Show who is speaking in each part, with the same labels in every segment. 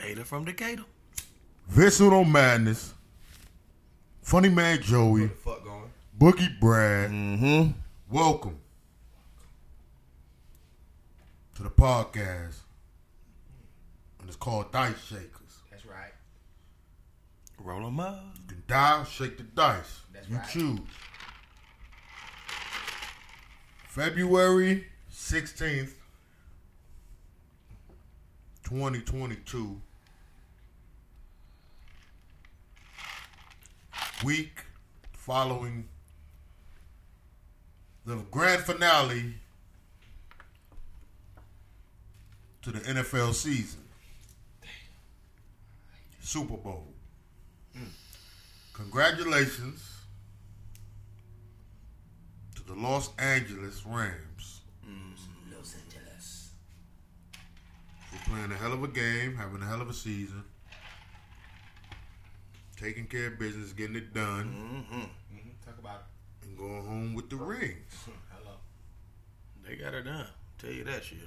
Speaker 1: Taylor from Decatur.
Speaker 2: Visceral Madness, Funny Man Joey,
Speaker 3: fuck going?
Speaker 2: Boogie Brad.
Speaker 4: Mm-hmm.
Speaker 2: Welcome to the podcast, and it's called Dice Shakers.
Speaker 3: That's right.
Speaker 1: Roll 'em up.
Speaker 2: You can die, shake the dice.
Speaker 3: That's
Speaker 2: you
Speaker 3: right.
Speaker 2: choose. February 16th, 2022. Week following the grand finale to the NFL season. Super Bowl. Congratulations to the Los Angeles Rams.
Speaker 3: Los Angeles.
Speaker 2: We're playing a hell of a game, having a hell of a season, taking care of business, getting it done,
Speaker 3: hmm Talk about it.
Speaker 2: and going home with the rings.
Speaker 3: Hello.
Speaker 1: They got her done. Tell you that shit.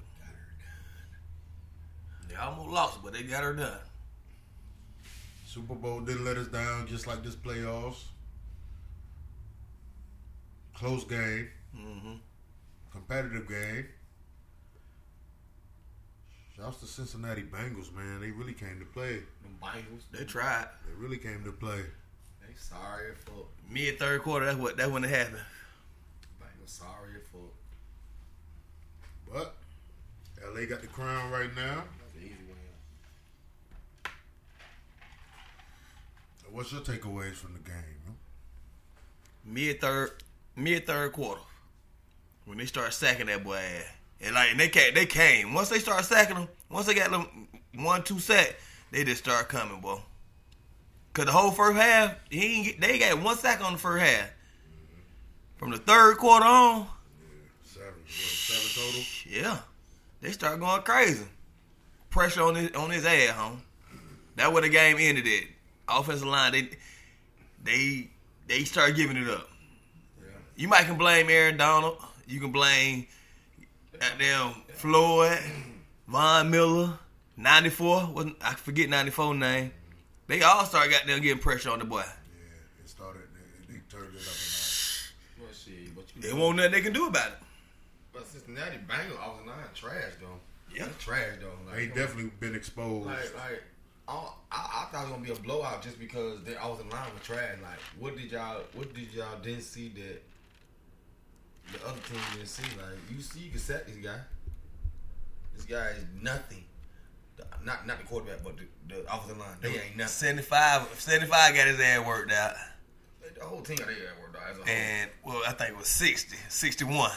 Speaker 1: They almost lost, but they got her done.
Speaker 2: Super Bowl didn't let us down, just like this playoffs. Close game,
Speaker 1: Mm-hmm.
Speaker 2: competitive game. Shouts to Cincinnati Bengals, man. They really came to play.
Speaker 3: Them Bengals.
Speaker 1: They tried.
Speaker 2: They really came to play.
Speaker 3: They sorry for
Speaker 1: Mid third quarter, that's what that's when it happened.
Speaker 3: Bengals. Sorry for.
Speaker 2: But LA got the crown right now.
Speaker 3: That's an easy win.
Speaker 2: What's your takeaways from the game? huh?
Speaker 1: Mid third mid third quarter. When they start sacking that boy ass. And like and they came they came. Once they start sacking them, once they got them one, two sack, they just start coming, boy. Cause the whole first half, he ain't get, they got one sack on the first half. From the third quarter on,
Speaker 2: Seven, what, seven total.
Speaker 1: Yeah, they start going crazy. Pressure on his on his ass, huh? That where the game ended. It offensive line they they they start giving it up.
Speaker 3: Yeah.
Speaker 1: You might can blame Aaron Donald. You can blame goddamn Floyd, Von Miller, ninety four. Wasn't I forget ninety four name? They all start goddamn getting pressure on the boy.
Speaker 2: Yeah, it started. They, they turned it up. A
Speaker 3: Well, shit. But you
Speaker 1: There won't nothing they can do about it.
Speaker 3: But Cincinnati Bengals off the line trash though.
Speaker 1: Yeah.
Speaker 3: They trash though.
Speaker 2: notch.
Speaker 3: Like,
Speaker 2: They
Speaker 3: come
Speaker 2: definitely been exposed.
Speaker 3: on. Like like. I, I, I thought it was gonna be a blowout just because they all was in line with trash. Like, what did y'all, what did y'all didn't see that the other team didn't see? Like, you see, you can sack this guy. This guy is nothing. The- not not the quarterback, but the, the offensive line. They ain't nothing.
Speaker 1: 75, 75 got his ass worked out.
Speaker 3: Like, The whole team got their ass worked out as a whole.
Speaker 1: and well, I think it was 60, 61.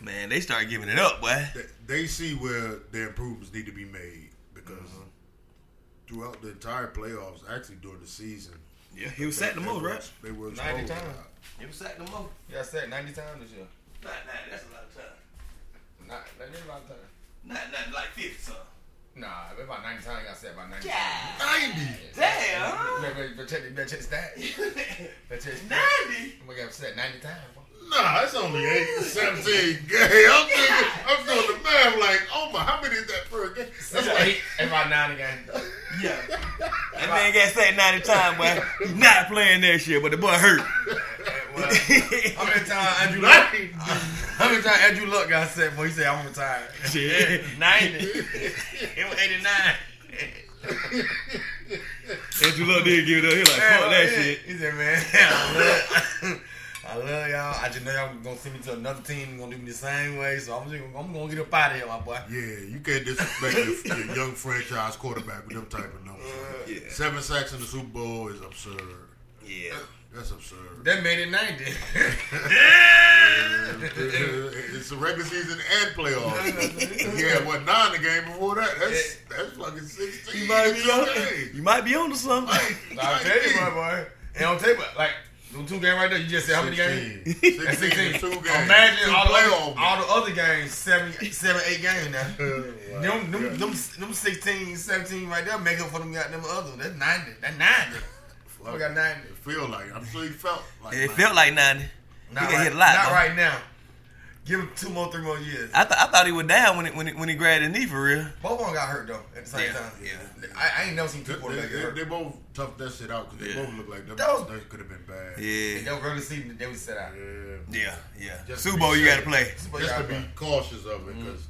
Speaker 1: Man, they started giving it up, boy.
Speaker 2: they, they see where their improvements need to be made because
Speaker 3: Mm-hmm.
Speaker 2: throughout the entire playoffs, actually during the season,
Speaker 1: Yeah, he was
Speaker 2: they-
Speaker 1: sacked the
Speaker 2: they
Speaker 1: most,
Speaker 2: were-
Speaker 1: right?
Speaker 2: They were
Speaker 3: 90
Speaker 2: exposed.
Speaker 3: times.
Speaker 1: He was sacked the most. Nah,
Speaker 3: He got sacked 90 times this year.
Speaker 1: nah, that's a lot of time.
Speaker 3: Not, that is a lot of times.
Speaker 1: Not, not like 50 something.
Speaker 3: Nah, that's about 90 times he got sacked by 90 times.
Speaker 2: Ninety.
Speaker 1: Damn, huh?
Speaker 3: Better, better, better check, better check the stat. Better check the stat.
Speaker 1: 90?
Speaker 3: I'm gonna get upset 90 times. bro.
Speaker 2: Nah, it's only eight, 17 game. I'm thinking, I'm doing the math like, oh my, how many is that per game? That's
Speaker 3: That's
Speaker 2: like
Speaker 3: eight. That's about nine again. Eh,
Speaker 1: Yeah. That man got sacked 90 times, boy. He not playing next year, but the boy hurt.
Speaker 3: How many times Andrew Luck?
Speaker 2: 90.
Speaker 3: How many times Andrew Luck got sacked before he said I'm retired?
Speaker 1: Shit.
Speaker 3: 90. it was 89.
Speaker 1: Andrew Luck did give it up. He like, fuck that shit.
Speaker 3: He said, man, I love, I love y'all. I just know y'all gonna send me to another team, gonna do me the same way. So I'm just, I'm gonna get up out of here, my boy.
Speaker 2: Yeah, you can't disrespect your, your young franchise quarterback with them type of numbers.
Speaker 3: Uh,
Speaker 1: Yeah.
Speaker 2: Seven sacks in the Super Bowl is absurd.
Speaker 1: Yeah.
Speaker 2: That's absurd.
Speaker 3: That made it 90.
Speaker 2: it's a regular season and playoffs. yeah, what nine the game before that? That's that's fucking sixteen.
Speaker 1: You might be on,
Speaker 2: Hey,
Speaker 1: you might be on to something.
Speaker 3: Nah, I tell you, my boy. And on tape, like, them two games right there, you just said how many games?
Speaker 2: 16. 16,
Speaker 3: That's 16.
Speaker 2: Two games.
Speaker 3: Imagine
Speaker 2: two
Speaker 3: all,
Speaker 2: playoff
Speaker 3: the, all the other games, seven, seven eight games now.
Speaker 2: games. Wow.
Speaker 3: Them, them,
Speaker 2: Yeah.
Speaker 3: them, them 16, 17 right there make up for them goddamn other. That's 90. That's 90.
Speaker 2: Fuck.
Speaker 3: We got 90.
Speaker 2: It feel like I'm sure he felt like
Speaker 1: It felt like 90.
Speaker 3: Not,
Speaker 1: he got
Speaker 3: right,
Speaker 1: hit a lot.
Speaker 3: not
Speaker 1: though.
Speaker 3: right now. Give him two more, three more years.
Speaker 1: I, th- I thought he was down when it, when, it, when he grabbed his knee for real.
Speaker 3: Both of them got hurt though at the same
Speaker 1: Yeah,
Speaker 3: time.
Speaker 1: yeah.
Speaker 3: I, I ain't never seen two
Speaker 2: They,
Speaker 3: quarterbacks get
Speaker 2: they,
Speaker 3: hurt.
Speaker 2: they both toughed that shit out because they
Speaker 1: Yeah.
Speaker 2: both look like them.
Speaker 3: That was-
Speaker 2: that could have been bad.
Speaker 3: They
Speaker 1: Yeah,
Speaker 3: were really season they was set out.
Speaker 2: Yeah.
Speaker 1: yeah, yeah.
Speaker 2: Just
Speaker 1: Super
Speaker 2: be
Speaker 1: Bowl, you got to
Speaker 2: safe.
Speaker 1: play.
Speaker 3: This is what
Speaker 2: Just
Speaker 3: y'all
Speaker 2: to be
Speaker 3: doing.
Speaker 2: cautious of
Speaker 1: Mm-hmm.
Speaker 2: it because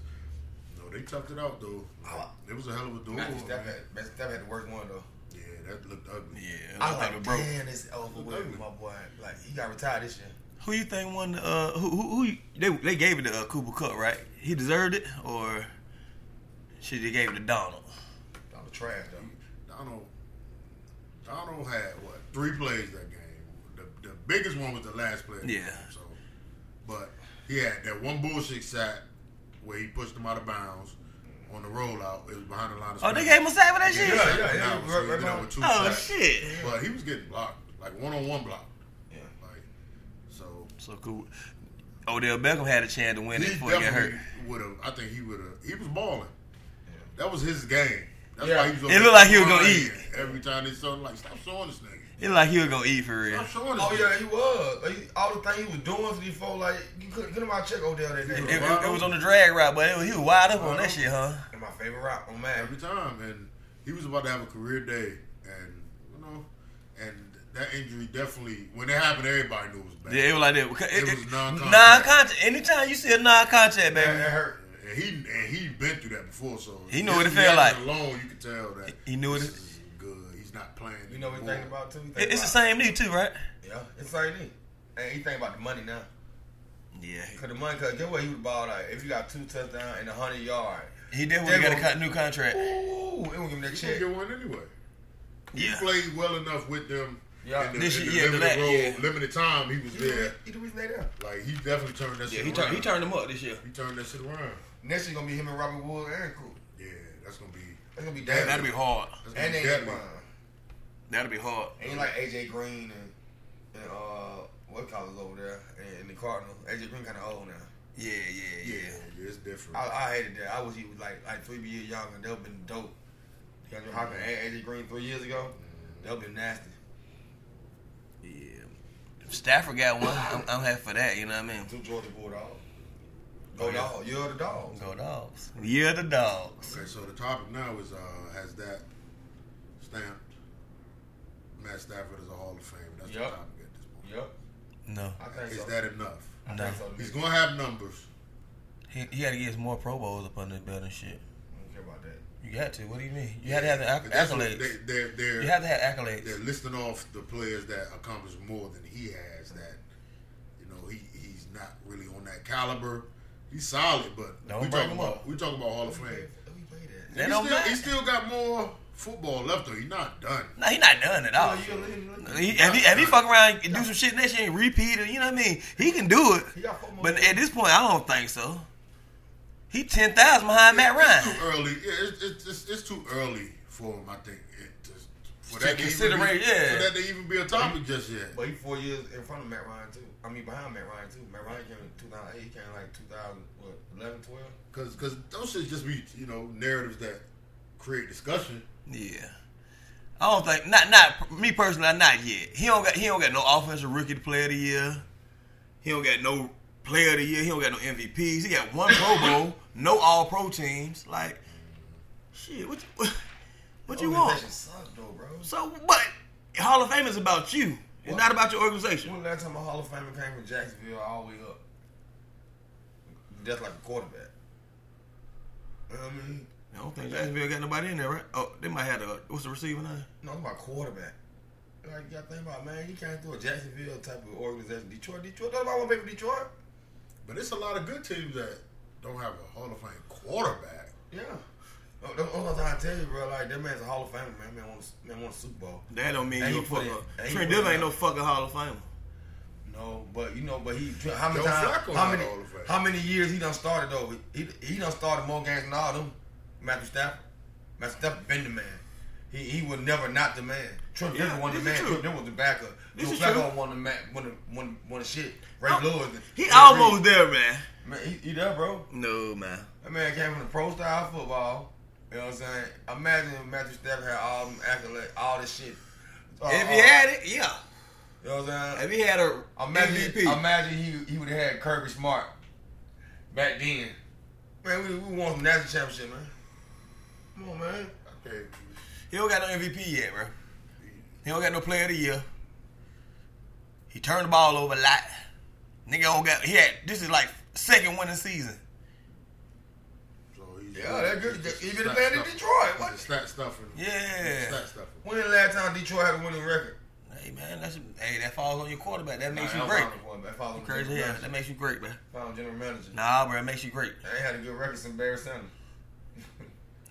Speaker 2: no, they toughed it out though.
Speaker 3: Oh.
Speaker 2: It was a hell of a duel.
Speaker 3: Matthew
Speaker 2: man.
Speaker 3: Stafford had- Matthew Stafford had the worst one though.
Speaker 2: Yeah, that looked ugly.
Speaker 1: Yeah,
Speaker 3: I
Speaker 1: look like
Speaker 3: was like,
Speaker 1: it broke.
Speaker 3: damn, it's over with, my boy. Like he got retired this year.
Speaker 1: Who you think won? The, uh, who, who who they they gave it to uh, Cooper Cup, right? He deserved it, or should they gave it to Donald?
Speaker 3: I'm a trash though.
Speaker 2: Donald, Donald had what three plays that game. The, the biggest one was the last play. of the
Speaker 1: Yeah.
Speaker 2: game, So, but he had that one bullshit sack where he pushed him out of bounds on the rollout. It was behind the line of
Speaker 1: Oh, they
Speaker 2: scrimmage.
Speaker 1: gave him a sack for that
Speaker 2: He
Speaker 1: shit.
Speaker 2: got
Speaker 3: Yeah,
Speaker 2: sacked
Speaker 3: yeah,
Speaker 2: and
Speaker 3: yeah.
Speaker 2: out, so he
Speaker 3: Right,
Speaker 2: ended
Speaker 3: right
Speaker 2: up with two
Speaker 1: Oh
Speaker 2: sacks.
Speaker 1: shit.
Speaker 2: But he was getting blocked, like one on one block.
Speaker 3: Yeah.
Speaker 2: Like, so
Speaker 1: So cool. Odell Beckham had a chance to win it
Speaker 2: he
Speaker 1: before he got hurt.
Speaker 2: definitely would have. I think he would have. He was balling. That was his game. That's
Speaker 3: Yeah.
Speaker 2: why he was. over
Speaker 1: It looked like he was
Speaker 2: crying
Speaker 1: gonna eat.
Speaker 2: every time they saw him. Like, stop showing this nigga.
Speaker 1: It like he was gonna eat for real.
Speaker 2: Stop showing this.
Speaker 3: Oh
Speaker 2: nigga.
Speaker 3: yeah, he was. Like, he- all the things he was doing to these folks, like you couldn't get him out check Odell that day.
Speaker 1: It,
Speaker 2: Yeah.
Speaker 1: it- it was on the drag route, but it was, he was wide up on that shit, huh?
Speaker 3: And my favorite rock oh, on Madden.
Speaker 2: every time, and he was about to have a career day, and you know, and that injury definitely when it happened, everybody knew it was bad.
Speaker 1: Yeah, it was like that. It,
Speaker 2: It was non-contact.
Speaker 1: Non-contact. Anytime you see a non-contact,
Speaker 3: That, that
Speaker 1: baby,
Speaker 3: hurt.
Speaker 2: and he and he been through that before, so
Speaker 1: He knew what it
Speaker 2: just
Speaker 1: felt like.
Speaker 2: reaction Alone, you could tell that
Speaker 1: He knew what
Speaker 2: this
Speaker 1: it-
Speaker 2: is good. He's not playing.
Speaker 3: You know what you
Speaker 2: anymore.
Speaker 3: think about too? You
Speaker 1: it,
Speaker 3: think
Speaker 1: it's the
Speaker 3: about-
Speaker 1: same knee too, right?
Speaker 3: Yeah, it's the same thing. And you think about the money now.
Speaker 1: Yeah,
Speaker 3: Cause the money, cause get what he would ball out. If you got two touchdowns and a hundred yard,
Speaker 1: he definitely
Speaker 3: They
Speaker 1: got a
Speaker 3: gon-
Speaker 1: con- new contract.
Speaker 3: ooh, it would give him that
Speaker 2: He
Speaker 3: check.
Speaker 2: should get one anyway. He
Speaker 1: Yeah,
Speaker 2: played well enough with them.
Speaker 3: Yeah.
Speaker 2: in the,
Speaker 1: This year-
Speaker 2: in the
Speaker 1: yeah,
Speaker 2: limited,
Speaker 1: the la-
Speaker 2: role,
Speaker 1: yeah.
Speaker 2: limited time he was
Speaker 3: He the
Speaker 2: there.
Speaker 3: reason- He the reason they there.
Speaker 2: Like he definitely turned that shit
Speaker 1: yeah, he
Speaker 2: around.
Speaker 1: turned he turned him up this year.
Speaker 2: He turned that shit around.
Speaker 3: Next year gonna be him and Robert Woods and Cook.
Speaker 2: Yeah, that's gonna be.
Speaker 3: That's gonna be
Speaker 2: Yeah,
Speaker 3: damn.
Speaker 1: That'll be hard.
Speaker 2: That's gonna
Speaker 3: and
Speaker 2: be
Speaker 3: they ain't
Speaker 2: deadly.
Speaker 3: mine.
Speaker 1: That'll be hard.
Speaker 3: Ain't like AJ Green and, and uh what college over there and, and the Cardinal. AJ Green kind of old now.
Speaker 1: Yeah, yeah,
Speaker 2: Yeah,
Speaker 1: yeah.
Speaker 2: yeah, it's different.
Speaker 3: I, I hated that. I wish he was like like three years younger. That would been dope. DeAndre Hopkins and AJ Green three years ago. That would been nasty.
Speaker 1: Yeah. If Stafford got one, I'm, I'm happy for that. You know what I mean?
Speaker 3: Two Georgia Bulldogs.
Speaker 1: Oh,
Speaker 3: Go
Speaker 1: yeah.
Speaker 3: dog. You're the dogs.
Speaker 1: Go dogs. Yeah, the dogs.
Speaker 2: Okay, so the topic now is uh, has that stamped Matt Stafford as a Hall of Fame? That's
Speaker 3: Yep.
Speaker 2: the topic at this point.
Speaker 3: Yep.
Speaker 1: No,
Speaker 3: I think
Speaker 2: Is
Speaker 3: so.
Speaker 2: that enough?
Speaker 3: I
Speaker 1: No.
Speaker 3: think so. to me.
Speaker 2: He's gonna have numbers.
Speaker 1: he, he got to get some more Pro Bowls up under his belt and shit.
Speaker 3: I don't care about that.
Speaker 1: You got to. What do you mean? You had to have the acc-
Speaker 2: But that's what
Speaker 1: accolades.
Speaker 2: They, they're they're,
Speaker 1: You have to have accolades.
Speaker 2: they're listing off the players that accomplished more than he has. That you know he he's not really on that caliber. He's solid, but
Speaker 1: Don't
Speaker 2: we
Speaker 1: bring
Speaker 2: talking
Speaker 1: him
Speaker 2: about
Speaker 1: up.
Speaker 2: we talking about Hall of
Speaker 3: We
Speaker 2: Fame.
Speaker 3: play that.
Speaker 1: That
Speaker 2: He
Speaker 1: don't
Speaker 2: still,
Speaker 1: matter.
Speaker 2: he still got more football left though. He's not done.
Speaker 1: No, he not done at all.
Speaker 3: Oh, you a little-
Speaker 1: He, if, he, if he fuck around and do some shit and that shit ain't repeat or you know what I mean, he can do it.
Speaker 3: He got four more
Speaker 1: But
Speaker 3: years.
Speaker 1: at this point, I don't think so. He ten thousand behind Matt
Speaker 2: It's
Speaker 1: Ryan.
Speaker 2: too early. Yeah, it's, it's, it's, it's too early for him. I think it, to, for
Speaker 1: To
Speaker 2: that to even
Speaker 1: considerate,
Speaker 2: be,
Speaker 1: yeah.
Speaker 2: for that to even be a topic just yet.
Speaker 3: But he four years in front of Matt Ryan too. I mean behind Matt Ryan too. Matt Ryan came in 2008. He came like 2000, what, 11, 12.
Speaker 2: Because because those should just be you know narratives that create discussion.
Speaker 1: Yeah, I don't think not not me personally not yet. He don't got he don't got no offensive rookie player of the year. He don't got no player of the year. He don't got no MVPs. He got one Pro Bowl, no All Pro teams. Like shit, what you, what
Speaker 3: Oh,
Speaker 1: you want?
Speaker 3: Organization suck though, bro.
Speaker 1: So, but Hall of Fame is about you. It's
Speaker 3: What?
Speaker 1: not about your organization.
Speaker 3: When the last time a Hall of Famer came from Jacksonville all the way up? That's like a quarterback. You know what I mean?
Speaker 1: I don't think Jacksonville got nobody in there, right? Oh, they might have a what's the receiver name?
Speaker 3: No, I'm about quarterback. Like you gotta think about man, you can't do a Jacksonville type of organization. Detroit, Detroit, that's why I want to play for Detroit.
Speaker 2: But it's a lot of good teams that don't have a Hall of Fame quarterback.
Speaker 3: Yeah. Oh, That's what I'm trying to tell you, bro. Like that man's a Hall of Famer, man. Man won, man won a Super Bowl.
Speaker 1: That don't mean
Speaker 3: Ain't
Speaker 1: you a
Speaker 3: he put
Speaker 1: fucking.
Speaker 3: it- ain't he
Speaker 1: Trent
Speaker 3: put it
Speaker 1: Dillon ain't no
Speaker 3: out.
Speaker 1: fucking Hall of Famer.
Speaker 3: No, but you know, but he how many
Speaker 2: Joe
Speaker 3: times,
Speaker 2: Flacco
Speaker 3: how
Speaker 2: not
Speaker 3: many
Speaker 2: Hall of Fame.
Speaker 3: how many years he done started though? He he done started more games than all them. Matthew Stafford, Matthew Stafford been the man. He he was never not the man. Trent
Speaker 1: Yeah,
Speaker 3: Dillon was the
Speaker 1: this
Speaker 3: man.
Speaker 1: is true.
Speaker 3: Trent Dillon was the backup.
Speaker 1: This
Speaker 3: Joe
Speaker 1: is
Speaker 3: Flacco won the man, won the won, won the shit. Ray
Speaker 1: Oh,
Speaker 3: Lewis,
Speaker 1: He almost there, man.
Speaker 3: man. He, he there, bro.
Speaker 1: No, man.
Speaker 3: That man came from the pro style football. You know what I'm saying? Imagine if Matthew Stafford had all them accolades, all this shit. Uh,
Speaker 1: If he
Speaker 3: uh,
Speaker 1: had it, yeah.
Speaker 3: you know what I'm saying?
Speaker 1: If he had a
Speaker 3: Imagine,
Speaker 1: MVP,
Speaker 3: imagine he he would have had Kirby Smart back then. Man, we, we won the national championship, man. Come on, man.
Speaker 2: Okay.
Speaker 1: He don't got no MVP yet, bro. He don't got no player of the year. He turned the ball over a lot. Nigga don't got he had this is like second winning season.
Speaker 2: So he's
Speaker 3: Yeah, that good.
Speaker 2: he's
Speaker 3: Even the
Speaker 2: stat
Speaker 3: man in
Speaker 2: stuffer.
Speaker 3: Detroit,
Speaker 2: He's
Speaker 3: what?
Speaker 2: a stat stuffing. He's a
Speaker 1: Yeah.
Speaker 2: stat stuffer.
Speaker 3: When the last time Detroit had a winning record?
Speaker 1: Hey man, that's hey, that falls on your quarterback. That makes
Speaker 3: I-
Speaker 1: you
Speaker 3: I
Speaker 1: great.
Speaker 3: found the one, man. I found the
Speaker 1: Crazy
Speaker 3: general
Speaker 1: hell.
Speaker 3: manager.
Speaker 1: That makes you great, man.
Speaker 3: Found general manager.
Speaker 1: Nah, bro, it makes you great.
Speaker 3: They ain't had a good record since Barry Sanders.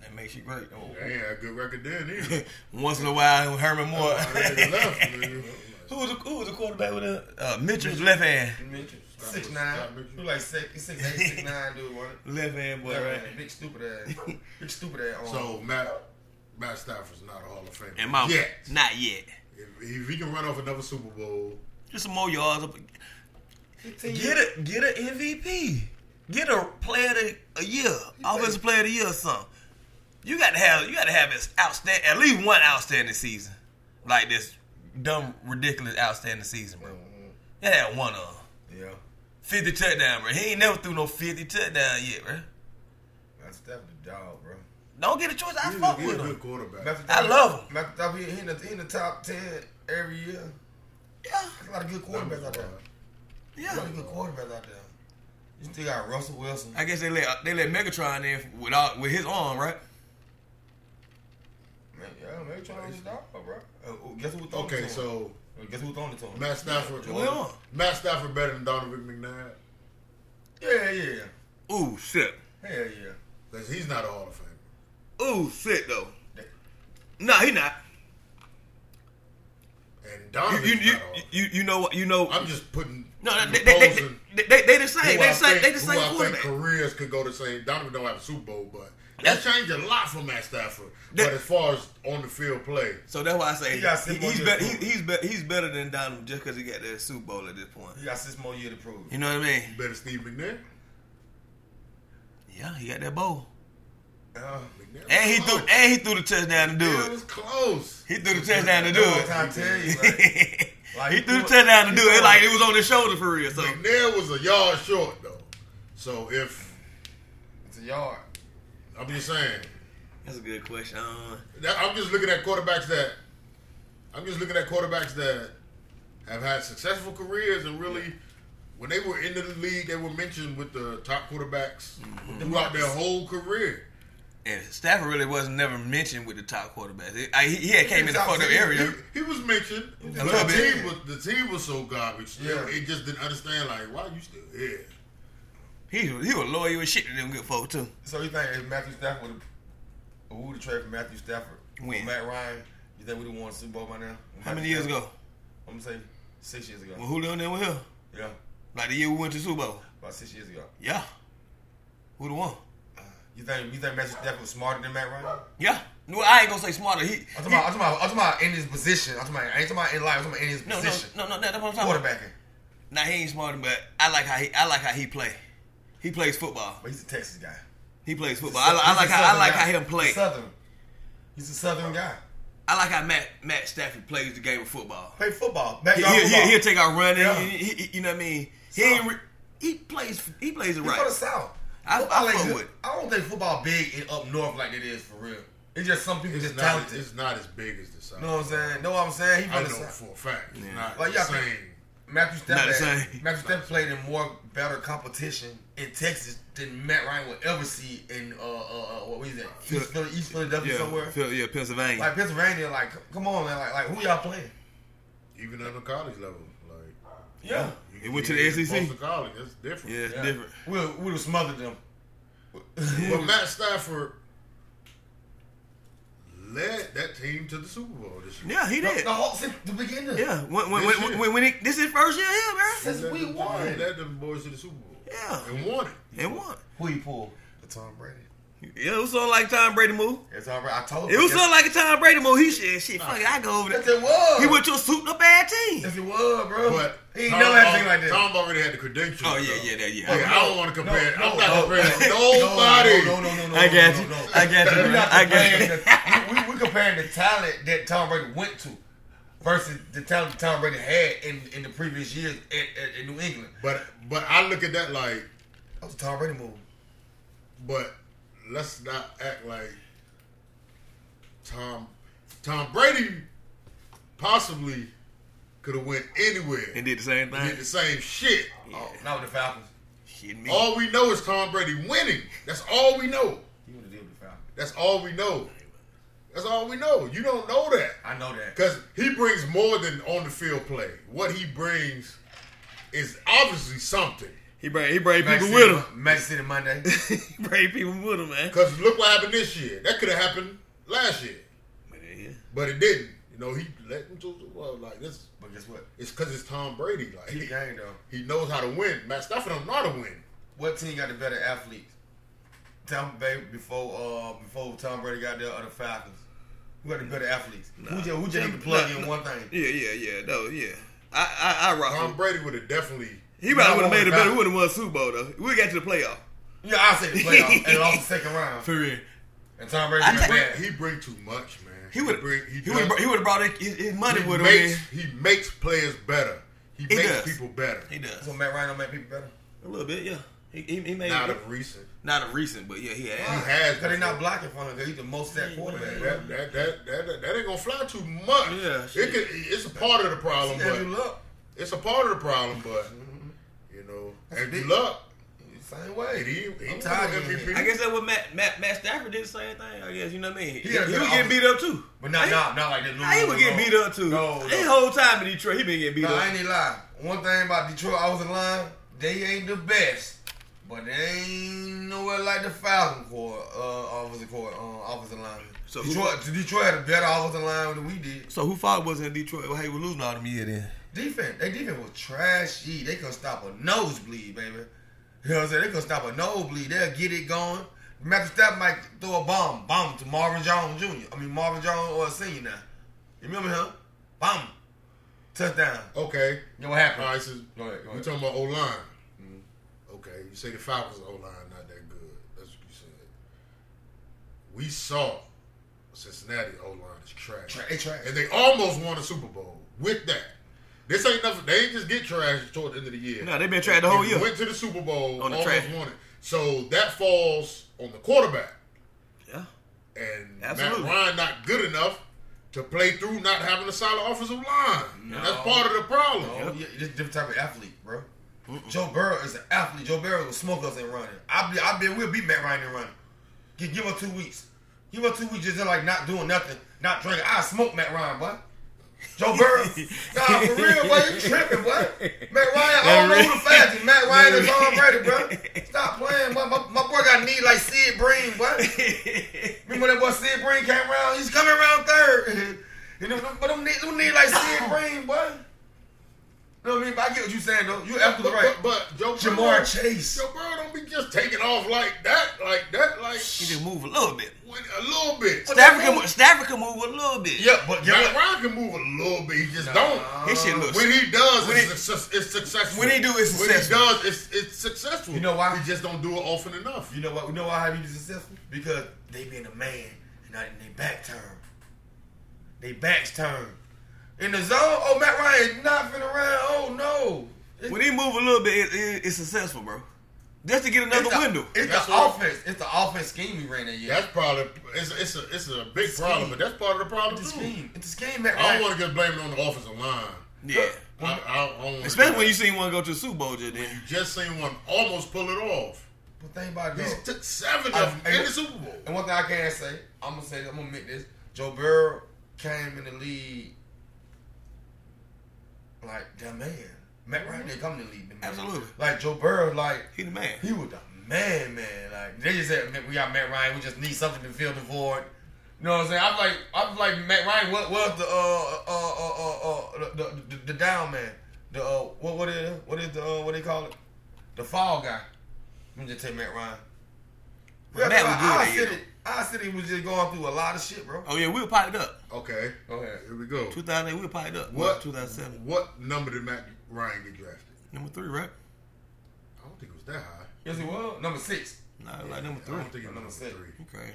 Speaker 1: That makes you great. Oh,
Speaker 2: They ain't had a good record then either.
Speaker 1: Once in a while, Herman Moore.
Speaker 2: They Oh, left, nigga.
Speaker 1: who was the, who was the quarterback with a uh, Mitchell's left hand?
Speaker 3: Mitchell,
Speaker 2: Stop
Speaker 3: six
Speaker 2: it,
Speaker 3: nine.
Speaker 2: stop it.
Speaker 3: Who like six, six eight, six nine? Dude, wasn't it?
Speaker 1: Left hand boy, right?
Speaker 3: Man, Big stupid ass. Big stupid ass. Um,
Speaker 2: So Matt Matt Stafford's not a Hall of Famer.
Speaker 1: And my
Speaker 2: yet.
Speaker 1: not yet.
Speaker 2: If, if he can run off another Super Bowl,
Speaker 1: Just some more yards up.
Speaker 3: 15
Speaker 1: Get a get a MVP. Get a player of the a year, offensive player of the year, or something. You got to have you got to have an outstanding, at least one outstanding season, like this dumb, ridiculous, outstanding season, bro.
Speaker 3: Mhm.
Speaker 1: You gotta have one of 'em.
Speaker 3: Yeah,
Speaker 1: fifty touchdown, bro. He ain't never threw no fifty touchdown yet, bro.
Speaker 3: that's definitely dog, bro.
Speaker 1: Don't get a choice. I
Speaker 2: he's, a,
Speaker 1: fuck
Speaker 2: he's a
Speaker 1: with
Speaker 2: good
Speaker 1: him.
Speaker 2: quarterback.
Speaker 3: Matthew
Speaker 1: I
Speaker 3: Stafford-
Speaker 1: love him.
Speaker 3: Matthew Stafford, he in the, he in the top ten every year.
Speaker 1: Yeah,
Speaker 3: There's a lot of good quarterbacks out there. There's a lot
Speaker 1: yeah.
Speaker 3: of good quarterbacks out there. You still got Russell Wilson.
Speaker 1: I guess they let they let Megatron in with all, with his arm, right?
Speaker 3: Man, yeah, man, trying to dog, bro. Uh, oh, guess who? throwing it to
Speaker 2: Okay,
Speaker 3: him?
Speaker 2: so
Speaker 3: Uh, guess who throwing it to him?
Speaker 2: Matt Stafford.
Speaker 1: Jordan. Jordan.
Speaker 2: Matt Stafford better than Donovan McNabb
Speaker 3: Yeah, yeah,
Speaker 1: Ooh shit.
Speaker 3: hell yeah.
Speaker 2: because he's not a Hall of Famer.
Speaker 1: Ooh shit though. No, he not.
Speaker 2: And
Speaker 1: You
Speaker 2: Donovan's
Speaker 1: you you,
Speaker 2: not a Hall of Famer.
Speaker 1: you, you know what you know.
Speaker 2: I'm just putting.
Speaker 1: no,
Speaker 2: I'm
Speaker 1: they, they, they,
Speaker 2: proposing
Speaker 1: they, they, they the
Speaker 2: who
Speaker 1: same. They
Speaker 2: I
Speaker 1: the same.
Speaker 2: think-
Speaker 1: They the
Speaker 2: who
Speaker 1: same
Speaker 2: I think
Speaker 1: quarterback.
Speaker 2: careers could go the same. Donovan don't have a Super Bowl, but that
Speaker 1: That's-
Speaker 2: changed a lot for Matt Stafford.
Speaker 1: That-
Speaker 2: but as far as on the field play,
Speaker 1: So that's why I say
Speaker 3: He got
Speaker 1: he-
Speaker 3: six more
Speaker 1: he's
Speaker 3: years
Speaker 1: better.
Speaker 3: to prove.
Speaker 1: He's better. He's better than Donovan just because he got that Super Bowl at this point.
Speaker 3: You got six more years to prove.
Speaker 1: You know what I mean?
Speaker 2: better Steve McNair.
Speaker 1: Yeah, he got that bowl.
Speaker 3: Uh,
Speaker 2: McNair
Speaker 1: And he
Speaker 2: was
Speaker 1: threw.
Speaker 2: close.
Speaker 1: And he threw the touchdown to
Speaker 2: Yeah,
Speaker 1: do
Speaker 2: It
Speaker 1: it.
Speaker 2: was close.
Speaker 1: He threw the touchdown to do
Speaker 3: That's what I'm
Speaker 1: it.
Speaker 3: tell you, like, Like,
Speaker 1: he
Speaker 3: he
Speaker 1: threw the
Speaker 3: threw-
Speaker 1: touchdown to do
Speaker 3: he
Speaker 1: it.
Speaker 3: threw-
Speaker 1: Like it was on his shoulder for real. So
Speaker 2: McNair was a yard short though. So if
Speaker 3: it's a yard.
Speaker 2: I'm just saying,
Speaker 1: that's a good question. Uh,
Speaker 2: that, I'm just looking at quarterbacks that I'm just looking at quarterbacks that have had successful careers and really when they were into the league, they were mentioned with the top quarterbacks throughout their whole career.
Speaker 1: and Stafford really wasn't never mentioned with the top quarterbacks. It- I- he, he had came in the
Speaker 3: top
Speaker 1: quarter
Speaker 3: ten.
Speaker 1: area.
Speaker 2: He, he was mentioned.
Speaker 3: was
Speaker 2: but
Speaker 1: a little
Speaker 2: the
Speaker 1: bit.
Speaker 2: team was the team was so garbage.
Speaker 3: Yeah.
Speaker 2: They, they just didn't understand like why you still here.
Speaker 1: He he was loyal as shit to them good folk too.
Speaker 3: So you think if Matthew Stafford would have who would have traded for Matthew Stafford?
Speaker 1: When?
Speaker 3: Or Matt Ryan, you think we'd have won the Super Bowl by now?
Speaker 1: How many years ago?
Speaker 3: I'm gonna say six years ago.
Speaker 1: When Julio and them were here,
Speaker 3: Yeah,
Speaker 1: like the year we went to Super Bowl.
Speaker 3: about six years ago. Uh,
Speaker 1: Yeah, who the one?
Speaker 3: You think you think Matthew Stafford was smarter than Matt Ryan?
Speaker 1: Yeah. No, I ain't gonna say smarter. He,
Speaker 3: I'm talking about, I'm talking about, I'm talking about in his position. I'm talking about, I ain't talking about in life. I'm talking about in his
Speaker 1: no, no,
Speaker 3: position.
Speaker 1: no, no, that's what I'm talking about.
Speaker 3: Quarterbacking,
Speaker 1: Now he ain't smarter, but I like how he I like how he play. He plays football.
Speaker 3: but he's a Texas guy.
Speaker 1: He plays football.
Speaker 3: He's a-
Speaker 1: I, I
Speaker 3: he's a
Speaker 1: like how I
Speaker 3: Southern
Speaker 1: like
Speaker 3: guy.
Speaker 1: how him play.
Speaker 3: Southern. He's a Southern guy.
Speaker 1: I like how Matt Matt Stafford plays the game of football.
Speaker 3: Play football.
Speaker 1: He,
Speaker 3: Backyard
Speaker 1: will
Speaker 3: football.
Speaker 1: he'll take our running.
Speaker 3: Yeah.
Speaker 1: He, he- he- you know what I mean? He
Speaker 3: So-
Speaker 1: ain't re- he plays he plays it
Speaker 3: He's from the
Speaker 1: right.
Speaker 3: South.
Speaker 1: I- I
Speaker 3: Football ain't
Speaker 1: fuck
Speaker 3: good.
Speaker 1: with it.
Speaker 3: I don't think football big in up north like it is for real. It's just some people
Speaker 2: It's
Speaker 3: just
Speaker 2: not,
Speaker 3: talented.
Speaker 2: it's not as big as the South.
Speaker 3: You know what I'm saying? Know what I'm saying? He
Speaker 2: I
Speaker 3: from
Speaker 2: know
Speaker 3: the South.
Speaker 2: for a fact. It's
Speaker 1: Yeah.
Speaker 2: not
Speaker 3: Like,
Speaker 2: the
Speaker 3: y'all
Speaker 2: same.
Speaker 3: Matthew
Speaker 1: Not the
Speaker 3: Stafford.
Speaker 1: same.
Speaker 3: Matthew Stafford played in more better competition in Texas than Matt Ryan will ever see in uh uh, uh what was that?
Speaker 1: Phil-
Speaker 3: East, Philly, East Philadelphia somewhere.
Speaker 1: Phil- yeah, Pennsylvania.
Speaker 3: Like Pennsylvania, like c- come on man, like like who y'all playing?
Speaker 2: Even on the college level, like
Speaker 3: Yeah.
Speaker 2: you-
Speaker 1: It went
Speaker 2: you
Speaker 1: to the E
Speaker 2: get
Speaker 1: SEC?
Speaker 2: close to college. That's different.
Speaker 1: yeah, it's
Speaker 3: Yeah.
Speaker 1: different.
Speaker 3: We would have smothered them.
Speaker 2: But Matt Stafford led that team to the Super Bowl this year.
Speaker 1: Yeah, he
Speaker 3: the,
Speaker 1: did.
Speaker 3: the whole since the beginning.
Speaker 1: Yeah, when when
Speaker 2: This
Speaker 1: when,
Speaker 2: year.
Speaker 1: when, when it, this is first year here, man.
Speaker 3: Since we
Speaker 2: He
Speaker 3: won.
Speaker 2: led them boys to the Super Bowl.
Speaker 1: Yeah.
Speaker 2: and won it.
Speaker 1: They won.
Speaker 3: Who you pull? The Tom Brady.
Speaker 1: Yeah, it was something like a Tom Brady move.
Speaker 3: It's all right. I told
Speaker 1: It
Speaker 3: you.
Speaker 1: was something like a Tom Brady move. He said, "Shit, fuck it, I go over
Speaker 3: Yes,
Speaker 1: there."
Speaker 3: it was.
Speaker 1: He went to a suit up bad team.
Speaker 3: Yes, it was, bro.
Speaker 2: But
Speaker 3: he ain't
Speaker 2: Tom
Speaker 3: never had anything
Speaker 2: al-
Speaker 3: like that.
Speaker 2: Tom already had the credentials.
Speaker 1: Oh, yeah,
Speaker 2: though.
Speaker 1: yeah, that- yeah.
Speaker 2: Like,
Speaker 1: No,
Speaker 2: I don't want to
Speaker 3: No,
Speaker 2: compare.
Speaker 3: no,
Speaker 2: I'm not
Speaker 3: no,
Speaker 2: comparing
Speaker 3: no,
Speaker 2: nobody.
Speaker 3: No, no, no, no.
Speaker 1: I
Speaker 3: no,
Speaker 1: got
Speaker 3: no,
Speaker 1: you.
Speaker 3: No, no.
Speaker 1: I got you,
Speaker 3: We're not
Speaker 1: I got you.
Speaker 3: comparing the- we, we, we comparing the talent that Tom Brady went to versus the talent that Tom Brady had in, in the previous years at, at, in New England.
Speaker 2: But but I look at that like
Speaker 5: That was a Tom Brady move.
Speaker 2: But let's not act like Tom Tom Brady possibly could have went anywhere
Speaker 1: and
Speaker 2: and
Speaker 1: did the same
Speaker 2: did the
Speaker 1: thing.
Speaker 2: same shit.
Speaker 1: Yeah.
Speaker 3: Not with Oh, the Falcons.
Speaker 1: Shit, me.
Speaker 2: All we know is Tom Brady winning. That's all we know.
Speaker 3: He would have did with the Falcons.
Speaker 2: That's all we know. That's all we know. You don't know that.
Speaker 3: I know that.
Speaker 2: Because he brings more than on the field play. What he brings is obviously something.
Speaker 1: He bring he bring
Speaker 3: Magic
Speaker 1: people
Speaker 3: City-
Speaker 1: with
Speaker 3: Magic City Monday.
Speaker 1: him. he bring people with him, man.
Speaker 2: Because look what happened this year. That could have happened last year,
Speaker 1: Yeah.
Speaker 2: but it didn't. You know, he let him to well, like this.
Speaker 3: but guess what?
Speaker 2: It's because it's Tom Brady. Like
Speaker 3: He
Speaker 2: he,
Speaker 3: game though.
Speaker 2: he knows how to win. Matt Stafford don't know how to win.
Speaker 3: What team got the better athletes? Tampa Bay before uh before Tom Brady got there or the Falcons? Who got the better athletes? Who just who just need to plug
Speaker 1: Nah,
Speaker 3: in
Speaker 1: nah.
Speaker 3: one thing?
Speaker 1: Yeah, yeah, yeah. No, yeah. I, I, I rock
Speaker 2: Tom
Speaker 1: him.
Speaker 2: Brady would have definitely.
Speaker 1: He probably would
Speaker 3: Nah,
Speaker 1: have made it
Speaker 3: nah.
Speaker 1: better. We would have won Super Bowl though. We got to the playoff.
Speaker 3: Yeah, I said the playoff and lost the second round.
Speaker 1: For real.
Speaker 3: And Tom Brady
Speaker 1: I
Speaker 3: got
Speaker 1: think-
Speaker 3: that.
Speaker 2: He bring too much, man.
Speaker 1: He would.
Speaker 2: bring.
Speaker 1: He,
Speaker 2: does-
Speaker 1: would. He would have brought his, his money
Speaker 2: he
Speaker 1: with him.
Speaker 2: makes,
Speaker 1: man.
Speaker 2: he makes players better. He,
Speaker 1: He
Speaker 2: makes
Speaker 1: does.
Speaker 2: people better.
Speaker 1: He does
Speaker 3: So Matt Ryan don't make people better
Speaker 1: a little bit. Yeah. He, he, he made
Speaker 2: Not of recent.
Speaker 1: not a recent, but yeah, he
Speaker 2: He
Speaker 1: had.
Speaker 2: has.
Speaker 3: because they're
Speaker 2: before.
Speaker 3: not blocking for him. 'cause He's the most set quarterback. Yeah.
Speaker 2: That, that, that, that, that ain't gonna fly too much.
Speaker 1: Yeah,
Speaker 2: it
Speaker 1: shit.
Speaker 2: could, it's a part of the problem,
Speaker 3: Andrew
Speaker 2: but
Speaker 3: Luck,
Speaker 2: it's a part of the problem, but you know,
Speaker 3: That's
Speaker 2: Andrew
Speaker 3: big.
Speaker 2: Luck,
Speaker 3: same way.
Speaker 2: and he, he
Speaker 3: I'm
Speaker 2: was
Speaker 3: tired
Speaker 2: on
Speaker 3: of him.
Speaker 2: MVP.
Speaker 1: I guess that what Matt, Matt Matt Stafford did the same thing. I guess you know what I mean. He,
Speaker 3: had a
Speaker 1: he
Speaker 3: good
Speaker 1: was getting
Speaker 3: offense.
Speaker 1: beat up too.
Speaker 3: But not, not, not like that.
Speaker 1: I ain't was getting beat up too.
Speaker 3: No, no.
Speaker 1: That whole time in Detroit, he been getting beat
Speaker 3: No, I
Speaker 1: up.
Speaker 3: ain't even lie. One thing about Detroit, I was in line. They ain't the best, but they ain't nowhere like the Falcon Corps, uh, offensive corps, uh, offensive line.
Speaker 1: So who-
Speaker 3: Detroit, Detroit had a better offensive line than we did.
Speaker 1: So who fought was in Detroit? Well, hey, we're losing all them year then.
Speaker 3: Defense, they defense was trashy. They couldn't stop a nosebleed, baby. You know what I'm saying? They couldn't stop a nosebleed. They'll get it going. Matthew Stafford might throw a bomb, bomb to Marvin Jones Jr. I mean Marvin Jones or senior now. You remember him? Bomb, touchdown.
Speaker 2: Okay,
Speaker 3: You know what happened?
Speaker 2: all right, so
Speaker 3: Go ahead, go
Speaker 2: we
Speaker 3: ahead.
Speaker 2: talking about O line. Okay, you say the Falcons O line not that good. That's what you said. We saw Cincinnati O line is trash.
Speaker 3: Tra- they trash.
Speaker 2: and they almost won a Super Bowl with that. This ain't nothing. They ain't just get trashed toward the end of the year.
Speaker 1: No, they been trash the whole
Speaker 2: They
Speaker 1: year.
Speaker 2: Went to the Super Bowl,
Speaker 1: On the
Speaker 2: almost
Speaker 1: trash.
Speaker 2: won it. So that falls on the quarterback,
Speaker 1: Yeah.
Speaker 2: and
Speaker 1: Absolutely.
Speaker 2: Matt Ryan not good enough to play through not having a solid offensive line.
Speaker 3: No.
Speaker 2: That's part of the problem.
Speaker 3: Oh, yeah, this different type of athlete, bro. Joe Burrow is an athlete. Joe Burrow will smoke us in running. I be, I bet we'll beat Matt Ryan in running. Give, give her two weeks. Give her two weeks just like not doing nothing, not drinking. I smoke Matt Ryan, boy. Joe Burrow, nah, for real, boy, you tripping, boy. Matt Ryan, I don't know who the fastest. Matt Ryan is Tom Brady, bro. Stop playing, boy. My, my boy got knee like Sid Bream, boy. Remember that boy Sid Bream came around? He's coming around third. You know, but them need, them need like Sid Bream, boy. You know what I mean? But I get what you're saying, though. You
Speaker 2: But,
Speaker 3: absolutely right.
Speaker 2: but, but Joe Burrow,
Speaker 3: Jamar Chase.
Speaker 2: Joe Burrow don't be just taking off like that, like that, like
Speaker 1: he just move a little bit.
Speaker 2: when- a little bit.
Speaker 1: Stafford can, move- Stafford can move a little bit.
Speaker 3: Yeah, but yeah,
Speaker 2: Matt Ryan can move a little bit. He just don't.
Speaker 1: His shit looks.
Speaker 2: When he does,
Speaker 1: When
Speaker 2: it's,
Speaker 1: he-
Speaker 2: success- it's successful.
Speaker 1: when he do, it's successful.
Speaker 2: When he does, it's, it's successful.
Speaker 3: You know why?
Speaker 2: He just don't do it often enough.
Speaker 3: you know what? You know why I have you successful? Because they being a man and not in their back turn. They backs turn. In the zone, oh, Matt Ryan is knocking around. Oh, no. It's,
Speaker 1: When he move a little bit, it, it, it's successful, bro. Just to get another
Speaker 3: it's the,
Speaker 1: window.
Speaker 3: It's
Speaker 2: That's
Speaker 3: the
Speaker 2: what-
Speaker 3: offense. It's the offense scheme we ran that year.
Speaker 2: That's probably it's it's a it's a big
Speaker 3: Scheme.
Speaker 2: problem, but that's part of the problem
Speaker 3: it's the
Speaker 2: too.
Speaker 3: scheme. It's the scheme, Matt
Speaker 2: I
Speaker 3: Ryan.
Speaker 2: don't want to just blame it on the offensive line.
Speaker 1: yeah.
Speaker 2: I, I, I don't wanna
Speaker 1: Especially
Speaker 2: do
Speaker 1: when
Speaker 2: that.
Speaker 1: you seen one go to the Super Bowl just then.
Speaker 2: just seen one almost pull it off.
Speaker 3: But think about it,
Speaker 2: He
Speaker 3: though.
Speaker 2: took seven
Speaker 3: I-
Speaker 2: of them in
Speaker 3: I-
Speaker 2: the Super Bowl.
Speaker 3: And one thing I can say, I'm gonna say, I'm gonna admit this: Joe Burrow came in the league like the man. Matt Ryan didn't come in the league. The man.
Speaker 1: Absolutely.
Speaker 3: Like Joe Burrow, like
Speaker 1: He the man.
Speaker 3: he was the man, man. Like they just said, "Man, we got Matt Ryan. We just need something to fill the void. You know what I'm saying? I'm like, I'm like Matt Ryan. What was the uh uh uh uh, uh the, the, the down man? The uh what what is what is the uh, what they call it? The fall guy. Let me just take Matt Ryan.
Speaker 1: But
Speaker 3: Yeah,
Speaker 1: Matt
Speaker 3: bro,
Speaker 1: was good
Speaker 3: our
Speaker 1: that year,
Speaker 3: city, our city was just going through a lot of shit, bro.
Speaker 1: Oh yeah, we were potted up.
Speaker 2: Okay,
Speaker 3: Go ahead.
Speaker 2: here we go.
Speaker 1: 2008, we were potted up.
Speaker 2: What
Speaker 1: 2007,
Speaker 2: What number did Matt Ryan get drafted?
Speaker 1: number three, right?
Speaker 2: I don't think it was that high.
Speaker 3: Yes, it was number six.
Speaker 1: No, it was like number
Speaker 2: I don't
Speaker 1: three.
Speaker 2: think it was
Speaker 3: Number
Speaker 2: number
Speaker 3: six.
Speaker 2: three.
Speaker 1: Okay.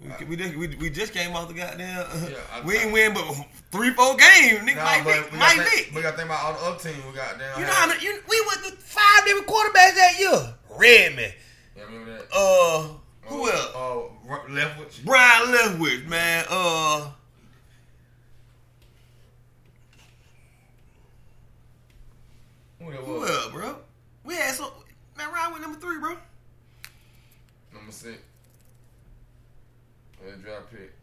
Speaker 1: We, we, just, we, we just came off the goddamn.
Speaker 3: I-
Speaker 1: we ain't
Speaker 3: I-
Speaker 1: win but three, four games. Nigga,
Speaker 3: Nah,
Speaker 1: Mike
Speaker 3: but
Speaker 1: Vick,
Speaker 3: we
Speaker 1: Mike
Speaker 3: gotta think-
Speaker 1: Vick.
Speaker 3: We got to think about all the other teams we got down.
Speaker 1: You
Speaker 3: here.
Speaker 1: know how many, you, we went through five different quarterbacks that year. Redman.
Speaker 3: Yeah, remember that?
Speaker 1: Uh, who else?
Speaker 3: Oh, uh, Leftwich.
Speaker 1: Brian Leftwich, man. Uh,
Speaker 3: Who that
Speaker 1: who
Speaker 3: was?
Speaker 1: else, bro? We had some. Man, Ryan went number three, bro.
Speaker 3: Number six. With a drop pick.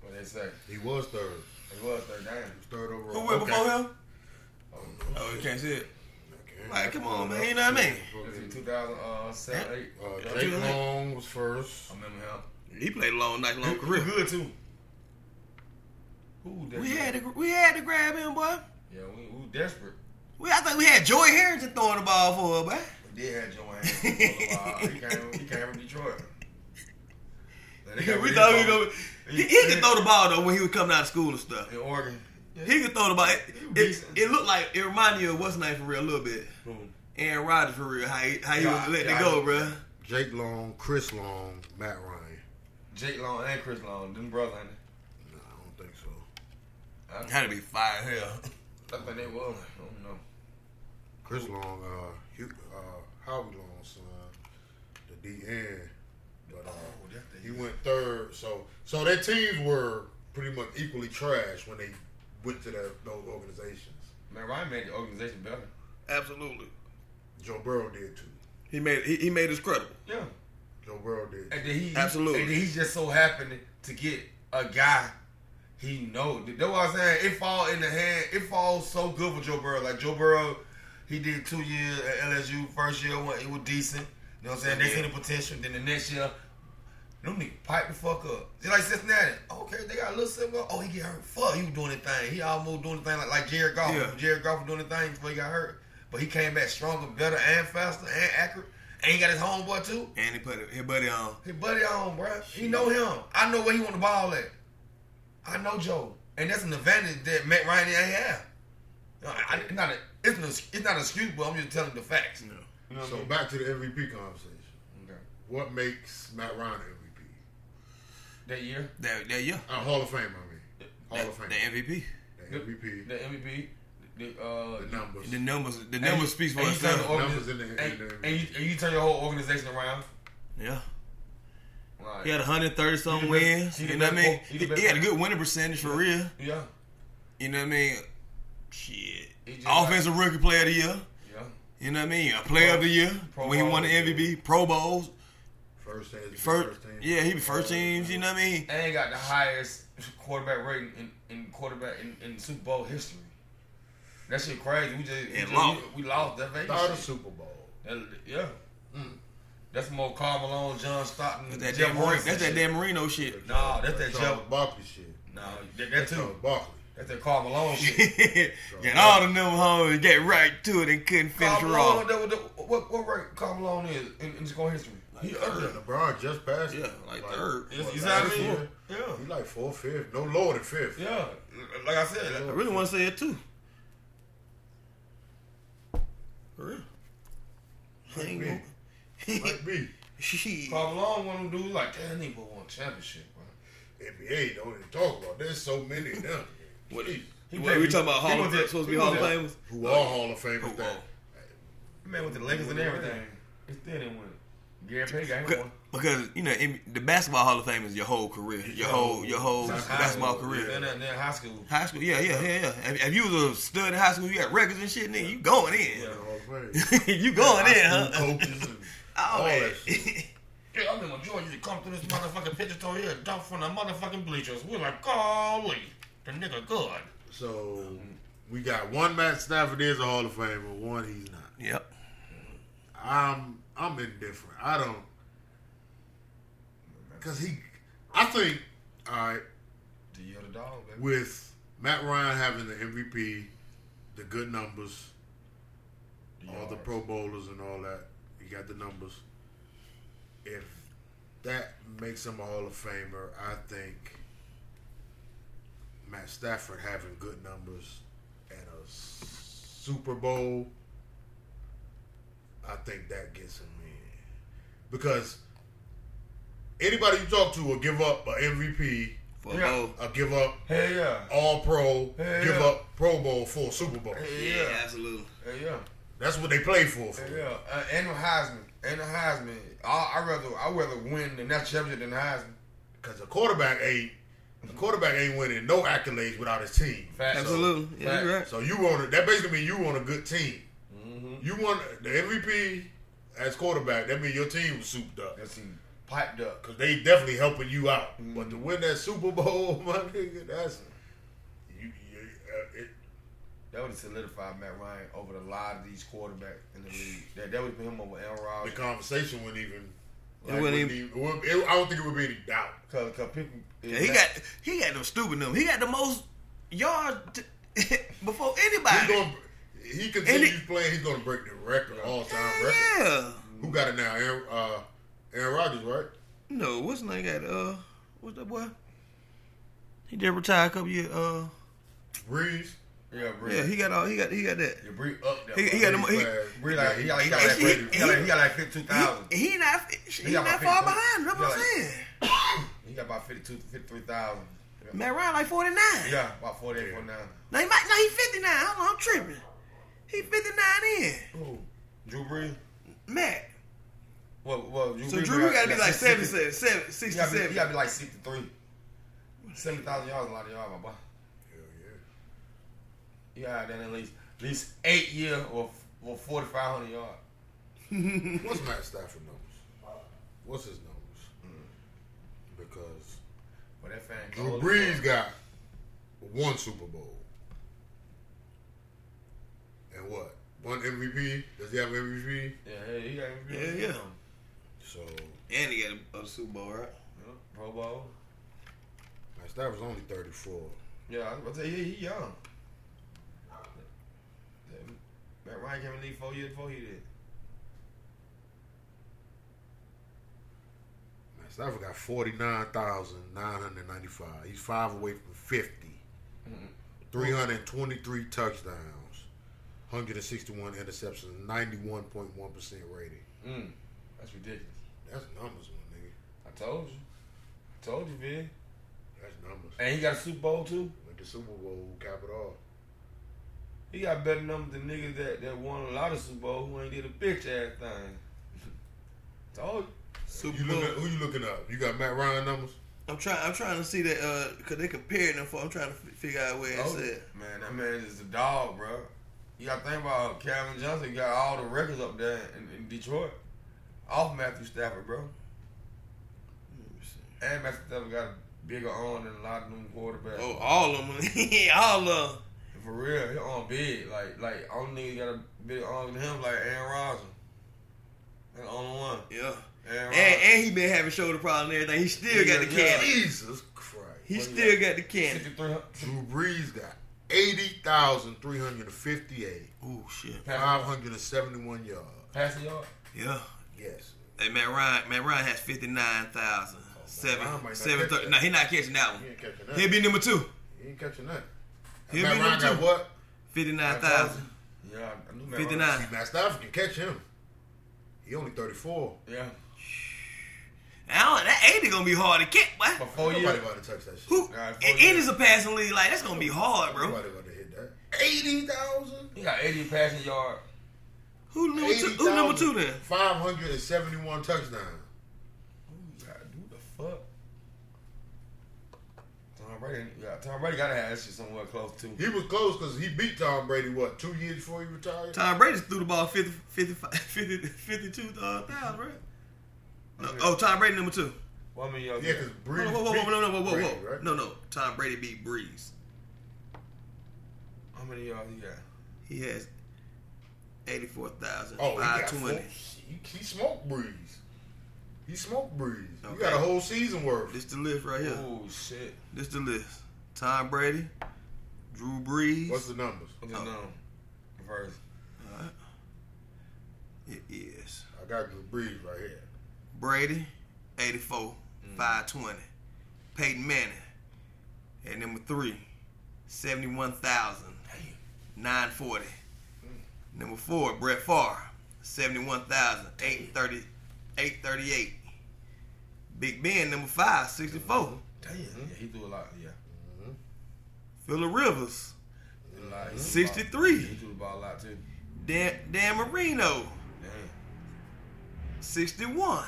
Speaker 3: What they say?
Speaker 2: He was third.
Speaker 3: It was third down.
Speaker 2: Third
Speaker 1: Who
Speaker 2: overall.
Speaker 1: went before him?
Speaker 3: Oh,
Speaker 1: Oh, you can't see it.
Speaker 2: Okay.
Speaker 1: Like, come on, man. You know what I mean?
Speaker 3: This is 2007, 8.
Speaker 2: Uh,
Speaker 3: Yeah,
Speaker 2: Jake
Speaker 1: Jalen.
Speaker 2: Long was first.
Speaker 3: I remember him.
Speaker 1: He played a long, nice, long career.
Speaker 3: Good too. Who
Speaker 1: We had to, we had to grab him, boy.
Speaker 3: Yeah, we, we desperate.
Speaker 1: We, I think we had Joey Harrington throwing the ball for us, man.
Speaker 3: We did have Joe Hanson for a while. He came, he came from Detroit. Then they got
Speaker 1: we
Speaker 3: rid
Speaker 1: thought
Speaker 3: of
Speaker 1: he
Speaker 3: him
Speaker 1: gonna. He, he could throw the ball though when he was coming out of school and stuff.
Speaker 3: in Oregon.
Speaker 1: He could throw the ball. It, it,
Speaker 3: Decent.
Speaker 1: it looked like it reminded you of what's his name for real a little bit. Aaron Rodgers for real. How he, how he
Speaker 3: Yeah,
Speaker 1: was letting
Speaker 3: yeah,
Speaker 1: it go,
Speaker 3: I-
Speaker 1: bro.
Speaker 2: Jake Long, Chris Long, Matt Ryan.
Speaker 3: Jake Long and Chris Long, them brothers. ain't they?
Speaker 2: No, I don't think so.
Speaker 3: I,
Speaker 1: Had to be fire hell.
Speaker 3: I think they was. I don't know.
Speaker 2: Chris Long, uh, Hugh, uh, Howie Long's son, the DN. But uh,
Speaker 3: that
Speaker 2: he went third. So, so their teams were pretty much equally trash when they went to their, those organizations.
Speaker 3: Man, Ryan made the organization better.
Speaker 1: Absolutely.
Speaker 2: Joe Burrow did too.
Speaker 1: He made he, he made us credible.
Speaker 3: Yeah.
Speaker 2: Joe Burrow did.
Speaker 3: And then he
Speaker 1: Absolutely.
Speaker 3: And then he just so happened to get a guy he know. That what I'm saying. It fall in the hand. It falls so good for Joe Burrow. Like Joe Burrow, he did two years at LSU. First year went- it was decent. You know what I'm saying? They see the potential. Then the next year, them niggas pipe the fuck up. Just like Cincinnati. Okay, they got a little similar. Oh, he get hurt. Fuck, he was doing his thing. He almost doing the thing like, like Jared Goff.
Speaker 1: Yeah.
Speaker 3: Jared Goff was doing the thing before he got hurt. But he came back stronger, better, and faster, and accurate. And he got his homeboy too.
Speaker 1: And he put his buddy on.
Speaker 3: His buddy on, bruh. He know him. I know where he want the ball at. I know Joe, and that's an advantage that Matt Ryan ain't have. No, I- I- not a- it's, an, ex- it's not an excuse, but I'm just telling the facts.
Speaker 1: You know.
Speaker 3: You know what I
Speaker 2: So
Speaker 3: mean?
Speaker 2: back to the MVP conversation.
Speaker 3: Okay.
Speaker 2: What makes Matt Ryan MVP?
Speaker 3: That year,
Speaker 1: That that yeah.
Speaker 2: Uh, Hall of Fame, I mean. Hall
Speaker 1: That,
Speaker 2: of Fame.
Speaker 1: the MVP.
Speaker 2: The MVP.
Speaker 3: the MVP, the uh,
Speaker 2: The numbers.
Speaker 1: The numbers the
Speaker 3: and
Speaker 1: numbers
Speaker 3: you-
Speaker 1: speaks for
Speaker 3: and you turn
Speaker 1: itself.
Speaker 3: the organi-
Speaker 2: Numbers in the- in
Speaker 3: and,
Speaker 2: the-
Speaker 3: and you, and you turn your whole organization around.
Speaker 1: Yeah.
Speaker 3: Like,
Speaker 1: He had 130
Speaker 3: He
Speaker 1: some
Speaker 3: the best-
Speaker 1: wins.
Speaker 3: he
Speaker 1: You
Speaker 3: the
Speaker 1: know
Speaker 3: best
Speaker 1: what I mean?
Speaker 3: po- he
Speaker 1: He,
Speaker 3: the best
Speaker 1: he had a good winning percentage for real.
Speaker 3: yeah,
Speaker 1: You know what I mean? Shit.
Speaker 3: He just
Speaker 1: Offensive rookie player of the year.
Speaker 3: yeah.
Speaker 1: You know what I mean? A player of the year
Speaker 3: Pro
Speaker 1: when he won the
Speaker 3: Bowls.
Speaker 1: MVP, Pro Bowls,
Speaker 2: First team.
Speaker 1: first,
Speaker 2: team.
Speaker 1: yeah, he was first teams. You know what I mean?
Speaker 3: And they got the highest quarterback rating in, in quarterback in, in Super Bowl history. That shit crazy. We just, we,
Speaker 1: And
Speaker 3: just-
Speaker 1: lost.
Speaker 3: we lost that Vegas.
Speaker 2: Third
Speaker 3: shit.
Speaker 2: Super Bowl.
Speaker 3: That- yeah. That's more Carl Malone, John Stockton,
Speaker 1: That's that
Speaker 3: Jeff
Speaker 1: damn Marino,
Speaker 3: Hornets
Speaker 1: that's that
Speaker 3: and
Speaker 1: damn Marino shit.
Speaker 3: shit. Nah, that's that Jeff.
Speaker 2: Charles Barkley shit.
Speaker 3: Nah, that, that
Speaker 2: Charles
Speaker 3: too.
Speaker 2: Barkley.
Speaker 3: That's that Carl Malone shit.
Speaker 1: Got all the number home and get right to it and couldn't finish
Speaker 3: Carl
Speaker 1: it off.
Speaker 3: Malone, that, was- that, what, what rank Carl Malone is in, in scoring history? he
Speaker 1: third.
Speaker 3: up there.
Speaker 2: LeBron just passed.
Speaker 1: Yeah,
Speaker 2: him.
Speaker 1: like third.
Speaker 3: You
Speaker 2: what,
Speaker 3: see what I
Speaker 2: last
Speaker 3: mean?
Speaker 2: year?
Speaker 3: Yeah.
Speaker 2: He like fourth, fifth. No lower than fifth.
Speaker 3: Yeah. Like I said,
Speaker 1: I really want to say it too. For real. I ain't
Speaker 2: Might be.
Speaker 1: gonna-
Speaker 2: Might be.
Speaker 1: Shit.
Speaker 3: Carl Malone one of them dudes like, damn, nigga won a championship, bro.
Speaker 2: NBA don't even talk about. There's so many of them
Speaker 1: What
Speaker 3: He
Speaker 1: what,
Speaker 3: played-
Speaker 1: we talking about
Speaker 3: he
Speaker 1: Hall of
Speaker 3: was
Speaker 1: Fame?
Speaker 3: at-
Speaker 1: Supposed to
Speaker 3: he
Speaker 1: be Hall of
Speaker 3: was at-
Speaker 1: Famers?
Speaker 2: who are Hall of Famers.
Speaker 1: Who
Speaker 2: That
Speaker 1: are?
Speaker 3: Man, with the Lakers and everything, it still didn't win. Gary Payton got him
Speaker 1: Because,
Speaker 3: one.
Speaker 1: because you know in- the basketball Hall of Fame is your whole career, your whole your whole
Speaker 3: Since high
Speaker 1: basketball
Speaker 3: school.
Speaker 1: Oh, career.
Speaker 3: Then, then high school.
Speaker 1: High school, yeah, yeah, yeah, yeah. If, if you was a stud in high school, you got records and shit, nigga, you going in.
Speaker 3: Yeah.
Speaker 2: Hall of Fame.
Speaker 1: you going in,
Speaker 2: High
Speaker 1: huh?
Speaker 2: school coaches and
Speaker 1: Oh,
Speaker 2: all
Speaker 1: man.
Speaker 2: that shit.
Speaker 3: Yeah, I remember George used to come through this motherfucking picture tour here, dump from the motherfucking bleachers. We're like, golly, the nigga good.
Speaker 2: So we got one Matt Stafford is a Hall of Famer, one he's not.
Speaker 1: yep.
Speaker 2: I'm I'm indifferent. I don't because he. I think all right
Speaker 3: Do you hear the dog, baby?
Speaker 2: with Matt Ryan having the MVP, the good numbers, all the Pro Bowlers and all that. He got the numbers. If that makes him a Hall of Famer, I think Matt Stafford having good numbers and a Super Bowl, I think that gets him in. Because anybody you talk to will give up an MVP,
Speaker 1: For
Speaker 3: Yeah.
Speaker 1: both.
Speaker 2: or give up
Speaker 3: Hell yeah.
Speaker 2: All Pro,
Speaker 3: Hell
Speaker 2: give
Speaker 3: yeah.
Speaker 2: up Pro Bowl for a Super Bowl.
Speaker 3: Hell
Speaker 1: Yeah,
Speaker 3: yeah.
Speaker 1: absolutely.
Speaker 3: Hell yeah.
Speaker 2: That's what they play for. for.
Speaker 3: Yeah, uh, and the Heisman, and the Heisman. I I rather I rather win the national championship than the Heisman.
Speaker 2: Cause a quarterback ain't a quarterback ain't winning no accolades without his team.
Speaker 3: Facts.
Speaker 1: Absolutely. Yeah, you right.
Speaker 2: So you want to, that basically means you want a good team.
Speaker 3: Mm-hmm.
Speaker 2: You want the MVP as quarterback. That means your team was souped up.
Speaker 3: That's he piped up.
Speaker 2: Cause they definitely helping you out. But to
Speaker 1: Mm-hmm.
Speaker 2: win that Super Bowl, my nigga, that's you. you uh, it,
Speaker 3: That would have solidified Matt Ryan over a lot of these quarterbacks in the league. That that would have been him over Aaron
Speaker 2: the
Speaker 3: Rodgers.
Speaker 2: conversation wouldn't even.
Speaker 1: It
Speaker 2: like,
Speaker 1: wouldn't
Speaker 2: wouldn't even- it would- it- I don't think it would be any doubt.
Speaker 3: Cause, cause people,
Speaker 1: Yeah, he got he got them stupid numbers. He got the most yards t- before
Speaker 2: He's
Speaker 1: anybody.
Speaker 2: gonna, he continues
Speaker 1: Any-
Speaker 2: playing. He's gonna break the record, all time record.
Speaker 1: Yeah.
Speaker 2: Who got it now? Aaron, uh, Aaron Rodgers, right?
Speaker 1: No, what's name got uh what's that boy? He did retire a couple years. Uh,
Speaker 2: Breeze.
Speaker 3: yeah, Bree,
Speaker 1: yeah, he got all he got he got that.
Speaker 3: yeah, Bree up there.
Speaker 1: He, he got
Speaker 3: bro.
Speaker 1: the mo-
Speaker 2: Breeze
Speaker 1: he,
Speaker 2: flag.
Speaker 3: Bree like he got, he got like
Speaker 1: He-
Speaker 3: he, he, got like- he got like fifty two thousand.
Speaker 1: he, he not he, not
Speaker 3: got my
Speaker 1: far
Speaker 3: fifty three.
Speaker 1: behind. That's what I'm
Speaker 3: Yeah.
Speaker 1: saying.
Speaker 3: He got about 52, 53,000. Yeah.
Speaker 1: Matt Ryan like 49.
Speaker 3: yeah, about 48,
Speaker 2: Yeah.
Speaker 3: 49.
Speaker 1: Now he might now he 59. I don't know, I'm tripping. He 59 in.
Speaker 3: Who? Drew Brees?
Speaker 1: Matt.
Speaker 3: Well, well, Drew
Speaker 1: So
Speaker 3: Brees
Speaker 1: Drew gotta be like
Speaker 3: 60.
Speaker 1: 77, 70,
Speaker 3: He gotta, be,
Speaker 1: 67.
Speaker 3: he gotta be like 63. 70,000 yards is a lot of yards, my boy.
Speaker 2: Hell yeah.
Speaker 3: Yeah, then at least at least eight year or, or 4,500 yards.
Speaker 2: What's Matt Stafford numbers? What's his numbers? Because
Speaker 3: But that fan
Speaker 2: Drew
Speaker 3: cold as
Speaker 2: Brees
Speaker 3: fuck.
Speaker 2: got one Super Bowl. And what? One MVP? Does he have MVP?
Speaker 3: Yeah, hey, he got MVP.
Speaker 1: Yeah, yeah.
Speaker 2: So
Speaker 1: And he got a, a Super Bowl, right?
Speaker 3: Yeah, Pro Bowl.
Speaker 2: Matt Stafford's only 34.
Speaker 3: Yeah, I was about to say, he, he young. Damn, Matt Ryan came in the league four years before he did.
Speaker 2: Matt Stafford got 49,995. He's five away from 50. 323 touchdowns, 161 interceptions, 91.1% rating.
Speaker 3: Mm, that's ridiculous.
Speaker 2: That's numbers, my nigga.
Speaker 3: I told you. I told you, Vic.
Speaker 2: That's numbers.
Speaker 3: And he got a Super Bowl too.
Speaker 2: With the Super Bowl, cap it off.
Speaker 3: He got better numbers than niggas that, that won a lot of Super Bowl who ain't did a bitch ass thing. Told you.
Speaker 1: Super
Speaker 2: You
Speaker 1: Bowl.
Speaker 2: looking, who you looking up? You got Matt Ryan numbers?
Speaker 1: I'm trying. I'm trying to see that uh, cause they comparing them for. I'm trying to f- figure out where it's
Speaker 3: Told you.
Speaker 1: at.
Speaker 3: Oh, Man, that man is a dog, bro. You gotta think about Calvin Johnson got all the records up there in, in Detroit. Off Matthew Stafford, bro.
Speaker 1: Let me see.
Speaker 3: And Matthew Stafford got a bigger arm than a lot of them quarterbacks.
Speaker 1: Oh, all of them. all of them.
Speaker 3: For real, his arm big. Like like only nigga got a bigger arm than him, like Aaron Rodgers. That's the only one.
Speaker 1: Yeah.
Speaker 3: Aaron
Speaker 1: And,
Speaker 3: Rodgers.
Speaker 1: and he been having shoulder problems and everything. He still got the
Speaker 3: Yeah, yeah.
Speaker 1: candy.
Speaker 2: Jesus Christ.
Speaker 1: He
Speaker 3: What
Speaker 1: still
Speaker 3: you
Speaker 1: got the candy.
Speaker 3: 63
Speaker 2: Drew Brees got 80,358,
Speaker 1: Oh shit.
Speaker 2: 571 yards.
Speaker 3: passing yards.
Speaker 1: Yeah.
Speaker 2: Yes.
Speaker 1: Hey, Matt Ryan. Matt Ryan has fifty nine thousand
Speaker 2: Oh,
Speaker 1: seven
Speaker 2: Ryan might not
Speaker 1: seven
Speaker 2: catch
Speaker 1: thirty.
Speaker 2: that.
Speaker 1: No, he not catching that one.
Speaker 2: He ain't catching
Speaker 1: He'll
Speaker 2: that.
Speaker 1: be number two.
Speaker 2: He ain't catching that.
Speaker 1: He'll
Speaker 2: Matt
Speaker 1: be number
Speaker 2: Ryan got
Speaker 1: two.
Speaker 2: what?
Speaker 1: Fifty nine thousand.
Speaker 3: Yeah, I knew Matt
Speaker 1: Fifty
Speaker 2: See,
Speaker 1: nine.
Speaker 2: Matt Stafford can catch him. He only 34.
Speaker 3: Ryan- Yeah,
Speaker 1: That eighty gonna be hard to catch, boy.
Speaker 3: for four
Speaker 2: Nobody
Speaker 3: years.
Speaker 2: about to touch that shit.
Speaker 1: Oh, Who?
Speaker 3: Nah, it's
Speaker 1: It,
Speaker 3: four
Speaker 1: it is a passing league. Like that's gonna be hard, bro.
Speaker 2: Nobody about to hit that. 80,000?
Speaker 3: He got 80 passing yard.
Speaker 1: Who number two? Who number two then?
Speaker 2: 571 touchdowns.
Speaker 3: Who the fuck? Tom Brady, yeah, Tom Brady gotta have that shit somewhere close to.
Speaker 2: He was close because he beat Tom Brady, what, two years before he retired?
Speaker 1: Tom Brady threw the ball 50, 55, 50, 52,000, right? No, oh, Tom Brady number two.
Speaker 3: One million yards.
Speaker 2: Yeah, because
Speaker 1: Whoa,
Speaker 2: Breeze.
Speaker 1: whoa, whoa, whoa,
Speaker 2: beat
Speaker 1: no, no, whoa, whoa,
Speaker 2: Brady,
Speaker 1: whoa.
Speaker 2: right?
Speaker 1: No, no. Tom Brady beat Breeze.
Speaker 3: How many yards he got?
Speaker 1: He has
Speaker 2: Oh, he got four.
Speaker 1: 84,520.
Speaker 2: He, he smoked Breeze. He smoked Breeze. You
Speaker 1: Okay.
Speaker 2: got a whole season worth.
Speaker 1: This the list right here.
Speaker 3: Oh shit.
Speaker 1: This the list. Tom Brady, Drew Brees.
Speaker 2: What's the numbers?
Speaker 3: What's his
Speaker 1: Oh.
Speaker 3: number? First.
Speaker 1: All right. It is
Speaker 2: I got Drew Brees right here.
Speaker 1: Brady, 84, 520. Peyton Manning, at number three, 71,000.
Speaker 3: Damn.
Speaker 1: 940. Number four, Brett Favre, 71,830 838. Big Ben, number five, 64.
Speaker 3: Damn. Yeah, he threw a lot. Yeah.
Speaker 1: Phillip Rivers,
Speaker 6: Mm-hmm.
Speaker 3: He threw a lot. He threw the ball-
Speaker 1: 63.
Speaker 3: He threw the ball a lot too.
Speaker 1: Dan, Dan Marino,
Speaker 6: Damn.
Speaker 1: 61.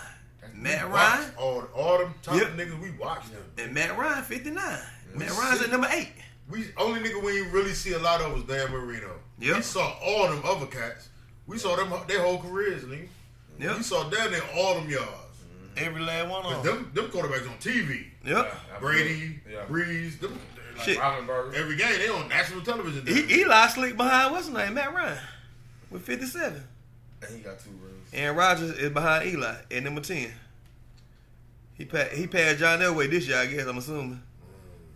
Speaker 1: Matt
Speaker 2: We
Speaker 1: Ryan
Speaker 2: watched All, all them top
Speaker 1: Yep.
Speaker 2: niggas, we watched them.
Speaker 1: and Matt Ryan, 59. Matt
Speaker 2: We
Speaker 1: Ryan's
Speaker 2: see-
Speaker 1: at number eight.
Speaker 2: We only nigga we ain't really see a lot of was Dan Marino.
Speaker 1: Yep.
Speaker 2: We saw all them other cats. We saw them their whole careers, nigga.
Speaker 1: Yep.
Speaker 2: We saw down there all them yards.
Speaker 1: Every last one
Speaker 2: Cause them them quarterbacks on TV.
Speaker 1: Yep.
Speaker 3: Yeah, I
Speaker 2: Brady,
Speaker 3: feel it. Yeah.
Speaker 2: Breeze, them they're like,
Speaker 1: Shit.
Speaker 3: Robinberg.
Speaker 2: every game they on national television.
Speaker 1: E- Eli slick behind what's his name? Matt Ryan with 57.
Speaker 6: And he got two rings.
Speaker 1: Aaron Rodgers is behind Eli at number 10. He pa- he passed John Elway this year, I guess, I'm assuming.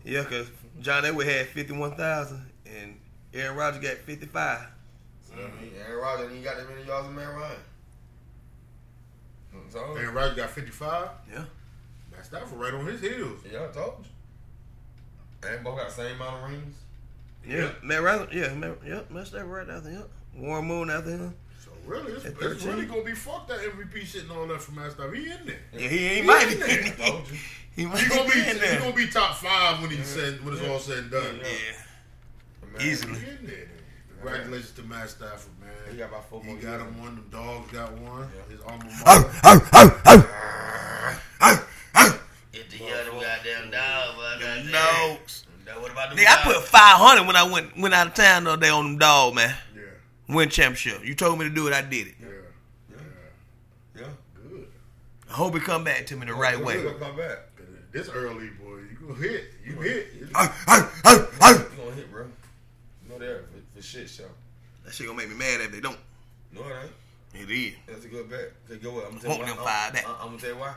Speaker 1: Yeah, because John Elway had 51,000 and Aaron Rodgers got 55.
Speaker 6: You know what I mean? Aaron Rodgers, he got that many yards as Matt Ryan. So,
Speaker 2: Aaron Rodgers got fifty five.
Speaker 1: Yeah.
Speaker 2: Matt Stafford right on his heels.
Speaker 6: yeah, I told you. And both got the same amount of rings.
Speaker 1: Yeah. Matt Ryan, yeah, Matt, yep, Matt Stafford right after him. Warren Moon after him.
Speaker 2: So really, it's,
Speaker 1: At
Speaker 2: it's
Speaker 1: 13.
Speaker 2: really gonna be fucked that MVP shit and all that for Matt Stafford. He in there.
Speaker 1: Yeah, he ain't
Speaker 2: He
Speaker 1: might
Speaker 2: in
Speaker 1: be.
Speaker 2: there.
Speaker 1: in
Speaker 6: I told you.
Speaker 1: He
Speaker 2: He
Speaker 1: might
Speaker 2: gonna
Speaker 1: be in
Speaker 2: be he
Speaker 1: there.
Speaker 2: gonna be top five when he said when it's
Speaker 6: Yeah.
Speaker 2: all said and done.
Speaker 1: Yeah.
Speaker 6: Man,
Speaker 1: Easily.
Speaker 2: He in there. Congratulations to Matt Stafford, man.
Speaker 6: He got about four
Speaker 2: He
Speaker 6: more
Speaker 2: got
Speaker 6: years.
Speaker 2: him one. The dogs got one.
Speaker 6: Yeah.
Speaker 2: His alma mater.
Speaker 1: Oh,
Speaker 7: Get the hell them goddamn dog, boy. Goddamn.
Speaker 1: Dogs.
Speaker 7: Now, What about them
Speaker 1: Nigga, I put 500 when I went went out of town the other day on them dog, man.
Speaker 2: Yeah,
Speaker 1: Win championship. You told me to do it, I did it.
Speaker 2: yeah, yeah.
Speaker 6: Yeah.
Speaker 2: Good.
Speaker 1: I hope it come back to me the right way.
Speaker 6: He'll come back.
Speaker 2: 'Cause This early boy, you gonna hit. You hit.
Speaker 1: Oh,
Speaker 6: You gonna hit, bro. No, there for, for shit, show.
Speaker 1: That shit gonna make me mad if they don't.
Speaker 6: No, it ain't.
Speaker 1: It is.
Speaker 6: That's a good bet. Cause go what? I'm gonna
Speaker 1: Want
Speaker 6: tell you
Speaker 1: them
Speaker 6: why.
Speaker 1: five back.
Speaker 6: I'm, I'm gonna tell you why.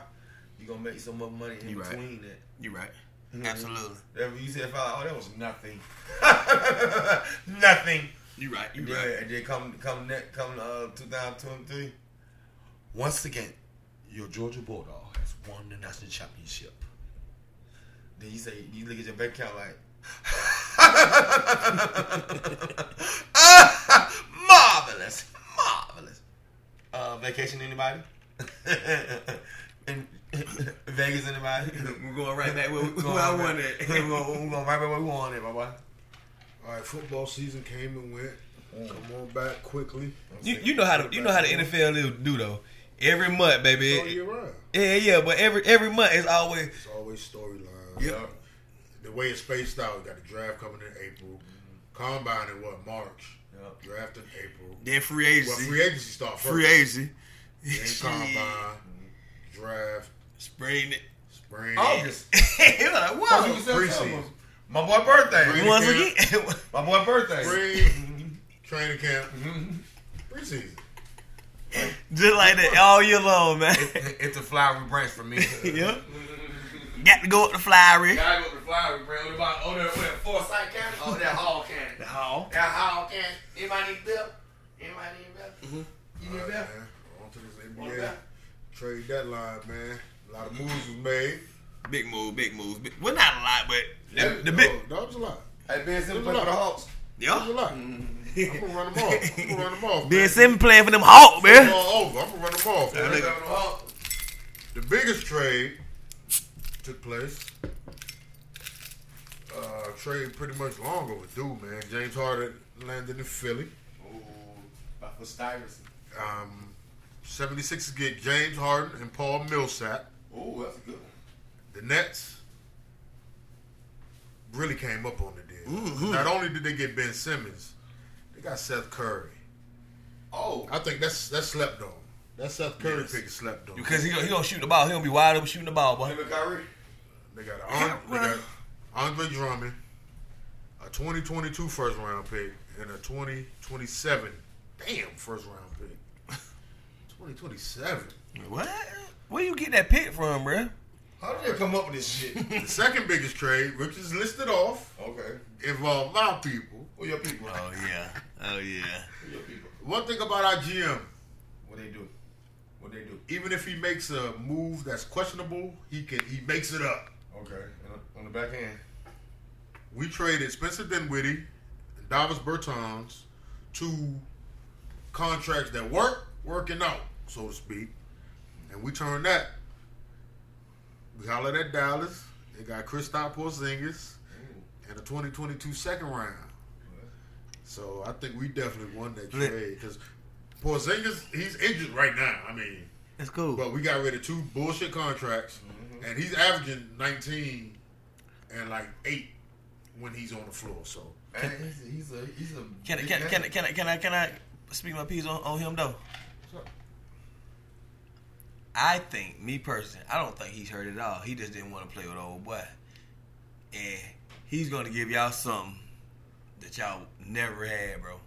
Speaker 6: You gonna make so much money in
Speaker 1: You right.
Speaker 6: between that.
Speaker 1: You right.
Speaker 6: Mhm.
Speaker 1: Absolutely.
Speaker 6: That you said five. Oh, that was nothing. nothing.
Speaker 1: You right. You
Speaker 6: And
Speaker 1: right.
Speaker 6: then, and then come come next, come uh, 2023. Once again, your Georgia Bulldog has won the national championship. Then you say you look at your bank account like, marvelous, marvelous. Uh, vacation anybody? In- Vegas anybody?
Speaker 1: We're going right back where,
Speaker 6: We're
Speaker 1: where
Speaker 6: going
Speaker 1: I
Speaker 6: right
Speaker 1: won
Speaker 6: back-
Speaker 1: it.
Speaker 6: We're going we're going right back where we won it, my boy.
Speaker 2: All right, football season came and went.
Speaker 6: Mm.
Speaker 2: Come on back quickly.
Speaker 1: You, you know how to you know how the NFL is- do though. Every month, baby.
Speaker 2: All year round.
Speaker 1: Oh, yeah, yeah, but every every month it's always
Speaker 2: It's always storylines.
Speaker 1: Yeah.
Speaker 2: The way it's spaced out, we got the draft coming in April. Combine in what March?
Speaker 6: Yep.
Speaker 2: Draft in April.
Speaker 1: then free
Speaker 2: Well,
Speaker 1: agency.
Speaker 2: free agency start first.
Speaker 1: free agency.
Speaker 2: Then combine, draft,
Speaker 1: Spraying it.
Speaker 2: spring,
Speaker 6: August.
Speaker 1: You're like,
Speaker 6: Oh,
Speaker 1: whoa.
Speaker 6: you said
Speaker 2: preseason.
Speaker 6: something. My boy birthday.
Speaker 2: Really?
Speaker 1: Once
Speaker 2: camp.
Speaker 1: again.
Speaker 6: My boy birthday.
Speaker 2: spring, training camp,
Speaker 3: Mm-hmm.
Speaker 2: preseason.
Speaker 1: Just like that all year long, man.
Speaker 6: It's a flowery branch for me.
Speaker 1: yep. Got to go up the flyery.
Speaker 3: Guy go to the flower, bro. What about oh, that went Forsyth County? Oh, that Hall County.
Speaker 1: How?
Speaker 3: That Hall County. Anybody need help? Anybody need help?
Speaker 6: Mm-hmm.
Speaker 3: You
Speaker 2: All
Speaker 3: need
Speaker 2: right,
Speaker 3: help?
Speaker 2: man. On to
Speaker 3: One
Speaker 2: this NBA
Speaker 3: back.
Speaker 2: trade deadline, man. A lot of moves was made.
Speaker 1: Big move, big moves. Big, well, not a lot, but the, the
Speaker 2: No,
Speaker 1: big.
Speaker 2: that was a lot.
Speaker 6: Hey, Ben Simmons
Speaker 2: played for the
Speaker 6: Hawks.
Speaker 2: That was a
Speaker 1: Yeah.
Speaker 2: lot. I'm gonna run them off. I'm gonna run them off.
Speaker 1: Ben
Speaker 2: man.
Speaker 1: Simmons playing for them Hawk,
Speaker 2: It's
Speaker 1: man.
Speaker 2: all over. I'm gonna run them off. man.
Speaker 1: nigga-
Speaker 2: The biggest trade took place. Uh, trade pretty much long overdue, man. James Harden landed in Philly.
Speaker 3: For Stuyvesant.
Speaker 2: Um, 76ers get James Harden and Paul Millsap.
Speaker 3: Ooh, that's a good one.
Speaker 2: The Nets really came up on the deal. Not only did they get Ben Simmons, they got Seth Curry.
Speaker 3: Oh,
Speaker 2: I think that's that slept on. That Seth Curry
Speaker 1: Yes.
Speaker 2: pick is slept on.
Speaker 1: Because he gonna, he gonna shoot the ball. He gonna be wide open shooting the ball, boy.
Speaker 3: him and Kyrie.
Speaker 2: They got, Andre, they
Speaker 1: well-
Speaker 2: got Andre Drummond, a 2022 first round pick, and a 2027 damn first round pick. 2027.
Speaker 1: What? Where you get that pick from, bro?
Speaker 6: How did they come up with this shit?
Speaker 2: The second biggest trade, which is listed off,
Speaker 6: okay. Uh,
Speaker 2: involved my people.
Speaker 6: Who your people?
Speaker 1: Oh yeah. Oh yeah.
Speaker 6: Who your people?
Speaker 2: One thing about our GM,
Speaker 6: What they do? What they do?
Speaker 2: even if he makes a move that's questionable, he can he makes it up.
Speaker 6: Okay. On- On the back end.
Speaker 2: We traded Spencer Dinwiddie and Davis Bertans to contracts that work, working out, so to speak. And we turned that. We hollered at Dallas. They got Kristaps Porzingis and a 2022 second round. So I think we definitely won that
Speaker 1: Let-
Speaker 2: trade because Porzingis he's injured right now. I mean,
Speaker 1: It's cool.
Speaker 2: but we got rid of two bullshit contracts, and he's averaging 19 and like eight when he's on the floor. So
Speaker 6: Man, he's, a, he's a he's a
Speaker 1: Can I
Speaker 6: big
Speaker 1: can, can,
Speaker 6: man.
Speaker 1: can, I can I can I speak my piece on, on him though? I think me personally, I don't think he's hurt at all. He just didn't want to play with old boy, and he's gonna give y'all something that y'all never had, bro.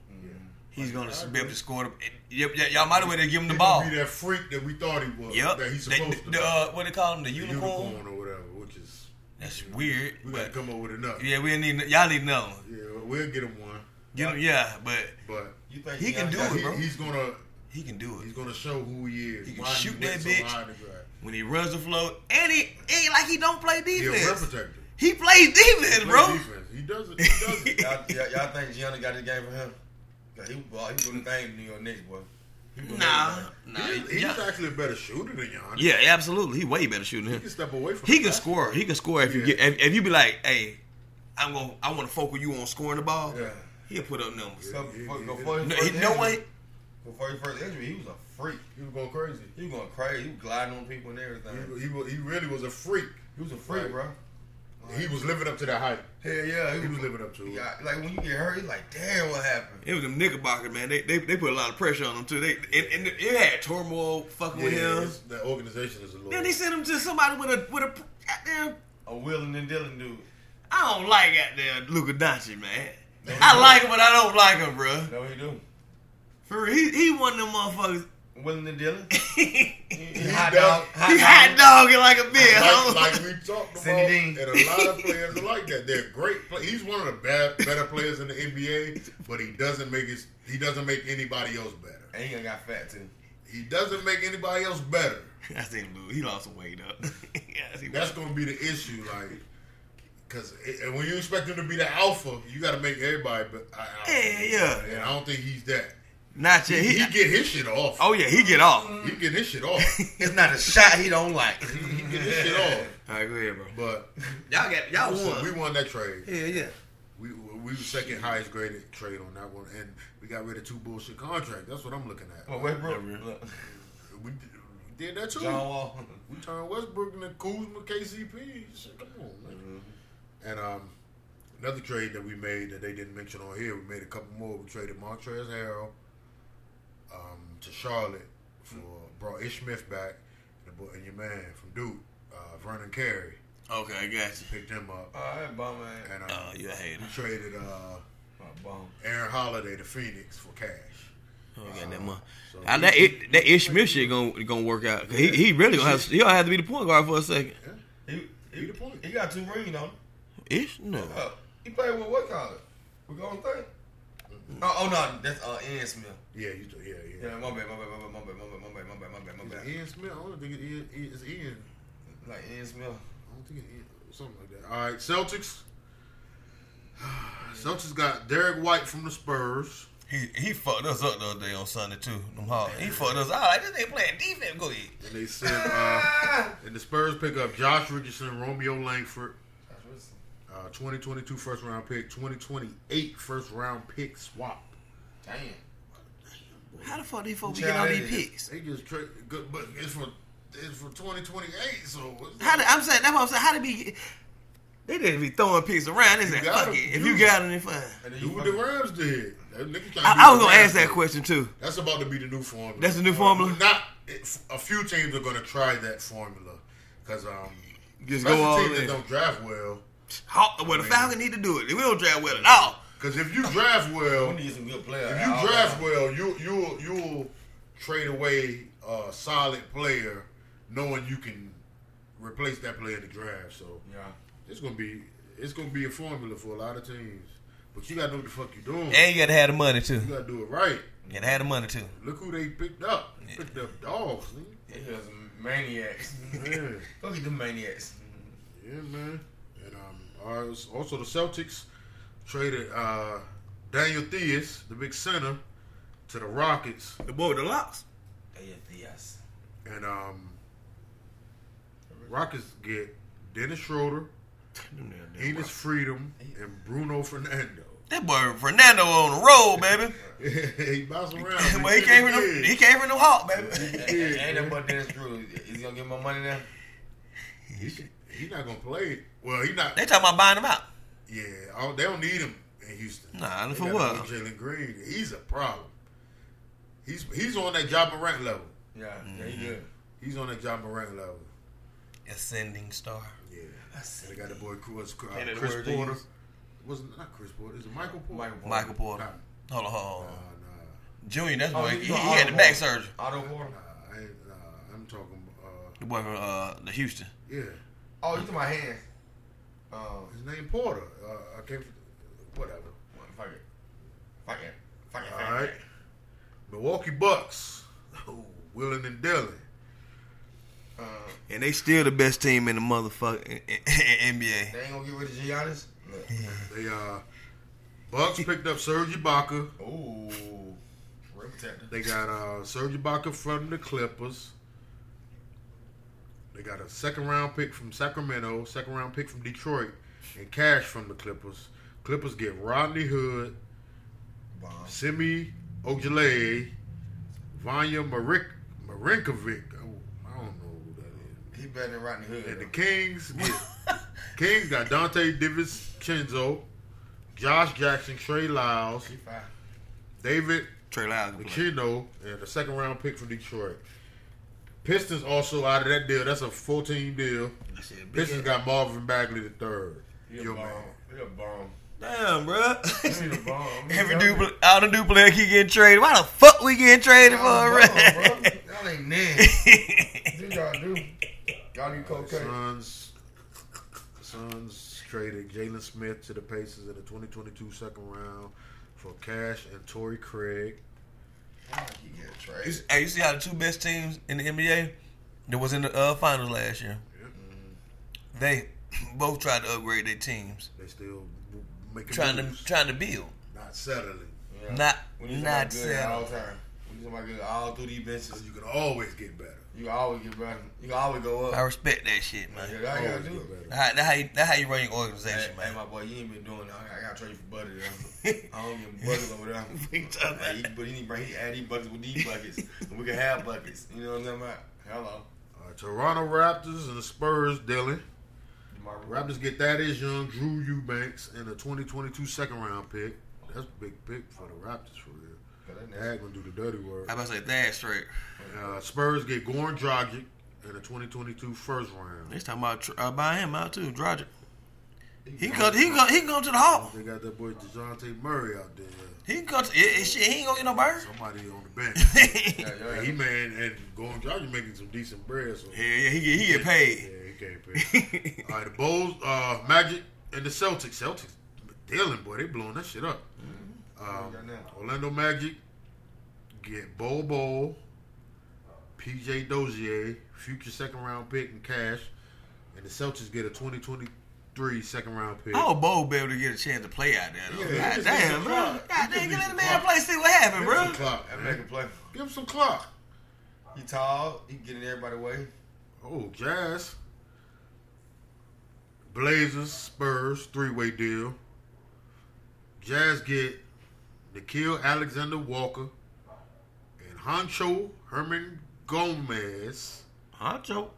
Speaker 1: He's gonna be able to score. The, y- y- y'all might have went to give him the
Speaker 2: He
Speaker 1: ball.
Speaker 2: could be that freak that we thought he was.
Speaker 1: Yep.
Speaker 2: That he's
Speaker 1: They-
Speaker 2: supposed to.
Speaker 1: the,
Speaker 2: be.
Speaker 1: uh, what they call him, the
Speaker 2: The
Speaker 1: unicorn.
Speaker 2: unicorn. or whatever, which is
Speaker 1: That's weird.
Speaker 2: we gotta
Speaker 1: But,
Speaker 2: come up with another.
Speaker 1: yeah, we need y'all need another one.
Speaker 2: Yeah, we'll get him one,
Speaker 1: Get him, yeah, but
Speaker 2: but
Speaker 6: You think
Speaker 1: He can
Speaker 6: got-
Speaker 1: do
Speaker 2: yeah,
Speaker 1: it,
Speaker 2: he-
Speaker 1: bro.
Speaker 2: he's gonna
Speaker 1: he can do it.
Speaker 2: he's gonna show who he is.
Speaker 1: He can
Speaker 2: why
Speaker 1: shoot
Speaker 2: went
Speaker 1: that
Speaker 2: so
Speaker 1: bitch.
Speaker 2: high to grab.
Speaker 1: when he runs the floor, and he ain't like he don't play
Speaker 2: He a rim
Speaker 1: defense.
Speaker 2: protector.
Speaker 1: He plays defense,
Speaker 2: Play
Speaker 1: bro.
Speaker 2: defense. He does it. He does it.
Speaker 6: Y'all, y'all, y'all think Gianna got this game for him? 'Cause He, boy, he doing the thing in New York Knicks, boy. He doing
Speaker 1: Nah,
Speaker 6: everything.
Speaker 1: nah.
Speaker 2: He's- he's
Speaker 1: yeah.
Speaker 2: actually a better shooter than Giannis.
Speaker 1: yeah, absolutely. He way better shooting
Speaker 2: He
Speaker 1: him.
Speaker 2: can step away from.
Speaker 1: He
Speaker 2: the
Speaker 1: can
Speaker 2: basket.
Speaker 1: score. He can score if you
Speaker 2: Yeah.
Speaker 1: get if, if you be like, hey, I'm gonna I want to focus you on scoring the ball.
Speaker 2: Yeah.
Speaker 1: He'll put up numbers.
Speaker 6: So,
Speaker 2: Yeah, yeah,
Speaker 6: before,
Speaker 2: yeah.
Speaker 6: before his
Speaker 1: No,
Speaker 6: first
Speaker 1: he, no
Speaker 6: injury-
Speaker 1: one.
Speaker 6: Before his first injury, he was a freak.
Speaker 2: He was going crazy.
Speaker 6: He was going crazy. He was gliding on people and everything.
Speaker 2: He, he, wa- he really was a freak.
Speaker 6: He was a freak,
Speaker 2: Right.
Speaker 6: bro.
Speaker 2: He was living up to that hype.
Speaker 6: Hell yeah,
Speaker 2: He was living up to it.
Speaker 6: Yeah, like when you get hurt, he's like, damn, what happened?
Speaker 1: It was them Knickerbockers, man. They, they they put a lot of pressure on him too. They and, and it had turmoil fucking with him.
Speaker 2: it's- that organization is a little.
Speaker 1: Then they sent him to somebody with a with a goddamn.
Speaker 6: A willing and dealing dude.
Speaker 1: I don't like goddamn Luka Doncic, man. I like him, but I don't like him, bro.
Speaker 6: Know what he do?
Speaker 1: For real, he he one of them motherfuckers.
Speaker 6: Willing and dealing.
Speaker 1: he
Speaker 6: He hot
Speaker 2: does.
Speaker 6: dog.
Speaker 1: hot dogging like a bitch. homie.
Speaker 2: like, like we talked about,
Speaker 6: Cindy
Speaker 2: and
Speaker 6: Dean.
Speaker 2: a lot of players are like that. They're great. Play- He's one of the bad, better players in the NBA, but he doesn't make his. He doesn't make anybody else better.
Speaker 6: And he done got fat too.
Speaker 2: He doesn't make anybody else better.
Speaker 1: I seen him lose. He lost some weight up. yeah, he
Speaker 2: That's going to be the issue, like, because and when you expect him to be the alpha, you got to make everybody. But I,
Speaker 1: Yeah, yeah.
Speaker 2: and I don't think he's that.
Speaker 1: not
Speaker 2: He,
Speaker 1: yet. He,
Speaker 2: get his shit off.
Speaker 1: oh yeah, he get off. All
Speaker 2: He get his shit off.
Speaker 6: It's not a shot he don't like.
Speaker 2: he get his shit off.
Speaker 1: right, go ahead, bro.
Speaker 2: But
Speaker 1: Y'all got y'all
Speaker 2: so we
Speaker 1: won.
Speaker 2: won that trade.
Speaker 1: Yeah, yeah.
Speaker 2: We we were second highest graded trade on that one, and we got rid of two bullshit contracts. That's what I'm looking at.
Speaker 6: But Westbrook,
Speaker 1: Yeah, real.
Speaker 6: look,
Speaker 2: we, did- we did that too.
Speaker 6: John Wall.
Speaker 2: We turned Westbrook into Kuzma, KCP. Shit, come on, man. And um, another trade that we made that they didn't mention on here, we made a couple more. We traded Montrezl Harrell um, to Charlotte for brought Ish Smith back, and, the boy, and your man from Duke, uh, Vernon Carey,
Speaker 1: Okay, I got you.
Speaker 2: picked him up. uh,
Speaker 6: All right, bum man.
Speaker 2: And um,
Speaker 1: Oh, you a hater.
Speaker 2: we traded uh,
Speaker 6: My bum.
Speaker 2: Aaron Holiday to Phoenix for cash.
Speaker 1: Oh, got that money.
Speaker 2: So
Speaker 1: Now, that it, that Ish Smith shit gonna gonna work out. 'Cause He he really gonna have he gonna have to be the point guard for a second.
Speaker 6: He,
Speaker 2: He
Speaker 6: he,
Speaker 2: the point.
Speaker 6: he got two rings on him.
Speaker 1: Ish no.
Speaker 6: Uh, he played with what college? We going thing? Oh, oh no, that's uh, Ian Smith.
Speaker 2: yeah, you, yeah, yeah.
Speaker 6: Yeah, my bad, my bad, my bad, my bad, my bad, my bad, my bad, my
Speaker 2: Is
Speaker 6: bad, my
Speaker 2: it
Speaker 6: bad.
Speaker 2: Ian Smith? I don't think it is- it's Ian.
Speaker 6: Like Ian Smith.
Speaker 2: I don't think it is. Something like that. All right, Celtics. Celtics got Derek White from the Spurs.
Speaker 1: He he fucked us up the other day on Sunday too. Them Hawks. He fucked us. All right, this ain't playing defense. Go ahead.
Speaker 2: And they said, uh, and the Spurs pick up Josh Richardson, Romeo Langford, uh, 2022 first round pick, 2028 first round pick swap.
Speaker 6: Damn.
Speaker 1: How the fuck these folks
Speaker 6: Child,
Speaker 1: get all these
Speaker 6: it is.
Speaker 1: picks?
Speaker 2: They just trade good, but it's for it's for 2028. So what's
Speaker 1: How did I'm saying that's what I'm saying. How did we? They didn't be throwing picks around. They said,
Speaker 2: gotta
Speaker 1: "Fuck it, if
Speaker 2: use
Speaker 1: you got it, then fine."
Speaker 6: And then
Speaker 2: do
Speaker 6: you
Speaker 2: what the
Speaker 6: fucking-
Speaker 2: Rams did? That nigga trying to
Speaker 1: I,
Speaker 2: be
Speaker 1: I was
Speaker 2: the
Speaker 1: gonna ask
Speaker 2: Rams.
Speaker 1: that question too.
Speaker 2: That's about to be the new formula.
Speaker 1: That's the new formula?
Speaker 2: Not it- a few teams are going to try that formula because um,
Speaker 1: Just
Speaker 2: that's
Speaker 1: go
Speaker 2: the
Speaker 1: all
Speaker 2: teams
Speaker 1: in.
Speaker 2: that don't draft well.
Speaker 1: Hawk- Well, the Falcons need to do it. We don't draft well at all.
Speaker 2: Because if you draft well,
Speaker 6: We
Speaker 2: if
Speaker 6: need some good players.
Speaker 2: you draft well, you you you'll trade away a solid player, knowing you can replace that player in the draft. So
Speaker 6: Yeah.
Speaker 2: it's gonna be it's gonna be a formula for a lot of teams. But you gotta know what the fuck you're doing.
Speaker 1: And you gotta have the money too.
Speaker 2: You gotta do it right.
Speaker 1: You gotta have the money too.
Speaker 2: Look who they picked up. They picked up dogs. nigga.
Speaker 6: They just maniacs.
Speaker 2: Yeah.
Speaker 6: Go get them maniacs.
Speaker 2: Yeah, man. And um, ours- also the Celtics traded uh, Daniel Theus, the big center, to the Rockets,
Speaker 1: The boy with the locks.
Speaker 6: Yes.
Speaker 2: and um, Rockets get Dennis Schroeder, Enos Freedom, and Bruno Fernando.
Speaker 1: That boy Fernando on the road, baby.
Speaker 2: he bounced around.
Speaker 1: But he came from
Speaker 2: really
Speaker 1: them, he
Speaker 2: did.
Speaker 1: came from them hawk, baby.
Speaker 2: did, man.
Speaker 6: Ain't that boy Dennis Drew? Is he gonna get more money now?
Speaker 2: He should- he not gonna play. it. Well, he not.
Speaker 1: They talking about buying him out.
Speaker 2: Yeah, all, they don't need him in Houston.
Speaker 1: Nah,
Speaker 2: They
Speaker 1: for
Speaker 2: gotta
Speaker 1: what?
Speaker 2: get Jalen Green, he's a problem. He's he's on that job Morant level.
Speaker 6: Yeah, yeah,
Speaker 3: Mm-hmm.
Speaker 6: he good.
Speaker 2: He's on that job Morant level.
Speaker 1: Ascending star.
Speaker 2: Yeah, they got the boy Chris, uh,
Speaker 1: Ain't that
Speaker 2: Chris
Speaker 1: word they
Speaker 2: Porter.
Speaker 1: use?
Speaker 2: Was not Chris Porter? Is it Michael Porter?
Speaker 6: Michael Porter.
Speaker 1: Michael Porter.
Speaker 2: Nah,
Speaker 1: Hold on, hold
Speaker 2: nah,
Speaker 1: on.
Speaker 2: nah,
Speaker 1: Junior, that's
Speaker 6: Oh,
Speaker 1: boy.
Speaker 6: you
Speaker 1: He, he
Speaker 6: talking
Speaker 1: had the
Speaker 6: Otto
Speaker 1: back
Speaker 6: Porter.
Speaker 1: surgery.
Speaker 6: Otto Porter.
Speaker 2: nah, I ain't, nah. I'm talking. Uh,
Speaker 1: The boy from uh, the Houston.
Speaker 2: yeah,
Speaker 6: Oh, you talking about hands? Um,
Speaker 2: his name Porter. Uh, I can't. Whatever.
Speaker 6: fuck it, fuck it, fuck it.
Speaker 2: All
Speaker 6: fuck it.
Speaker 2: right. Milwaukee Bucks. Willing and dealing.
Speaker 6: Uh,
Speaker 1: And they still the best team in the motherfucking NBA.
Speaker 6: they ain't gonna get rid of Giannis. Look.
Speaker 2: They uh, Bucks picked up Serge Ibaka.
Speaker 6: Ooh, rim protector.
Speaker 2: They got uh, Serge Ibaka from the Clippers. They got a second round pick from Sacramento, second round pick from Detroit, and cash from the Clippers. Clippers get Rodney Hood,
Speaker 6: Bomb.
Speaker 2: Semi Ojale, Vanya Marink- Marinkovic. Oh, I don't know who that
Speaker 6: He better than Rodney Hood.
Speaker 2: is. And the Kings get Kings got Dante DiVincenzo, Josh Jackson, Trey Lyles,
Speaker 6: He fine.
Speaker 2: David
Speaker 1: Trey Lyles. can play.
Speaker 2: Chino and the second round pick from Detroit. Pistons also out of that deal. That's a 14 deal.
Speaker 1: That shit big.
Speaker 2: Pistons got Marvin Bagley the third.
Speaker 6: He a
Speaker 2: Your
Speaker 6: bomb.
Speaker 2: man.
Speaker 6: He a bomb.
Speaker 1: Damn, bro.
Speaker 6: He a bomb.
Speaker 1: Every dude, all the dude player keep getting traded. Why the fuck we getting traded for a red?
Speaker 6: Y'all ain't nan. This y'all do. Y'all need cocaine.
Speaker 2: Suns. Suns traded Jalen Smith to the Pacers in the 2022 second round for cash and Torrey Craig.
Speaker 6: Y'all keep getting
Speaker 1: You
Speaker 6: traded.
Speaker 1: s- Hey, you see how the two best teams in the NBA that was in the uh, finals last year?
Speaker 2: Yep.
Speaker 1: They both tried to upgrade their teams,
Speaker 2: They still w- making
Speaker 1: trying to
Speaker 2: moves,
Speaker 1: trying to build,
Speaker 2: not settling.
Speaker 6: Yeah.
Speaker 1: not
Speaker 6: We need somebody
Speaker 1: not
Speaker 6: good at all
Speaker 1: sell.
Speaker 6: time. We need somebody good all through these benches.
Speaker 2: You can always get better.
Speaker 6: You always get better. You can always go up.
Speaker 1: I respect that shit,
Speaker 6: Yeah,
Speaker 1: man.
Speaker 6: that you gotta
Speaker 2: Always
Speaker 6: do.
Speaker 2: get better.
Speaker 1: That's how, that how you that how you run your
Speaker 6: Hey,
Speaker 1: organization,
Speaker 6: hey,
Speaker 1: man.
Speaker 6: my boy, you ain't been doing that. I, I gotta trade you for butter. though. I don't give buckets over there.
Speaker 1: We talking
Speaker 6: Hey,
Speaker 1: about-
Speaker 6: he- but he need to bring he add these buckets with these buckets, and we can have buckets. You know what I'm talking about? Hello,
Speaker 2: Uh, Toronto Raptors and the Spurs dealing.
Speaker 6: my
Speaker 2: Raptors get Thaddeus Young, Drew Eubanks, and a 2022 second round pick. That's a big pick for the Raptors for real. That gonna do the dirty work.
Speaker 1: I about to say that straight.
Speaker 2: Uh, Spurs get Goran Dragic and a 2022 first round.
Speaker 1: They talking about tr- uh, buying him out too, Drogic. He can go, he can go, he can go to the Hawks.
Speaker 2: They got that boy Dejounte Murray out there.
Speaker 1: He can go. To, yeah, shit, he ain't gonna get no bird.
Speaker 2: Somebody on the bench.
Speaker 1: yeah,
Speaker 6: Yeah, yeah.
Speaker 2: and he man and Goran Dragic making some decent bread. So
Speaker 1: yeah, he get he get
Speaker 2: Yeah,
Speaker 1: paid.
Speaker 2: he can't pay. All right, the Bulls, uh, Magic, and the Celtics. Celtics dealing, boy. They blowing that shit up.
Speaker 1: Mm-hmm.
Speaker 2: Um,
Speaker 6: Right now.
Speaker 2: Orlando Magic get Bo Bo, PJ Dozier, future second round pick, and cash. And the Celtics get a 2023 second round pick.
Speaker 1: I hope Bo be able to get a chance to play out there. Though.
Speaker 2: Yeah, he
Speaker 1: God
Speaker 2: just needs
Speaker 1: damn,
Speaker 2: some
Speaker 1: bro. God
Speaker 2: clock. He just
Speaker 1: damn,
Speaker 2: needs
Speaker 1: let the
Speaker 2: some
Speaker 1: man
Speaker 2: clock.
Speaker 1: play, see what happened,
Speaker 2: Give
Speaker 1: bro.
Speaker 2: him some clock,
Speaker 6: That make a
Speaker 2: man.
Speaker 6: play.
Speaker 2: Give him some clock.
Speaker 6: He tall. He getting everybody away.
Speaker 2: Oh, Jazz. Blazers, Spurs, three way deal. Jazz get Nikhil Alexander Walker and Hancho Herman Gomez.
Speaker 1: Honcho.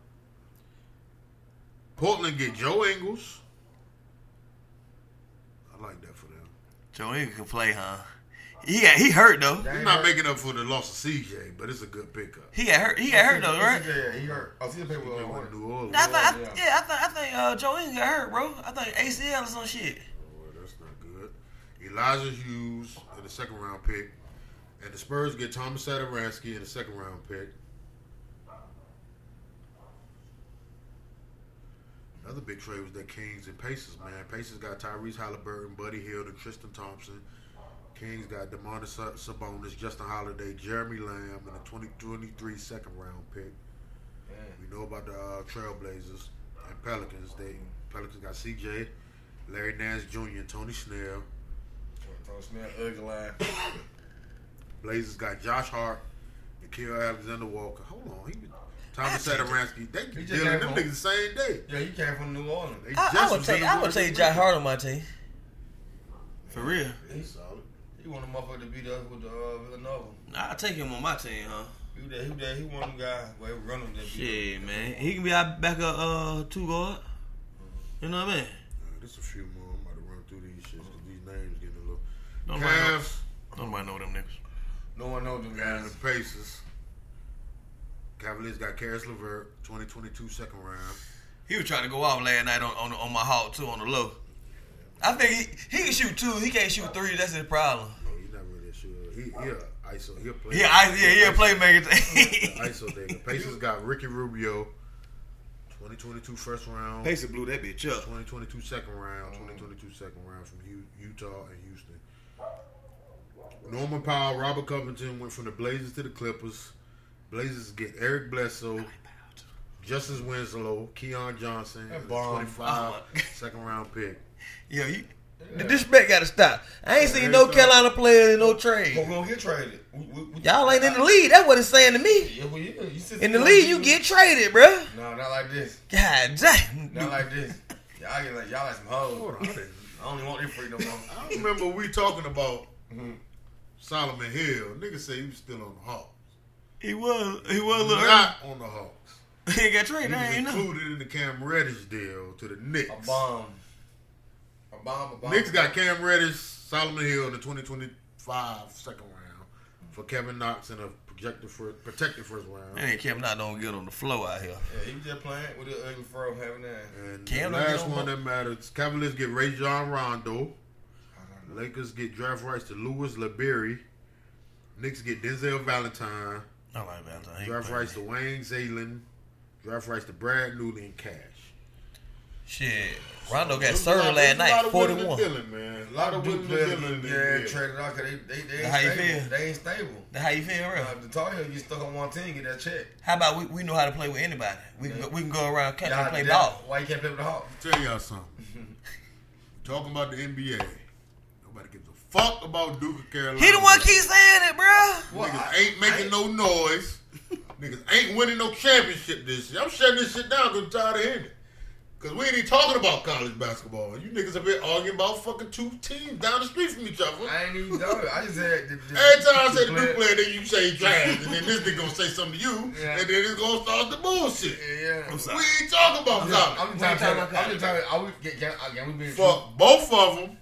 Speaker 2: Portland get Joe Ingles. I like that for them.
Speaker 1: Joe Ingram can play, huh? He got he hurt though.
Speaker 6: That
Speaker 2: He's
Speaker 6: ain't
Speaker 2: not
Speaker 6: hurt.
Speaker 2: making up for the loss of CJ, but it's a good pickup.
Speaker 1: He got hurt. He got hurt though, right?
Speaker 6: Yeah, he hurt. Oh, see the paper.
Speaker 2: They went to
Speaker 6: Uh,
Speaker 2: New Orleans.
Speaker 1: I think, I,
Speaker 6: Yeah.
Speaker 1: yeah, I think I think uh, Joe Ingram got hurt, bro. I think ACL or some shit.
Speaker 2: Boy, that's not good. Elijah Hughes in the second round pick. And the Spurs get Thomas Sadaransky in the second round pick. Another big trade was that Kings and Pacers, man. Pacers got Tyrese Halliburton, Buddy Hill, and Tristan Thompson. Kings got Demonis Sabonis, Justin Holiday, Jeremy Lamb, and a 2023 second round pick. We know about the uh, Trailblazers and Pelicans. They Pelicans got CJ, Larry Nance Jr., Tony Snell.
Speaker 6: Don't smell ugly line.
Speaker 2: Blazers got Josh Hart, Nikhil Alexander Walker. Hold on, he Thomas Sadaransky. They
Speaker 6: He just
Speaker 2: dealing
Speaker 6: came
Speaker 2: them
Speaker 6: home.
Speaker 2: niggas the same day.
Speaker 6: Yeah, he came from New Orleans.
Speaker 2: They
Speaker 1: I, I
Speaker 2: just
Speaker 1: would
Speaker 2: was
Speaker 1: take
Speaker 2: in the
Speaker 1: I would
Speaker 2: Warriors
Speaker 1: take
Speaker 2: with
Speaker 1: Jack
Speaker 2: them.
Speaker 1: Hart on my team. For real.
Speaker 2: He's solid.
Speaker 6: He want a motherfucker to beat us with the uh, Villanova.
Speaker 1: Nah, I take him on my team, huh?
Speaker 6: He that he that he want them guys. Well, he run them that beat.
Speaker 1: Shit, man. He can be out back a uh, two guard. You know what I mean?
Speaker 2: Alright, There's a few more. I'm about to run through these shits 'cause these names getting a little.
Speaker 1: Don't nobody know,
Speaker 2: Cavs
Speaker 1: don't nobody know them niggas.
Speaker 6: No one knows them
Speaker 2: and
Speaker 6: guys.
Speaker 2: the Pacers. Cavaliers got Karis LeVert, 2022 second round.
Speaker 1: He was trying to go off last night on on, on my hawk too on the low. I think he, he can shoot two. He can't shoot three. That's his problem.
Speaker 2: No, he's not Oh, really sure. He he a ISO. He a player.
Speaker 1: He I, yeah he a playmaker.
Speaker 2: ISO nigga. Pacers got Ricky Rubio, 2022 first round,
Speaker 1: Pacers blew that bitch up.
Speaker 2: 2022 second round, 2022 second round from U- Utah and Houston. Norman Powell, Robert Covington went from the Blazers to the Clippers. Blazers get Eric Bledsoe, Justice Winslow, Keon Johnson, and a
Speaker 6: bomb.
Speaker 2: 25
Speaker 1: Oh, my God.
Speaker 2: second round pick.
Speaker 1: Yeah, you, the disrespect got to stop. I ain't seen no Carolina player in no
Speaker 6: But
Speaker 1: trade.
Speaker 6: we don't get traded. We, we, we,
Speaker 1: Y'all ain't in the league. That's what it's saying to me.
Speaker 6: Yeah, well, yeah. You sit-
Speaker 1: In the league, you get traded, bruh.
Speaker 6: No, not like this.
Speaker 1: God damn.
Speaker 6: Not like this. Y'all get like y'all like some
Speaker 2: Hold
Speaker 6: hoes.
Speaker 2: on, I, didn't-
Speaker 6: I don't even want this freak no more.
Speaker 2: I don't remember we talking about
Speaker 1: Mm-hmm.
Speaker 2: Solomon Hill. Nigga said he was still on the Hawks.
Speaker 1: He was. He was a little early.
Speaker 2: Not on the Hawks.
Speaker 1: He ain't got traded. I
Speaker 2: He
Speaker 1: ain't
Speaker 2: was
Speaker 1: know.
Speaker 2: included in the Cam Reddish deal to the Knicks.
Speaker 6: A bomb. A bomb. A bomb.
Speaker 2: Knicks got Cam Reddish, Solomon Hill in the 2025 second round for Kevin Knox and a projected first, protected first round.
Speaker 1: Man, Cam not don't get on the flow out here.
Speaker 6: Yeah, he was just playing with the ugly fro having that.
Speaker 2: And
Speaker 1: Cam
Speaker 2: the
Speaker 1: don't get
Speaker 2: last
Speaker 1: on
Speaker 2: one
Speaker 1: bo-
Speaker 2: that matters, Cavaliers get Ray John Rondo. Lakers get draft rights to Lewis LeBerry. Knicks get Denzel Valentine.
Speaker 1: I like Valentine. He
Speaker 2: Draft
Speaker 1: playing.
Speaker 2: rights to Wayne Zalen. Draft rights to Brad Newley and Cash.
Speaker 1: Shit. Rondo got
Speaker 2: There's a lot-
Speaker 1: served
Speaker 2: there's
Speaker 1: last
Speaker 2: a lot
Speaker 1: night,
Speaker 2: of winning and
Speaker 1: 41.
Speaker 2: dealing, man.
Speaker 6: A lot of
Speaker 2: Duke
Speaker 6: women are
Speaker 2: Lillard
Speaker 6: getting
Speaker 2: in
Speaker 6: yeah,
Speaker 2: there.
Speaker 6: traded out because they, they, they, ain't
Speaker 1: How you
Speaker 6: stable.
Speaker 1: feel?
Speaker 6: They ain't stable.
Speaker 1: That How you feel, bro?
Speaker 6: Uh, the Tar Heel, you stuck on one team, get that check.
Speaker 1: How about we, we know how to play with anybody? We can go, we can go around country and
Speaker 6: Y'all-
Speaker 1: play
Speaker 6: that-
Speaker 1: ball.
Speaker 6: Why you can't play with the Hawks?
Speaker 2: tell y'all something. Talking about the NBA, nobody gives a fuck about Duke of Carolina.
Speaker 1: He the one keep saying it, bro.
Speaker 2: Niggas ain't making no noise. Niggas ain't winning no championship this year. I'm shutting this shit down 'cause I'm tired of hearing it. Cause we ain't even talking about college basketball. You niggas up here arguing about fucking two teams down the street from each other.
Speaker 6: I ain't even done it. I just said. The, the,
Speaker 2: Every time I say the
Speaker 6: the
Speaker 2: Duke player, then you say he trash, and then this nigga gonna say something to you,
Speaker 6: Yeah.
Speaker 2: and then it's gonna start the bullshit.
Speaker 6: Yeah, yeah.
Speaker 2: We ain't talking about college.
Speaker 6: I'm just trying
Speaker 1: talking
Speaker 6: to tell
Speaker 1: about
Speaker 6: you. I'm just trying to. I would get. Can, I- can we be
Speaker 2: Fuck both of them.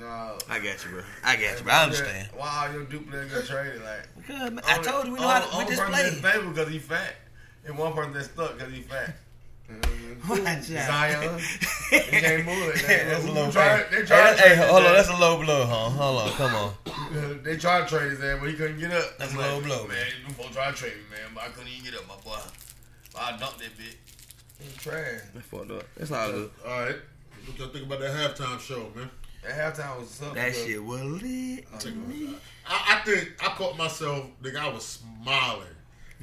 Speaker 6: No.
Speaker 1: I got you, bro. I got you, bro. I understand.
Speaker 6: Why all your Duke players get traded? Like
Speaker 1: Good, man. I told you we know how to we just
Speaker 6: One
Speaker 1: play.
Speaker 6: person because he fat, and one person that's stuck because he fat.
Speaker 1: Watch
Speaker 6: Zion.
Speaker 1: out.
Speaker 6: He can't move it. They-
Speaker 1: that's a
Speaker 6: who
Speaker 1: low
Speaker 6: try-
Speaker 1: blow.
Speaker 6: they try to
Speaker 1: hey,
Speaker 6: trade
Speaker 1: hey, hold
Speaker 6: that.
Speaker 1: on, that's a low blow, huh? Hold on, come on.
Speaker 6: they tried to trade his ass, but he couldn't get up.
Speaker 1: That's
Speaker 6: I'm
Speaker 1: a low blow,
Speaker 6: man.
Speaker 1: man.
Speaker 6: Them folks tried to trade me, man, but I couldn't even get up, my boy. But I dumped that bitch. He Trash.
Speaker 1: Fucked up. That's all good.
Speaker 2: All right. What y'all think about that halftime show, man?
Speaker 6: That halftime was something.
Speaker 1: That
Speaker 6: because-
Speaker 1: shit was lit
Speaker 6: Oh,
Speaker 1: to me.
Speaker 2: I, I think I caught myself, nigga, I was smiling.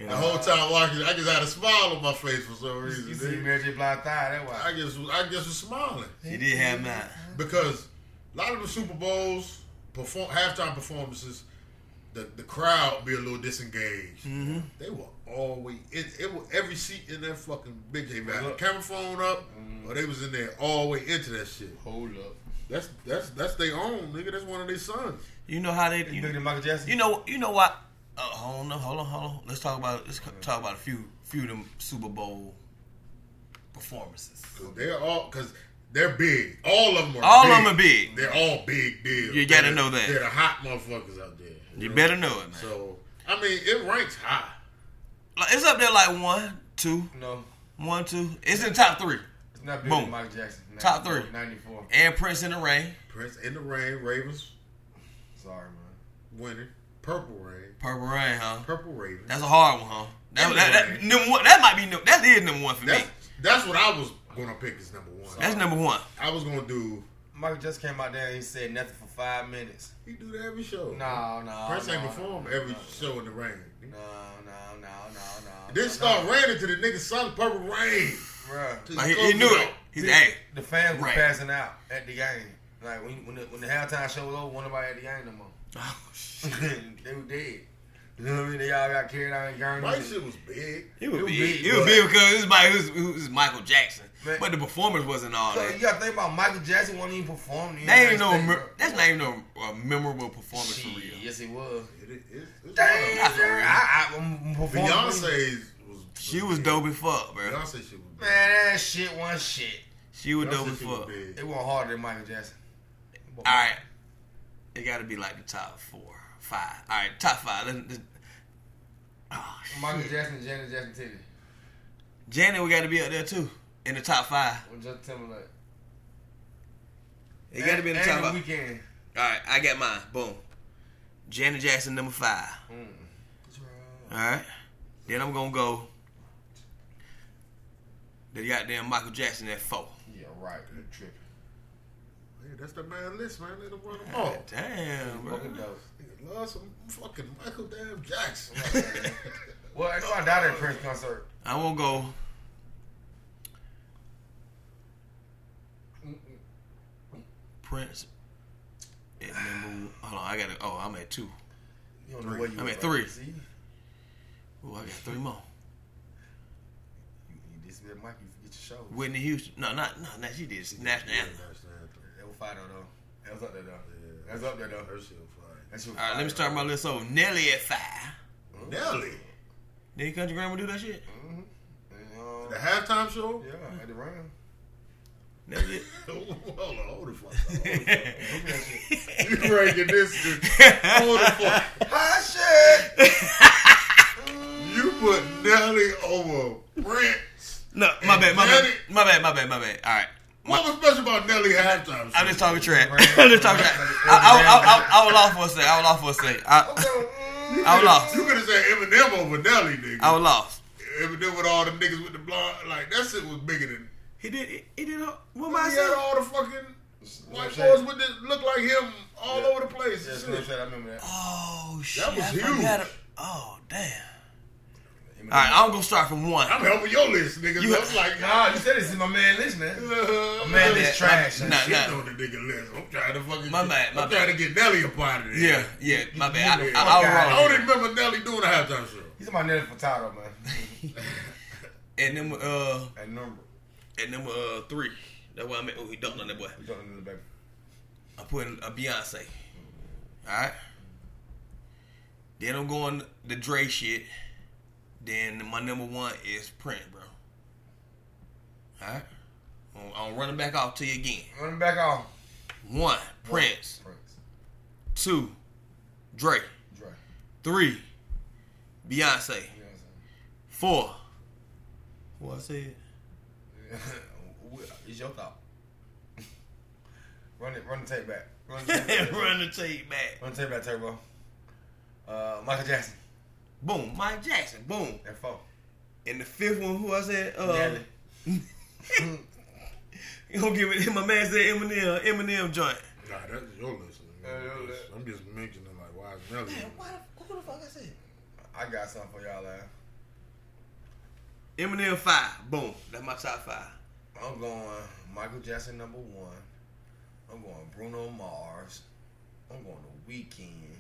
Speaker 2: The whole time watching, it. I just had a smile on my face for some
Speaker 6: You see- you
Speaker 2: reason.
Speaker 6: see
Speaker 2: nigga.
Speaker 6: Mary J. Blige thigh, that
Speaker 2: I
Speaker 6: why.
Speaker 2: just, was- I just was smiling
Speaker 1: She did have mine.
Speaker 2: because a lot of the Super Bowls perform halftime performances, the the crowd be a little disengaged.
Speaker 1: Mm-hmm.
Speaker 2: They were always it, it was every seat in that fucking bitch. They had the camera phone up,
Speaker 1: Mm-hmm.
Speaker 2: or they was in there all the way into that shit.
Speaker 6: Hold up.
Speaker 2: That's that's that's their own nigga. That's one of their sons.
Speaker 1: You know how they.
Speaker 6: You
Speaker 1: You,
Speaker 6: think that Michael Jackson?
Speaker 1: You know, you know what? Uh, hold on, hold on, hold on. Let's talk about let's co- talk about a few few of them Super Bowl performances.
Speaker 2: Cause they're all because they're big. All of them are
Speaker 1: All
Speaker 2: big.
Speaker 1: of 'em are big.
Speaker 2: They're all big deals.
Speaker 1: You gotta
Speaker 2: They're-
Speaker 1: know that.
Speaker 2: they're the hot motherfuckers out there.
Speaker 1: You
Speaker 2: know?
Speaker 1: better know it, man.
Speaker 2: So I mean, it ranks high.
Speaker 1: Like, it's up there like one, two,
Speaker 6: No.
Speaker 1: one, two. It's in the top three.
Speaker 6: It's not big
Speaker 1: Boom.
Speaker 6: than Michael Jackson.
Speaker 1: Top
Speaker 6: 94,
Speaker 1: three.
Speaker 6: 94.
Speaker 1: And Prince in the Rain,
Speaker 2: Prince in the rain, Ravens
Speaker 6: Sorry, man.
Speaker 2: winning. Purple rain,
Speaker 1: Purple Rain, huh?
Speaker 2: purple raven.
Speaker 1: That's a hard one, huh? That
Speaker 2: Purple
Speaker 1: that, that,
Speaker 2: Rain.
Speaker 1: number one, that might be num- that is number one for
Speaker 2: That's
Speaker 1: me.
Speaker 2: that's what I was gonna pick as number one.
Speaker 1: That's number one.
Speaker 2: I was gonna do.
Speaker 6: Michael Jackson came out there and he said nothing for five minutes.
Speaker 2: He do that every show.
Speaker 6: No, no.
Speaker 2: Prince
Speaker 6: no,
Speaker 2: ain't
Speaker 6: no,
Speaker 2: perform
Speaker 6: no,
Speaker 2: every
Speaker 6: no,
Speaker 2: show in the rain.
Speaker 6: No, no, no, no, no.
Speaker 2: This
Speaker 6: no,
Speaker 2: start ran into the nigga's son, purple rain.
Speaker 6: Bruh.
Speaker 1: Like he, he knew it. He said, "Hey,
Speaker 6: The fans were
Speaker 1: Right.
Speaker 6: passing out at the game. Like when when the, when the halftime show was over, wasn't nobody at the game no more.
Speaker 1: Oh,
Speaker 6: they were dead. You know what I mean? They all got carried out in
Speaker 2: My
Speaker 6: garden.
Speaker 2: shit was big.
Speaker 1: it would
Speaker 6: It
Speaker 1: be
Speaker 6: was big,
Speaker 1: it would
Speaker 6: but-
Speaker 1: be because it was, by, it, was, it was Michael Jackson.
Speaker 6: Man.
Speaker 1: But the performance wasn't all
Speaker 6: So
Speaker 1: that.
Speaker 6: you gotta think about Michael Jackson wasn't even performing. in the
Speaker 1: That ain't
Speaker 6: United
Speaker 1: no.
Speaker 6: States,
Speaker 1: me-
Speaker 6: bro.
Speaker 1: That's not even no uh, memorable performance
Speaker 7: Shit,
Speaker 1: for real.
Speaker 7: Yes, it was.
Speaker 2: It, it, it's, it's
Speaker 6: Dang,
Speaker 2: wild.
Speaker 6: girl, I, I, I'm performing.
Speaker 2: Beyonce's was
Speaker 1: She was dope as fuck, bro.
Speaker 2: Beyonce shit was big.
Speaker 6: Man, that shit was shit.
Speaker 1: She was dope
Speaker 2: Beyonce
Speaker 1: as
Speaker 2: shit was
Speaker 1: fuck.
Speaker 2: big.
Speaker 6: It wasn't harder than Michael Jackson.
Speaker 1: All right, it got to be like the top four, five. All right, top five. Let's, let's, oh,
Speaker 6: Michael
Speaker 1: shit.
Speaker 6: Jackson, Janet Jackson, Titty.
Speaker 1: Janet, we got to be up there too in the top five.
Speaker 6: With Justin Timberlake.
Speaker 1: It got to be in the top
Speaker 6: And
Speaker 1: five.
Speaker 6: weekend.
Speaker 1: All right, I got mine. Boom. Janet Jackson number five.
Speaker 6: Mm,
Speaker 1: All right. Then I'm gonna go. The goddamn Michael Jackson at four.
Speaker 6: Yeah, right. You tripping.
Speaker 2: Hey, that's the man list, man. They done run them all.
Speaker 1: Damn, bro.
Speaker 6: Fucking dope.
Speaker 2: Nigga love some fucking Michael damn Jackson.
Speaker 6: Well, I know I died at Prince concert.
Speaker 1: I won't go. Prince. At number, hold on, I gotta. Oh, I'm at two.
Speaker 6: You don't know where you
Speaker 1: I'm
Speaker 6: was,
Speaker 1: at three.
Speaker 6: See? You,
Speaker 1: Oh, I got three more.
Speaker 6: you dismiss Mike, you forget your show.
Speaker 1: Whitney Houston. No, not no. no she did national anthem.
Speaker 6: That was fire though, though. That was up there though. That's up there though.
Speaker 2: Her shit was
Speaker 6: That shit was
Speaker 1: All right, let me start my list. over. Nelly at five.
Speaker 2: fire. Nelly.
Speaker 1: Did country grandma do that shit?
Speaker 6: Mm-hmm. And,
Speaker 2: The
Speaker 6: um,
Speaker 2: halftime show?
Speaker 6: yeah, at the round.
Speaker 1: Never did.
Speaker 2: hold on, hold the fuck up. Hold the fuck up.
Speaker 6: Look at that shit.
Speaker 2: You breaking this shit. Hold the fuck
Speaker 6: Hot shit!
Speaker 2: You put Nelly over Prince.
Speaker 1: No, my bad, my bad,
Speaker 2: Nelly-
Speaker 1: my bad, my bad, my bad. All right.
Speaker 2: What was special about Nelly halftime show?
Speaker 1: I'm just talking trash. I'm just talking trash. I, I, I, I, I was off for a second. I was off for a second. I,
Speaker 6: Mm.
Speaker 1: I was lost.
Speaker 2: You could have said Eminem over Nelly, nigga.
Speaker 1: I was lost.
Speaker 2: Eminem with all the niggas with the blonde, like that shit was bigger than.
Speaker 1: He did. He, he did. What
Speaker 2: He had all the fucking white boys with this look like him all over the place.
Speaker 6: Yeah,
Speaker 2: and
Speaker 6: that's
Speaker 2: shit.
Speaker 6: what I'm saying, I remember that.
Speaker 1: Oh shit!
Speaker 2: was
Speaker 1: I forgot
Speaker 2: huge.
Speaker 1: a- oh damn! All right, I'm gonna start from one.
Speaker 2: I'm helping your list, nigga.
Speaker 1: You-
Speaker 2: I'm like,
Speaker 6: Nah, you said this is my man list, man.
Speaker 2: uh,
Speaker 6: Man,
Speaker 1: bad.
Speaker 6: this trash.
Speaker 1: Nah,
Speaker 2: shit on the nigga list. I'm trying to fucking.
Speaker 1: My bad, my
Speaker 2: I'm trying to get Nelly up out of there.
Speaker 1: Yeah, yeah. My bad. I, I, I,
Speaker 6: Fuck
Speaker 2: I
Speaker 1: was
Speaker 2: don't
Speaker 1: wrong.
Speaker 2: even remember Nelly doing a halftime show.
Speaker 6: He's my Nelly Furtado, man.
Speaker 1: And then uh,
Speaker 6: That number.
Speaker 1: and number uh three. That's why I meant. Oh, he dunked on that boy.
Speaker 6: We don't know the baby.
Speaker 1: I'm putting a Beyonce. All right. Then I'm going the Dre shit. Then my number one is Prince, bro. All right. I'm- I'm running back off to you again.
Speaker 6: Run it back off.
Speaker 1: One, Prince.
Speaker 6: Prince.
Speaker 1: Two, Dre.
Speaker 6: Dre.
Speaker 1: Three, Beyonce.
Speaker 6: You know what
Speaker 1: Four. What I said?
Speaker 6: I'm saying? Wh- it's your thought. run it. Run the tape back. Run the tape back. Turbo.
Speaker 1: Run the tape back.
Speaker 6: Run the tape back, Turbo. Uh, Michael Jackson.
Speaker 1: Boom, Mike Jackson. Boom.
Speaker 6: That four.
Speaker 1: And the fifth one, who I said? Uh,
Speaker 6: Nelly.
Speaker 1: You gonna give it? My man said Eminem. Eminem joint.
Speaker 2: Nah, that's your list.
Speaker 6: Yeah, your list.
Speaker 2: I'm just mentioning like why is Nelly?
Speaker 1: who the fuck I said?
Speaker 6: I got something for y'all, man.
Speaker 1: Eminem five. Boom. That's my top five.
Speaker 6: I'm going Michael Jackson number one. I'm going Bruno Mars. I'm going The Weeknd.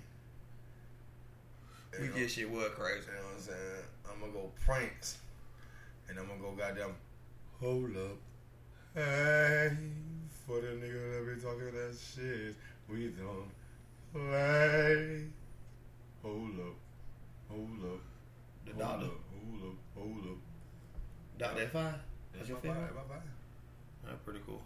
Speaker 1: We
Speaker 6: And
Speaker 1: get shit was crazy.
Speaker 6: You know what I'm saying? I'm gonna go Prince, and I'm gonna go goddamn. Hold up, hey, for the nigga that be talking that shit, we don't play. Hold up, hold up,
Speaker 1: The
Speaker 6: hold
Speaker 1: Dollar.
Speaker 6: up, hold up, hold up.
Speaker 1: Doctor at five. That's
Speaker 6: That's
Speaker 1: your
Speaker 6: my five.
Speaker 1: favorite.
Speaker 6: my five.
Speaker 1: That's pretty cool.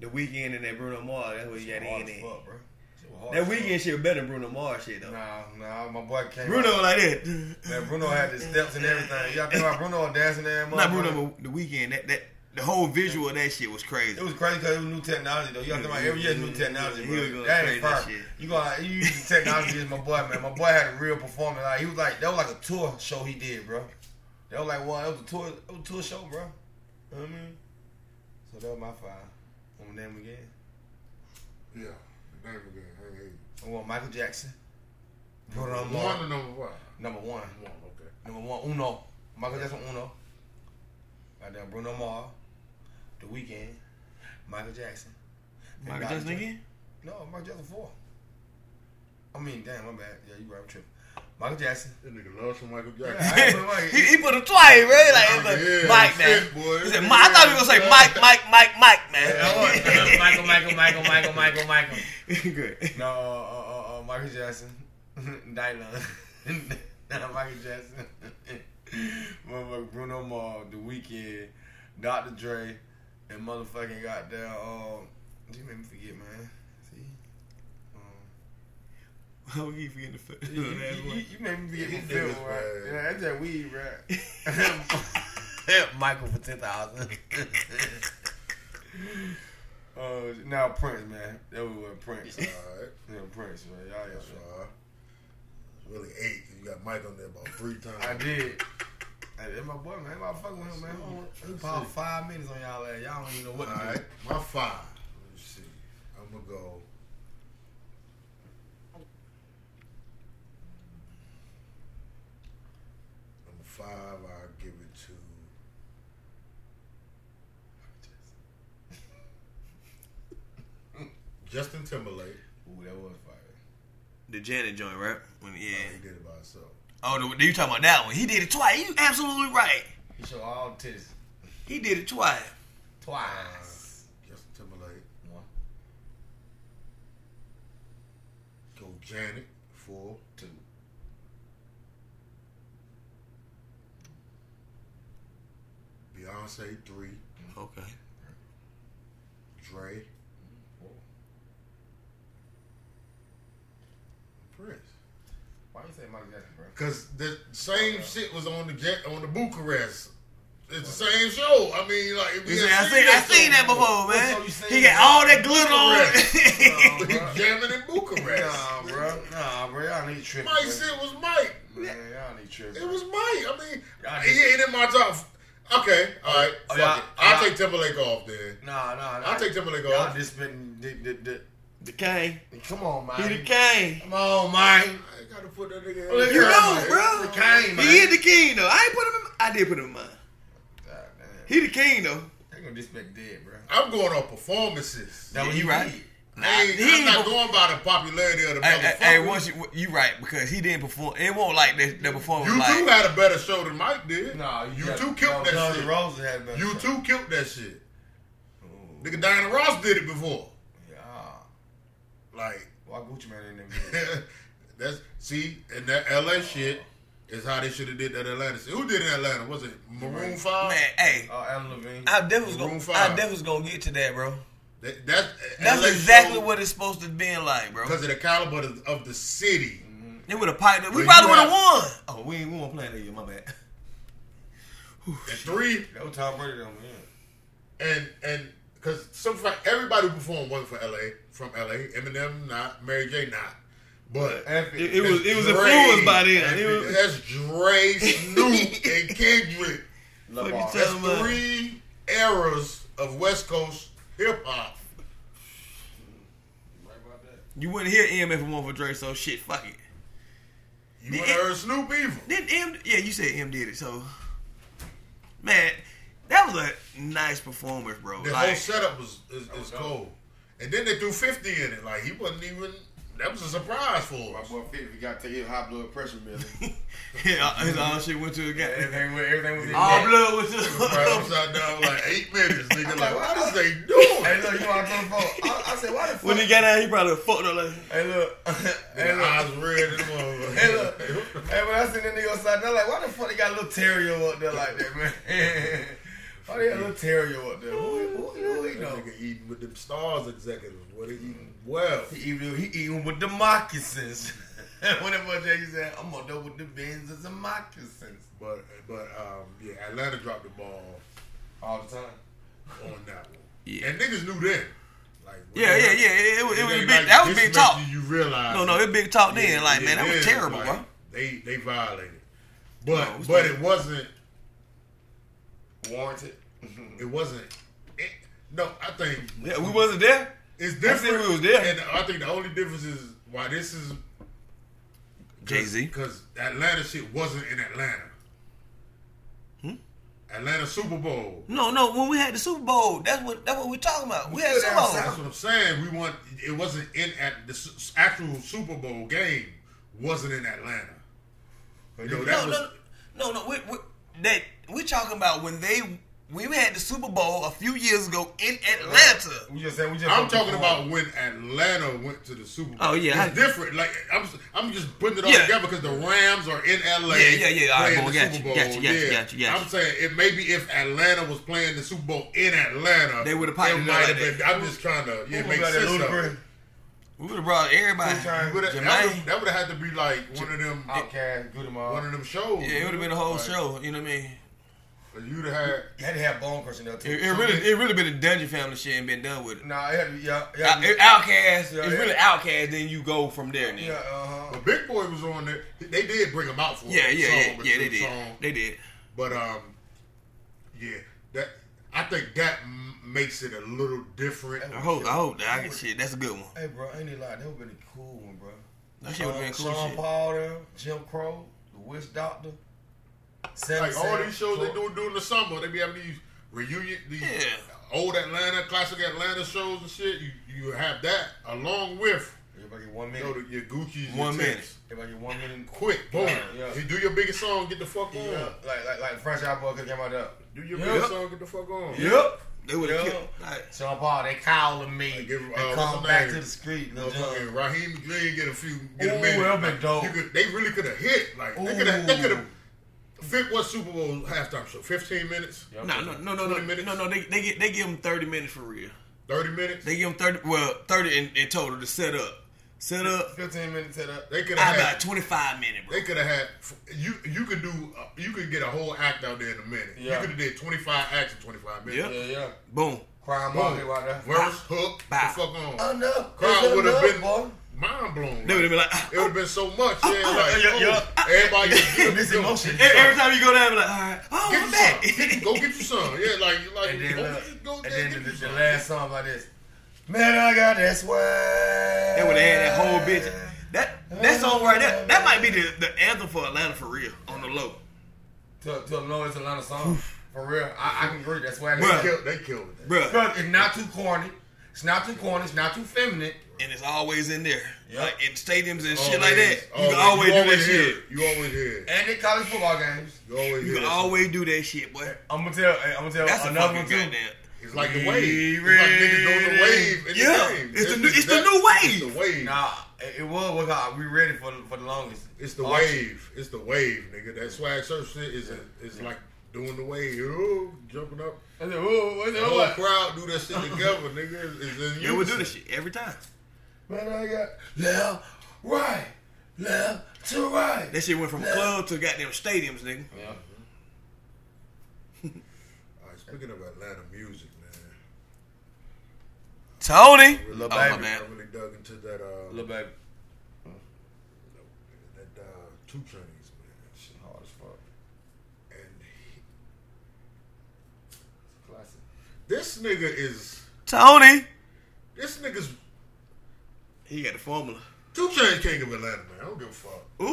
Speaker 1: The weekend and that Bruno Mars. That's what you got
Speaker 6: Hard
Speaker 1: in
Speaker 6: as
Speaker 1: there.
Speaker 6: fuck, bro. Shit was hard
Speaker 1: That
Speaker 6: as
Speaker 1: weekend shit better than Bruno Mars shit though.
Speaker 6: fuck. Nah, nah, my boy came. out-
Speaker 1: Bruno like that.
Speaker 6: Man, Bruno had the steps and everything. Y'all think about Bruno dancing there?
Speaker 1: Not Bruno, but the weekend. That that the whole visual of that shit was crazy.
Speaker 6: It was crazy because it was new technology though. You gotta think about every year new technology,
Speaker 1: He
Speaker 6: bro.
Speaker 1: was going
Speaker 6: that
Speaker 1: crazy,
Speaker 6: ain't
Speaker 1: that
Speaker 6: fire.
Speaker 1: shit.
Speaker 6: You gonna you use the technology as my boy, man. My boy had a real performance. Like he was like that was like a tour show he did, bro. That was like one. It was a tour. It was a tour show, bro. You know what I mean? So that was my five. I'm gonna name them again.
Speaker 2: Yeah, the name again. I ain't
Speaker 6: I want Michael Jackson. Bruno
Speaker 2: hate you.
Speaker 6: Mars.
Speaker 2: One or number five?
Speaker 6: Number one.
Speaker 2: One, okay.
Speaker 6: Number one, Uno. Michael Jackson, Uno. Goddamn Bruno Mars. The Weeknd. Michael Jackson. and
Speaker 1: Michael
Speaker 6: Dr.
Speaker 1: Jackson
Speaker 6: Dre.
Speaker 1: again.
Speaker 6: No, Michael Jackson four. I mean, damn, my bad. Yeah, you right, I'm tripping. Michael Jackson.
Speaker 2: That nigga loves some Michael
Speaker 6: Yeah,
Speaker 2: Jackson.
Speaker 6: I- Mike.
Speaker 1: he, he put a twice, right? Like, it's like
Speaker 2: Yeah,
Speaker 1: Mike, man.
Speaker 2: shit, boy.
Speaker 1: He said, Mike. I thought he was gonna say Mike, Mike, Mike, Mike, man.
Speaker 3: Michael, Michael, Michael, Michael, Michael, Michael.
Speaker 1: Good.
Speaker 6: No, uh, uh, uh, Michael Jackson. Dylan. Not Michael Jackson. Motherfucker Bruno Mars, The Weeknd, Dr. Dre, and motherfucking goddamn. Um, you made me forget, man. See? Um,
Speaker 1: How we keep forgetting the foot?
Speaker 6: you, you, you- you made me forget
Speaker 2: It
Speaker 6: the film,
Speaker 2: was
Speaker 6: right?
Speaker 2: bad.
Speaker 6: Yeah, that's that weed, right? Michael for 10000 Oh, now Prince, man. That was what Prince. Uh,
Speaker 2: Alright.
Speaker 6: yeah, Prince, man. Y'all, y'all,
Speaker 2: That's all. Really eight. You got Mike on there about three times.
Speaker 6: I did. Hey, that's my boy, man. I'm fucking with him, man. He popped five minutes on y'all ass. Y'all don't even know what to
Speaker 2: All right,
Speaker 6: do.
Speaker 2: my five. Let me see. I'm gonna go. Number five, I'll give it to. Justin Timberlake.
Speaker 6: Ooh, that was fire.
Speaker 1: The Janet joint, right? When yeah.
Speaker 2: He did it by himself.
Speaker 1: Oh, the, you talking about that one? He did it twice. You absolutely right.
Speaker 6: He showed all tits
Speaker 1: He did it twice.
Speaker 6: twice.
Speaker 2: Justin Timberlake.
Speaker 6: One,
Speaker 2: Go Janet. Four.
Speaker 6: two.
Speaker 2: Beyonce. Three.
Speaker 1: Okay.
Speaker 2: Dre.
Speaker 6: four.
Speaker 2: Prince.
Speaker 6: Why you say Michael Jackson, bro?
Speaker 2: Cause the same shit was on the jet on the Bucharest. It's the same show. I mean, like
Speaker 1: You say, I seen, I seen that before, man.
Speaker 6: So you saying
Speaker 1: He got
Speaker 6: that-
Speaker 1: all that glitter on.
Speaker 6: Nah, bro.
Speaker 2: before. Jamming in Bucharest.
Speaker 6: Nah, bro. Nah, bro. Y'all need tripping.
Speaker 2: Mike said it was Mike.
Speaker 6: Man, y'all need tripping.
Speaker 2: It was Mike. I mean,
Speaker 6: Y'all
Speaker 2: he
Speaker 6: just-
Speaker 2: ain't in my top. f- Okay, all right.
Speaker 6: Oh,
Speaker 2: fuck
Speaker 6: y'all-
Speaker 2: it. I'll
Speaker 6: y'all-
Speaker 2: take Timberlake off then.
Speaker 6: Nah, nah, nah.
Speaker 2: I'll take Timberlake
Speaker 6: Y'all
Speaker 2: off.
Speaker 6: just been. The, the,
Speaker 1: the king.
Speaker 6: the, come on,
Speaker 1: He
Speaker 6: man.
Speaker 1: the king.
Speaker 6: Come on, man.
Speaker 2: I ain't gotta put that nigga.
Speaker 6: Look
Speaker 2: in
Speaker 1: You
Speaker 2: there.
Speaker 6: at
Speaker 1: know,
Speaker 6: him,
Speaker 1: bro.
Speaker 6: The king, man.
Speaker 1: He is the king, though. I ain't put him in. I did put him in mine.
Speaker 6: God, damn.
Speaker 1: He the king, though.
Speaker 6: They gonna disrespect dead, bro.
Speaker 2: I'm going on performances.
Speaker 6: That
Speaker 1: Yeah,
Speaker 6: what
Speaker 1: you
Speaker 6: he
Speaker 1: right.
Speaker 6: did.
Speaker 1: Nah,
Speaker 2: I ain't,
Speaker 1: he
Speaker 2: I'm
Speaker 1: ain't
Speaker 2: not
Speaker 1: go-
Speaker 2: going by the popularity of the
Speaker 1: Hey,
Speaker 2: motherfucker.
Speaker 1: hey, hey, once you you right because he didn't perform. It won't like that. That performance.
Speaker 2: you
Speaker 1: like,
Speaker 2: two had a better show than Mike did.
Speaker 6: Nah,
Speaker 2: you,
Speaker 6: got-
Speaker 2: two
Speaker 6: no,
Speaker 2: killed that
Speaker 6: Guns
Speaker 2: shit.
Speaker 6: N' Roses had better.
Speaker 2: You
Speaker 6: shot.
Speaker 2: two killed that shit.
Speaker 6: Ooh,
Speaker 2: Nigga Diana Ross did it before.
Speaker 6: Yeah.
Speaker 2: Like
Speaker 6: Why Gucci Man in there?
Speaker 2: that's see, and that LA shit is how they should have did that Atlanta. shit. Who did it in Atlanta? Was it Maroon Five?
Speaker 1: man, hey,
Speaker 6: Oh, Adam Levine.
Speaker 1: I definitely
Speaker 2: Maroon
Speaker 1: was gonna, I
Speaker 2: five.
Speaker 1: definitely was gonna get to that, bro.
Speaker 2: That, that-
Speaker 1: That's
Speaker 2: LA
Speaker 1: exactly what it's supposed to be like, bro.
Speaker 2: because of the caliber of, of the city.
Speaker 1: It would have piped. it. We
Speaker 2: But
Speaker 1: probably
Speaker 2: you
Speaker 1: would have won.
Speaker 2: have-
Speaker 1: Oh, we ain't we won't play that year. My bad.
Speaker 2: And three
Speaker 6: That was Tom Brady, though, man.
Speaker 2: and and because some fa- everybody who performed wasn't for LA from LA. Eminem not, Mary J not, but.
Speaker 6: And if
Speaker 1: It, it was it was
Speaker 2: Dre,
Speaker 1: influenced by them.
Speaker 2: and
Speaker 1: It was,
Speaker 2: That's Dre, Snoop, and Kendrick.
Speaker 6: Lamar.
Speaker 1: fuck you
Speaker 2: That's
Speaker 1: Tell 'em, uh,
Speaker 2: three eras of West Coast hip hop.
Speaker 6: Right about that.
Speaker 1: you wouldn't hear EMF and one for Dre, so shit, fuck it.
Speaker 2: You
Speaker 1: e-
Speaker 2: would have heard Snoop Evil.
Speaker 1: Then M, yeah, you said M did it. So, man, that was a nice performance, bro.
Speaker 2: The whole
Speaker 1: Like,
Speaker 2: setup was is, is
Speaker 6: dope.
Speaker 2: cold. And then they threw 50 in it. Like, he wasn't even. That was a surprise for
Speaker 6: My
Speaker 2: us.
Speaker 6: boy Fit, we gotta take his high blood pressure medicine.
Speaker 1: yeah, his all shit went to the guy.
Speaker 6: everything, was- everything was in
Speaker 1: All
Speaker 6: that.
Speaker 1: blood was to
Speaker 2: Right
Speaker 1: the.
Speaker 2: upside down, like eight minutes, nigga.
Speaker 6: I'm
Speaker 2: Like,
Speaker 6: like,
Speaker 2: what
Speaker 6: wow.
Speaker 2: is they doing?
Speaker 6: Hey, look, you want to phone? I, I said, why the fuck?
Speaker 1: when he got out, he probably fucked up. Like,
Speaker 6: hey, look. hey,
Speaker 2: And
Speaker 6: look.
Speaker 2: eyes red in the
Speaker 6: Hey, look. hey,
Speaker 2: motherfucker.
Speaker 6: when I seen that nigga outside, I'm like, why the fuck they got a little terrier up there like that, man? why they got a little terrier up there? Who, who, who, he
Speaker 2: That
Speaker 6: know?
Speaker 2: nigga eating with them stars executives. What they eating? Well,
Speaker 6: He even he even with the moccasins. when that boy Jackie said, I'm gonna go with the bins and the moccasins.
Speaker 2: but but um, yeah, Atlanta dropped the ball
Speaker 6: All the time.
Speaker 2: on that one.
Speaker 1: Yeah.
Speaker 2: And niggas knew then. Like,
Speaker 1: yeah, yeah, yeah. It, it, was- it was big. that was
Speaker 2: this
Speaker 1: big talk.
Speaker 2: making You realize?
Speaker 1: No, no, it was big talk
Speaker 2: Yeah,
Speaker 1: then. Like,
Speaker 2: it
Speaker 1: man, that was
Speaker 2: is,
Speaker 1: terrible,
Speaker 2: like,
Speaker 1: bro.
Speaker 2: They they violated,
Speaker 1: No, it
Speaker 2: but
Speaker 1: was
Speaker 2: but
Speaker 1: bad.
Speaker 2: it wasn't
Speaker 6: Warranted.
Speaker 2: it wasn't. It, no, I think
Speaker 1: Mm-hmm. Yeah, we wasn't there.
Speaker 2: it's
Speaker 1: I think
Speaker 2: different.
Speaker 1: we was there.
Speaker 2: and I think the only difference is why this is
Speaker 1: Jay Z.
Speaker 2: because Atlanta shit wasn't in Atlanta.
Speaker 1: Hmm?
Speaker 2: Atlanta Super Bowl.
Speaker 1: No, no. When we had the Super Bowl, that's what that's what we talking about. We had
Speaker 6: still
Speaker 1: Super
Speaker 6: down
Speaker 1: Bowl.
Speaker 2: That's what I'm saying. We want it wasn't in at the s- actual Super Bowl game wasn't in Atlanta. You know, that
Speaker 1: No,
Speaker 2: was,
Speaker 1: no, no, no. We, we, that we talking about when they when we had the Super Bowl a few years ago in Atlanta.
Speaker 6: We just said we just.
Speaker 2: I'm talking about when Atlanta went to the Super Bowl.
Speaker 1: Oh, yeah.
Speaker 2: it's different. Like I'm, I'm just putting it all
Speaker 1: Yeah.
Speaker 2: together because the Rams are in LA.
Speaker 1: Yeah, yeah, yeah. All right,
Speaker 2: playing
Speaker 1: boy,
Speaker 2: the
Speaker 1: got
Speaker 2: Super
Speaker 1: you,
Speaker 2: Bowl.
Speaker 1: got you, got you,
Speaker 2: yeah.
Speaker 1: got you, got you.
Speaker 2: I'm saying it maybe if Atlanta was playing the Super Bowl in Atlanta,
Speaker 1: They would've
Speaker 2: it
Speaker 1: probably
Speaker 2: might have
Speaker 1: done
Speaker 2: been. I'm just trying to yeah, make sense of it.
Speaker 6: Ludacris,
Speaker 1: We would have brought everybody.
Speaker 6: Two-time.
Speaker 2: Would've- That
Speaker 1: Jermaine.
Speaker 2: would that would have had to be like one of them.
Speaker 6: Outkast, Goodemar.
Speaker 2: One of them shows.
Speaker 1: Yeah, it would have been a whole
Speaker 2: Like,
Speaker 1: show. You know what I mean?
Speaker 2: You'd have had.
Speaker 6: You had to have Bone Crush in there too.
Speaker 1: It, it really, it really been a Dungeon Family shit and been done with it.
Speaker 6: Nah, it had to be yeah.
Speaker 1: Out-
Speaker 6: Yeah.
Speaker 1: it- Outcast,
Speaker 6: Yeah,
Speaker 1: it's
Speaker 6: yeah.
Speaker 1: really Outcast. Then you go from there. Then.
Speaker 6: yeah, uh-huh.
Speaker 2: But Big Boy was on there. They did bring him out for
Speaker 1: Yeah,
Speaker 2: a
Speaker 1: yeah,
Speaker 2: song,
Speaker 1: yeah,
Speaker 2: but
Speaker 1: yeah.
Speaker 2: it
Speaker 1: They
Speaker 2: was a
Speaker 1: did.
Speaker 2: song.
Speaker 1: They did.
Speaker 2: But um, yeah, that I think that m- makes it a little different.
Speaker 1: I hope. I hope that I can shit. That's a good one.
Speaker 6: Hey, bro, ain't it like that would have been a cool one, bro. Uh,
Speaker 1: That shit would have been cool
Speaker 6: Sean
Speaker 1: shit.
Speaker 6: Paul, there, Jim Crow, The Witch Doctor. Sam
Speaker 2: Like all
Speaker 6: Sam,
Speaker 2: these shows they
Speaker 6: Troy-
Speaker 2: do during the summer, they be having these reunion, these
Speaker 1: Yeah.
Speaker 2: old Atlanta, classic Atlanta shows and shit. You you have that along with
Speaker 6: Everybody get one
Speaker 2: you
Speaker 6: minute.
Speaker 2: know, the- your Gucci's,
Speaker 1: One
Speaker 2: your
Speaker 1: minute.
Speaker 2: Timbs.
Speaker 6: Everybody get one minute.
Speaker 2: Quick, boom.
Speaker 6: Yeah.
Speaker 2: You do your biggest song, get the fuck on.
Speaker 6: Yeah, like like like Fresh Out Boy could get my up.
Speaker 2: Do your
Speaker 6: Yep.
Speaker 2: biggest song, get the fuck on.
Speaker 6: Yep.
Speaker 1: They would have
Speaker 6: Yeah.
Speaker 1: killed. Like,
Speaker 6: Sean Paul, they calling me.
Speaker 2: Like, give-
Speaker 6: they
Speaker 2: uh, what's
Speaker 6: come
Speaker 2: her
Speaker 6: back
Speaker 2: name?
Speaker 6: to the street. Lil Jon.
Speaker 2: Motherfucking Raheem Green get a few, get a
Speaker 6: Ooh,
Speaker 2: minute.
Speaker 6: that'd been
Speaker 2: Like,
Speaker 6: dope.
Speaker 2: you could- they really could have hit. Like they could have. They could have. Fit what Super Bowl halftime show? Fifteen minutes,
Speaker 6: Yep.
Speaker 1: no, no, no, no, no,
Speaker 2: 20 minutes?
Speaker 1: no, no. They they get, they give them thirty minutes for real.
Speaker 2: thirty minutes. They,
Speaker 1: They give them thirty. Well, thirty in, in total to set up. Set up.
Speaker 6: Fifteen minutes set up.
Speaker 2: could
Speaker 1: I
Speaker 2: have
Speaker 1: about
Speaker 2: had.
Speaker 1: twenty five minutes, bro.
Speaker 2: They could have had. You you could do. Uh, you could get a whole act out there in a minute. You
Speaker 6: Yeah.
Speaker 2: could have did twenty five acts in twenty five minutes.
Speaker 1: Yep.
Speaker 6: Yeah, yeah.
Speaker 1: Boom.
Speaker 6: Crime
Speaker 2: Boom.
Speaker 6: Monday right there.
Speaker 2: Verse, hook,
Speaker 1: Bow.
Speaker 2: the fuck
Speaker 1: Oh,
Speaker 2: on.
Speaker 6: Enough.
Speaker 2: Crowd would have been
Speaker 6: boy.
Speaker 2: mind blown.
Speaker 1: They would have
Speaker 2: Like,
Speaker 1: been like.
Speaker 2: it would have been so much. Yeah, like,
Speaker 6: yeah, yeah.
Speaker 2: oh, everybody just get,
Speaker 6: Miss
Speaker 2: yo,
Speaker 6: emotion.
Speaker 1: Every, every time you go down, be like, all right, oh,
Speaker 2: Get
Speaker 1: I'm
Speaker 2: you
Speaker 1: back.
Speaker 2: some. Get- Go get you some. Yeah, like like
Speaker 6: And then,
Speaker 2: go,
Speaker 6: look,
Speaker 2: go
Speaker 6: and
Speaker 2: there,
Speaker 6: then
Speaker 2: get
Speaker 6: the,
Speaker 2: you
Speaker 6: the
Speaker 2: some.
Speaker 6: last song like this. Man, I got that swag.
Speaker 1: They would have had that whole bitch. That that song right there, that might be the, the anthem for Atlanta for real on the low.
Speaker 6: To, to know it's Atlanta song. For real. I, I can agree. That's why
Speaker 1: Bruh.
Speaker 2: They killed, they killed it.
Speaker 1: Bruh.
Speaker 6: It's not too corny. It's not too corny. It's not too feminine.
Speaker 1: And it's always in there.
Speaker 6: Yeah.
Speaker 1: Like in stadiums and shit like that. You can always,
Speaker 2: you
Speaker 1: do that
Speaker 2: hear
Speaker 1: shit.
Speaker 2: it. You always hear. it.
Speaker 6: And in college football games.
Speaker 2: You always
Speaker 1: You
Speaker 2: hear.
Speaker 1: can
Speaker 2: it.
Speaker 1: always do that shit, boy.
Speaker 6: I'm gonna tell. I'm gonna tell
Speaker 1: That's a
Speaker 6: another
Speaker 1: fucking
Speaker 6: one too.
Speaker 1: goddamn.
Speaker 2: It's like the
Speaker 6: We
Speaker 2: wave. It's like niggas go with the wave. In
Speaker 1: Yeah,
Speaker 2: the game.
Speaker 1: it's the new-
Speaker 2: just
Speaker 1: it's the new wave.
Speaker 2: It's the wave.
Speaker 6: Nah, it, it was what God. We ready for for the longest. Oh,
Speaker 2: It's the
Speaker 6: Archie.
Speaker 2: wave. It's the wave, nigga. That swag surf shit is a, is like doing the wave. Ooh, jumping up.
Speaker 6: I said, "Whoa, what's
Speaker 2: The
Speaker 6: that?
Speaker 2: whole
Speaker 6: What?"
Speaker 2: crowd do that shit together, nigga. It's in
Speaker 1: You would do
Speaker 2: unison.
Speaker 1: this shit every time.
Speaker 6: Man, I got left, right, left to right.
Speaker 1: That shit went from club to goddamn stadiums, nigga.
Speaker 6: Yeah.
Speaker 2: All right, speaking of Atlanta music, man.
Speaker 1: Tony.
Speaker 2: Really,
Speaker 6: Lil
Speaker 1: Oh, my
Speaker 6: Baby.
Speaker 1: bad.
Speaker 2: I really dug into that. Uh,
Speaker 6: Little baby.
Speaker 2: that uh, two Chinese man. Shit.
Speaker 6: Hard as fuck.
Speaker 2: And he-
Speaker 6: Classic.
Speaker 2: this nigga is
Speaker 1: Tony.
Speaker 2: this nigga's
Speaker 1: He got the formula.
Speaker 2: two Chainz king of Atlanta, man. I don't give a fuck.
Speaker 1: Ooh.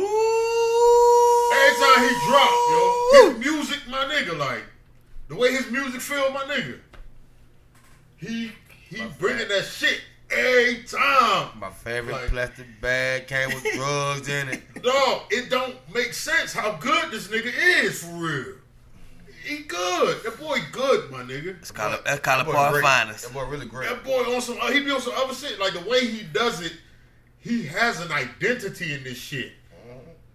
Speaker 2: Every time he drop, yo, his music, my nigga, like the way his music feel, my nigga. He he bringing that shit every time,
Speaker 6: My favorite
Speaker 2: Like-
Speaker 6: plastic bag came with drugs in it.
Speaker 2: dog. It don't make sense how good this nigga is for real. He good. That boy good, my nigga.
Speaker 1: Cali- That's Collar
Speaker 6: Boy,
Speaker 1: Park
Speaker 6: great.
Speaker 1: Finest.
Speaker 6: That boy really great.
Speaker 2: That boy on some. He be on some other shit. Like the way he does it, he has an identity in this shit.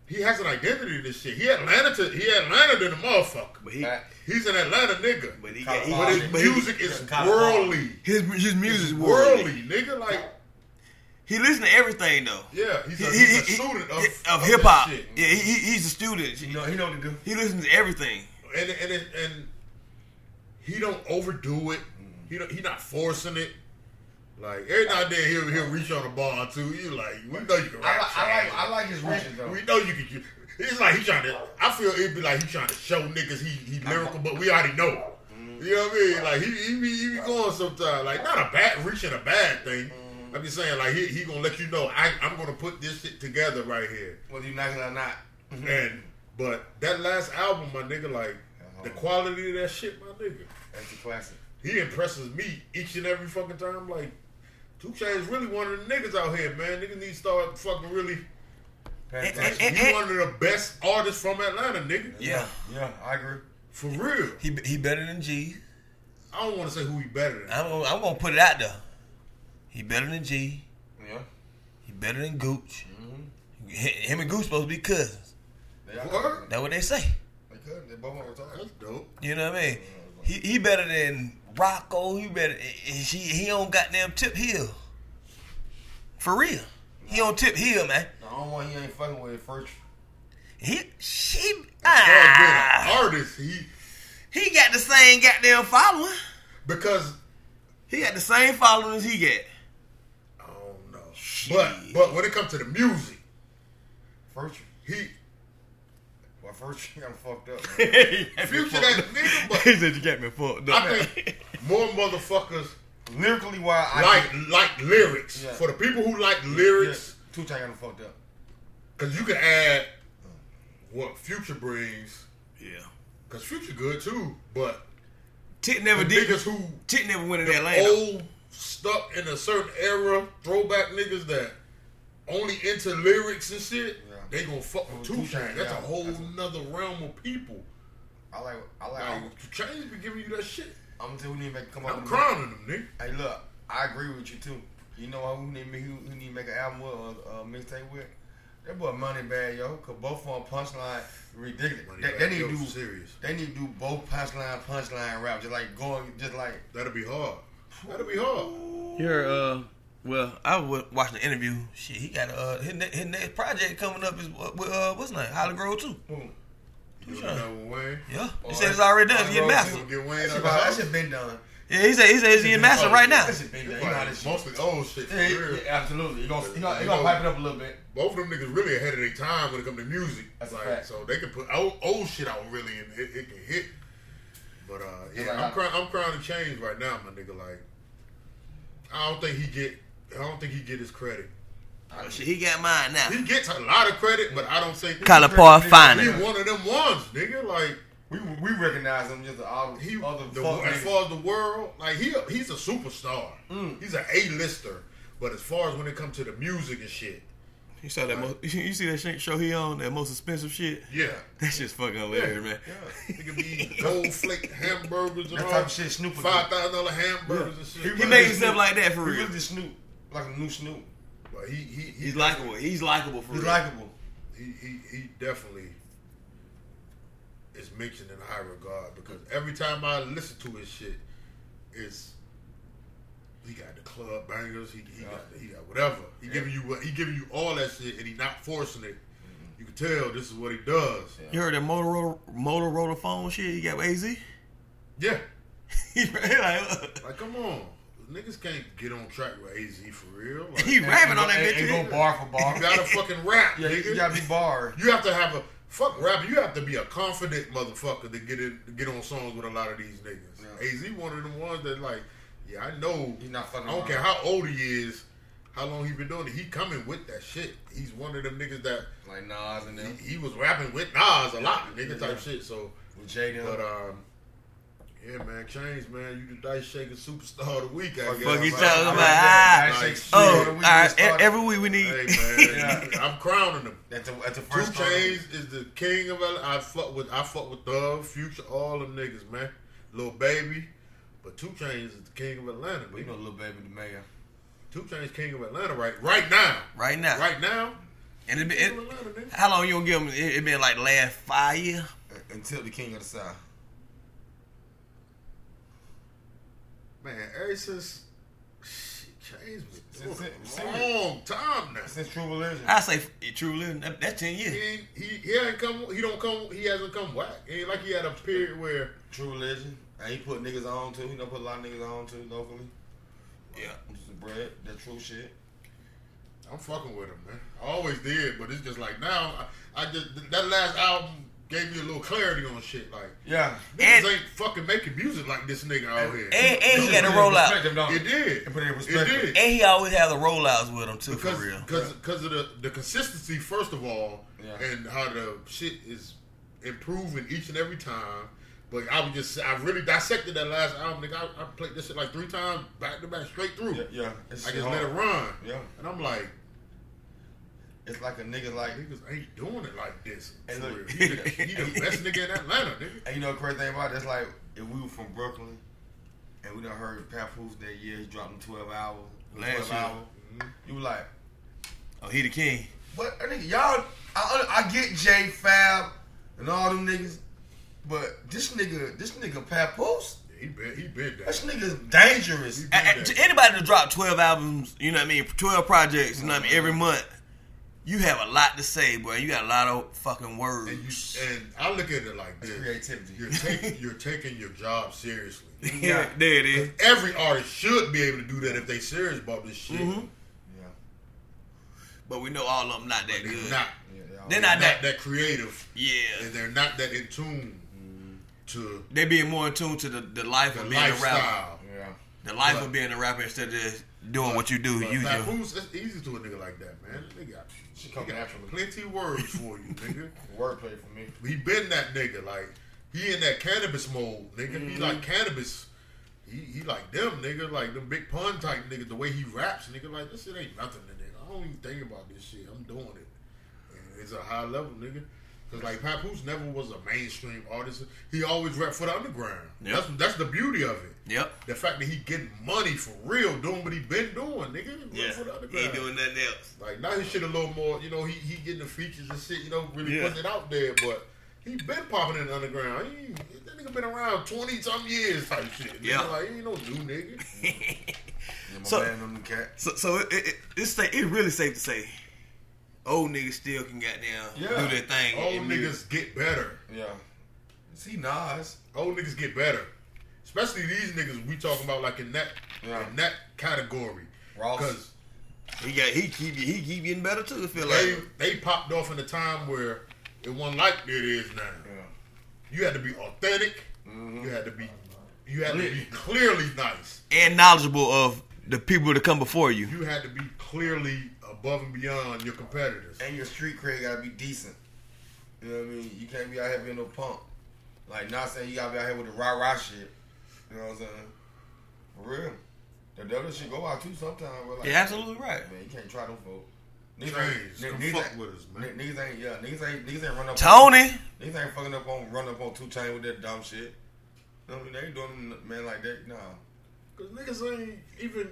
Speaker 2: He has an identity in this shit. He Atlanta. To, he Atlanta than the motherfucker.
Speaker 1: But he,
Speaker 6: Back.
Speaker 2: He's an Atlanta nigga.
Speaker 1: but he
Speaker 6: Collar
Speaker 1: got, he,
Speaker 6: Park.
Speaker 1: but
Speaker 2: But his
Speaker 1: his, but his,
Speaker 2: music is
Speaker 6: Kinda
Speaker 2: worldly.
Speaker 1: his, his music
Speaker 2: It's
Speaker 1: is
Speaker 2: worldly, nigga. Like,
Speaker 1: He listen to everything though.
Speaker 2: yeah, he's a,
Speaker 1: He-
Speaker 2: he's a
Speaker 1: he- he-
Speaker 2: student of,
Speaker 1: yeah,
Speaker 2: of that
Speaker 1: hip hop.
Speaker 2: shit.
Speaker 1: Yeah, he, he- he's a student.
Speaker 6: You know, he know what to do.
Speaker 1: He listens to everything.
Speaker 2: And and and, and he don't overdo it. He don't, he not forcing it. Like every now and then he'll he'll reach on a bar too. You like we know you can rap.
Speaker 6: I, like, I
Speaker 2: Chaz.
Speaker 6: like, I like his reaches though.
Speaker 2: We know you can. It's like he trying to. I feel it'd be like he trying to show niggas he, he lyrical, but we already know. You know what I mean? Like he he be, he be going sometimes. Like not a bad reaching a bad thing. I'm just saying like he he gonna let you know I I'm gonna put this shit together right here.
Speaker 6: Whether you knocking or not.
Speaker 2: And but that last album, my nigga, like the quality of that shit, my nigga,
Speaker 6: That's a classic.
Speaker 2: he impresses me each and every fucking time. Like Two Chainz really one of the niggas out here, man. Niggas need to start fucking really.
Speaker 1: And-
Speaker 6: Fantastic.
Speaker 1: and- and-
Speaker 2: You one of the best artists from Atlanta, nigga.
Speaker 1: yeah,
Speaker 6: Yeah, I agree.
Speaker 2: For real.
Speaker 1: he he better than G.
Speaker 2: I don't want to say who he better than.
Speaker 1: I'm gonna, I'm gonna put it out there. He better than G.
Speaker 6: Yeah.
Speaker 1: He better than Gooch.
Speaker 2: Mm-hmm.
Speaker 1: Hi- Him and Gooch supposed to be cousins.
Speaker 6: They are
Speaker 2: What?
Speaker 6: cousins.
Speaker 1: That's what they say.
Speaker 6: They cousins. They both are
Speaker 2: That's
Speaker 6: retarded.
Speaker 2: dope.
Speaker 1: You know what I mean? He he better than Rocco. He better. and He he on goddamn Tip Hill. For real, he on Tip Hill, man.
Speaker 6: The only one he ain't fucking with is first.
Speaker 1: He she
Speaker 2: As
Speaker 1: ah,
Speaker 2: far as being an artist, he
Speaker 1: he got the same goddamn following.
Speaker 2: because
Speaker 1: He got the same following as he got.
Speaker 2: I don't know. But but when it comes to the music,
Speaker 6: First.
Speaker 2: he
Speaker 6: Well, first I'm fucked up. man.
Speaker 2: future that nigga. But
Speaker 1: he said you got me fucked up.
Speaker 2: I think more motherfuckers
Speaker 6: Lyrically, why I
Speaker 2: like like lyrics.
Speaker 6: Yeah.
Speaker 2: For the people who like
Speaker 6: yeah,
Speaker 2: lyrics,
Speaker 6: Two Chainz got him fucked up.
Speaker 2: because you can add what Future brings.
Speaker 1: yeah,
Speaker 2: Because Future good too, but
Speaker 1: Tick
Speaker 2: the
Speaker 1: never did.
Speaker 2: niggas who
Speaker 1: Tick never went in that lane. though.
Speaker 2: old stuck in a certain era, throwback niggas that only into lyrics and shit,
Speaker 6: Yeah.
Speaker 2: they gonna fuck with
Speaker 6: Two
Speaker 2: Two Chainz.
Speaker 6: Chainz,
Speaker 2: That's a
Speaker 6: yeah.
Speaker 2: whole
Speaker 6: That's a-
Speaker 2: nother realm of people.
Speaker 6: I like. I like.
Speaker 2: Like
Speaker 6: I'm,
Speaker 2: Two Chainz be giving you that shit.
Speaker 6: I'm gonna tell you, we need to make come up.
Speaker 2: I'm
Speaker 6: with a-
Speaker 2: crowning them, nigga.
Speaker 6: Hey, look, I agree with you too. You know who need who, who need to make an album with or a mixtape with? That boy Money Bag, yo. Cause both of them punchline ridiculous.
Speaker 2: Money
Speaker 6: They,
Speaker 2: Bag
Speaker 6: they need
Speaker 2: Yo
Speaker 6: to do
Speaker 2: serious.
Speaker 6: They need to do both punchline punchline rap, just like going, just like
Speaker 2: That'll be hard. That'll be hard.
Speaker 1: You're uh well, I was watching the interview. Shit, he got a uh, his, ne- his next project coming up is uh, with, uh what's his name? Holly Grove too.
Speaker 6: boom.
Speaker 2: You
Speaker 1: Chainz.
Speaker 2: know Wayne.
Speaker 1: Yeah, he
Speaker 6: Oh,
Speaker 1: said it's already done.
Speaker 6: Holly
Speaker 1: It's getting
Speaker 6: Grove
Speaker 1: mastered.
Speaker 2: Gonna get Wayne out
Speaker 6: That shit,
Speaker 2: of the
Speaker 6: that
Speaker 2: house.
Speaker 6: shit been done.
Speaker 1: Yeah, he said he said it's getting mastered right now.
Speaker 6: That shit been done. You know how that
Speaker 2: Like,
Speaker 6: shit.
Speaker 2: Mostly old shit. For
Speaker 6: Yeah,
Speaker 2: real.
Speaker 6: yeah, absolutely. You gonna you gonna, you
Speaker 2: You know-
Speaker 6: gonna pipe it up a little bit.
Speaker 2: Both of them niggas really ahead of their time when it comes to music.
Speaker 6: That's a
Speaker 2: like,
Speaker 6: fact.
Speaker 2: So they can put old, old shit out really and it, it can hit. But uh, yeah,
Speaker 6: like
Speaker 2: I'm
Speaker 6: how-
Speaker 2: crying. I'm crying to change right now, my nigga. Like, I don't think he get. I don't think he get his credit.
Speaker 1: Oh, shit, he got mine now.
Speaker 2: He gets a lot of credit, but I don't think
Speaker 1: Collar Parr
Speaker 2: he
Speaker 1: Finance.
Speaker 2: one of them ones, nigga. Like
Speaker 6: We we recognize him just the other
Speaker 2: he,
Speaker 6: other
Speaker 2: the,
Speaker 6: fuck
Speaker 2: as
Speaker 6: niggas.
Speaker 2: far as the world, like he, he's a superstar.
Speaker 6: Mm.
Speaker 2: He's an A-lister. But as far as when it comes to the music and shit,
Speaker 1: You saw that? Mo- you see that shit- show he on that most expensive shit?
Speaker 2: yeah,
Speaker 1: That shit's fucking hilarious, man.
Speaker 2: It could be gold flake hamburgers and
Speaker 6: That
Speaker 2: all
Speaker 6: type of shit Snoop would do.
Speaker 2: Five thousand dollar hamburgers and shit.
Speaker 1: He
Speaker 2: He
Speaker 1: made himself like that for
Speaker 6: He
Speaker 1: real.
Speaker 6: really Snoop, like a new Snoop.
Speaker 2: but he he he,
Speaker 1: He's likable. He's likable for
Speaker 6: He's
Speaker 1: real.
Speaker 6: likable.
Speaker 2: he he he definitely is mentioned in high regard because every time I listen to his shit, it's he got the club bangers. He he got he got whatever. He giving you what he giving you all that shit, and he not forcing it.
Speaker 6: Mm-hmm.
Speaker 2: You can tell this is what he does.
Speaker 1: You heard that Motorola, Motorola phone shit he got with AZ?
Speaker 2: Yeah,
Speaker 1: he like, uh.
Speaker 2: like come on, niggas can't get on track with AZ for real. Like,
Speaker 1: he
Speaker 2: you
Speaker 1: rapping on that
Speaker 6: And-
Speaker 1: bitch.
Speaker 6: And go
Speaker 1: too.
Speaker 6: bar for bar.
Speaker 2: gotta fucking rap,
Speaker 6: Yeah,
Speaker 2: nigga.
Speaker 6: you gotta be bar.
Speaker 2: You have to have a fuck rapper. You have to be a confident motherfucker to get in, to get on songs with a lot of these niggas.
Speaker 6: Yeah.
Speaker 2: Az one of them ones that like, yeah, I know.
Speaker 6: He's not fucking.
Speaker 2: I don't
Speaker 6: around.
Speaker 2: care how old he is, how long he been doing it. He coming with that shit. He's one of them niggas that
Speaker 6: Like Nas and them,
Speaker 2: he, he was rapping with Nas a lot, nigga
Speaker 6: Yeah.
Speaker 2: type shit. So,
Speaker 6: with Jaden.
Speaker 2: but um. Yeah, man, Change, man, you the dice shaking superstar of the week. I guess.
Speaker 1: Fuck you
Speaker 2: Like,
Speaker 1: talking
Speaker 2: I'm
Speaker 1: about? Ah,
Speaker 2: like, Yeah,
Speaker 1: Oh,
Speaker 2: we
Speaker 1: all right. e- Every week we need.
Speaker 2: Hey, man,
Speaker 6: Yeah.
Speaker 2: I'm crowning him.
Speaker 6: At the, at the
Speaker 2: Two
Speaker 6: first
Speaker 2: Chainz is the king of L. I fuck with I fuck with the Future, all them niggas, man. Little baby, but Two Chainz is the king of Atlanta.
Speaker 6: We
Speaker 2: But
Speaker 6: know little baby the mayor.
Speaker 2: Two Chainz king of Atlanta right right now,
Speaker 1: Right now.
Speaker 2: right now.
Speaker 1: And it, be-
Speaker 2: King
Speaker 1: it,
Speaker 2: of Atlanta, nigga.
Speaker 1: how long you gonna give him? It, it been like last five years.
Speaker 6: Uh, Until the king of the south.
Speaker 2: Man, ever since shit, Chainz was
Speaker 6: Since
Speaker 2: doing
Speaker 6: it-
Speaker 2: a
Speaker 6: since
Speaker 2: long time now.
Speaker 6: Since True Religion.
Speaker 1: I say truly, that, that's ten
Speaker 2: He
Speaker 1: years.
Speaker 2: ain't- he he ain't come he don't come he hasn't come whack. It ain't like he had a period where
Speaker 6: True Religion. And he put niggas on too. He done put a lot of niggas on too locally.
Speaker 1: Yeah.
Speaker 6: Just the bread, that true shit.
Speaker 2: I'm fucking with him, man. I always did, but it's just like now I, I just that last album gave me a little clarity on shit like.
Speaker 6: Yeah.
Speaker 1: And-
Speaker 2: Niggas ain't fucking making music like this nigga out here.
Speaker 1: And, and he
Speaker 6: Put
Speaker 1: got
Speaker 6: it
Speaker 1: a
Speaker 6: in
Speaker 1: rollout.
Speaker 6: perspective, don't
Speaker 2: it did.
Speaker 6: And put it in
Speaker 2: It
Speaker 6: perspective.
Speaker 2: did.
Speaker 1: And he always have the rollouts with him too,
Speaker 2: Because
Speaker 1: for real.
Speaker 2: cause, cause of the, the consistency, first of all,
Speaker 6: Yeah.
Speaker 2: and how the shit is improving each and every time. But I was just, I really dissected that last album. Nigga, I, I played this shit like three times, back to back, straight through.
Speaker 6: Yeah. yeah. It's
Speaker 2: I
Speaker 6: shit
Speaker 2: just
Speaker 6: hard.
Speaker 2: let it run.
Speaker 6: Yeah.
Speaker 2: And I'm like,
Speaker 6: It's like a nigga like,
Speaker 2: Niggas ain't doing it like this.
Speaker 6: Hey,
Speaker 2: for
Speaker 6: look.
Speaker 2: real. He, the, he the best nigga in Atlanta, nigga.
Speaker 6: and you know the crazy thing about it, that's like if we were from Brooklyn and we done heard Papoose that year he dropped in twelve hours,
Speaker 1: Last
Speaker 6: 12
Speaker 1: year. Mm-hmm.
Speaker 6: hour, you like,
Speaker 1: Oh, he the king.
Speaker 6: But uh, nigga, y'all, I, I get J Fab and all them niggas, but this nigga, this nigga Papoose,
Speaker 2: He been, he been
Speaker 6: this
Speaker 2: that.
Speaker 6: nigga's dangerous.
Speaker 2: He
Speaker 1: A- a- to anybody that drop twelve albums, you know what I mean, twelve projects, you know what I mean,
Speaker 2: Uh-huh.
Speaker 1: every month, you have a lot to say, bro. You got a lot of fucking words.
Speaker 2: And, you, and I look at it like this:
Speaker 6: Creativity.
Speaker 2: You're taking you're taking your job seriously.
Speaker 1: yeah, there it is.
Speaker 2: Every artist should be able to do that if they serious about this shit.
Speaker 6: Mm-hmm.
Speaker 1: Mhm.
Speaker 6: Yeah,
Speaker 1: But we know all of them not that
Speaker 2: They're
Speaker 1: good.
Speaker 2: not
Speaker 6: yeah, y'all-
Speaker 1: Then
Speaker 2: not
Speaker 1: I-
Speaker 2: that, creative,
Speaker 1: Yeah,
Speaker 2: and they're not that in tune to
Speaker 1: they being more in tune to the, the life
Speaker 2: the
Speaker 1: of being a rapper,
Speaker 2: lifestyle.
Speaker 6: yeah.
Speaker 1: the life
Speaker 2: But-
Speaker 1: of being a rapper instead of just doing what you do.
Speaker 2: But
Speaker 1: You just
Speaker 2: Papoose, it's easy to a nigga like that, man. That nigga,
Speaker 6: She
Speaker 2: he
Speaker 6: come
Speaker 2: got
Speaker 6: naturally.
Speaker 2: plenty of words for you, nigga.
Speaker 6: Wordplay for me.
Speaker 2: He been that nigga. Like he in that cannabis mold, nigga.
Speaker 1: Mm-hmm.
Speaker 2: He like cannabis. He, he like them nigga, like them big pun type nigga. The way he raps, nigga, like this shit ain't nothing, to nigga. I don't even think about this shit. I'm doing it, and it's a high level, nigga. Cause like Papoose never was a mainstream artist. He always rap for the underground.
Speaker 1: Yep.
Speaker 2: That's that's the beauty of it.
Speaker 1: yep.
Speaker 2: The fact that he getting money for real, doing what he been doing, nigga. He rap for
Speaker 1: he
Speaker 2: the underground.
Speaker 1: ain't doing nothing else.
Speaker 2: Like now his shit a little more, you know, he he getting the features and shit, you know, really
Speaker 1: Yeah.
Speaker 2: putting it out there, but he been popping in the underground. He, that nigga been around twenty some years type shit.
Speaker 1: Yeah.
Speaker 2: Yeah. Like he ain't no new nigga.
Speaker 6: Yeah, my
Speaker 1: So-
Speaker 6: man, them cat.
Speaker 1: So, so it, it, it, it's sa- it really safe to say, old niggas still can goddamn
Speaker 6: Yeah.
Speaker 1: do their thing.
Speaker 2: Old
Speaker 1: in music.
Speaker 2: niggas get better.
Speaker 6: Yeah. See Nas.
Speaker 2: Old niggas get better. Especially these niggas we talking about like in that
Speaker 6: Yeah.
Speaker 2: in that category.
Speaker 6: Ross.
Speaker 2: Because
Speaker 1: He got he keep he keep getting better too. I feel
Speaker 2: they
Speaker 1: like
Speaker 2: they popped off in a time where it wasn't like it is now. You had to be authentic.
Speaker 6: Mm-hmm.
Speaker 2: You had to be you had to be clearly nice.
Speaker 1: and knowledgeable of the people that come before you.
Speaker 2: you had to be clearly above and beyond your competitors.
Speaker 6: And your street cred gotta be decent. You know what I mean? You can't be out here being no punk. Like not saying you gotta be out here with the rah rah shit. You know what I'm saying? For real. The devil shit go out too sometimes, but like
Speaker 1: You're absolutely right.
Speaker 6: Man, you can't try them folk.
Speaker 2: Trains,
Speaker 6: niggas,
Speaker 2: come
Speaker 6: niggas,
Speaker 2: fuck
Speaker 6: ain't-
Speaker 2: with us, man.
Speaker 6: niggas, niggas ain't yeah, niggas ain't niggas ain't run up.
Speaker 1: Tony,
Speaker 6: on, niggas ain't fucking up on run up on two chain with that dumb shit. You know what I mean? They ain't doing nothing, man like that. Nah,
Speaker 2: Cause niggas ain't even.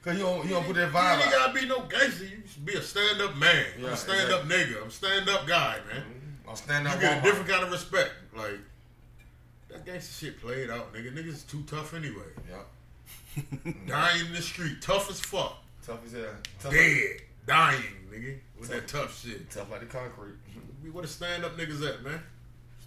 Speaker 6: cause you don't you don't put that
Speaker 2: Oh, You ain't
Speaker 6: vibe out.
Speaker 2: gotta be no gangster. You should be a stand up man. I'm
Speaker 6: Yeah, Mm-hmm.
Speaker 2: a stand up nigga. I'm a stand up guy, man.
Speaker 6: I'll stand out.
Speaker 2: You get a
Speaker 6: Walmart.
Speaker 2: different kind of respect. Like that gangster shit played out, nigga. Niggas is too tough anyway.
Speaker 6: Yeah,
Speaker 2: Dying in the street, tough as fuck.
Speaker 6: tough as hell. Mm-hmm. Tough,
Speaker 2: Dead, dying, nigga. With that tough shit.
Speaker 6: tough like the concrete.
Speaker 2: We Where the stand up niggas at, man?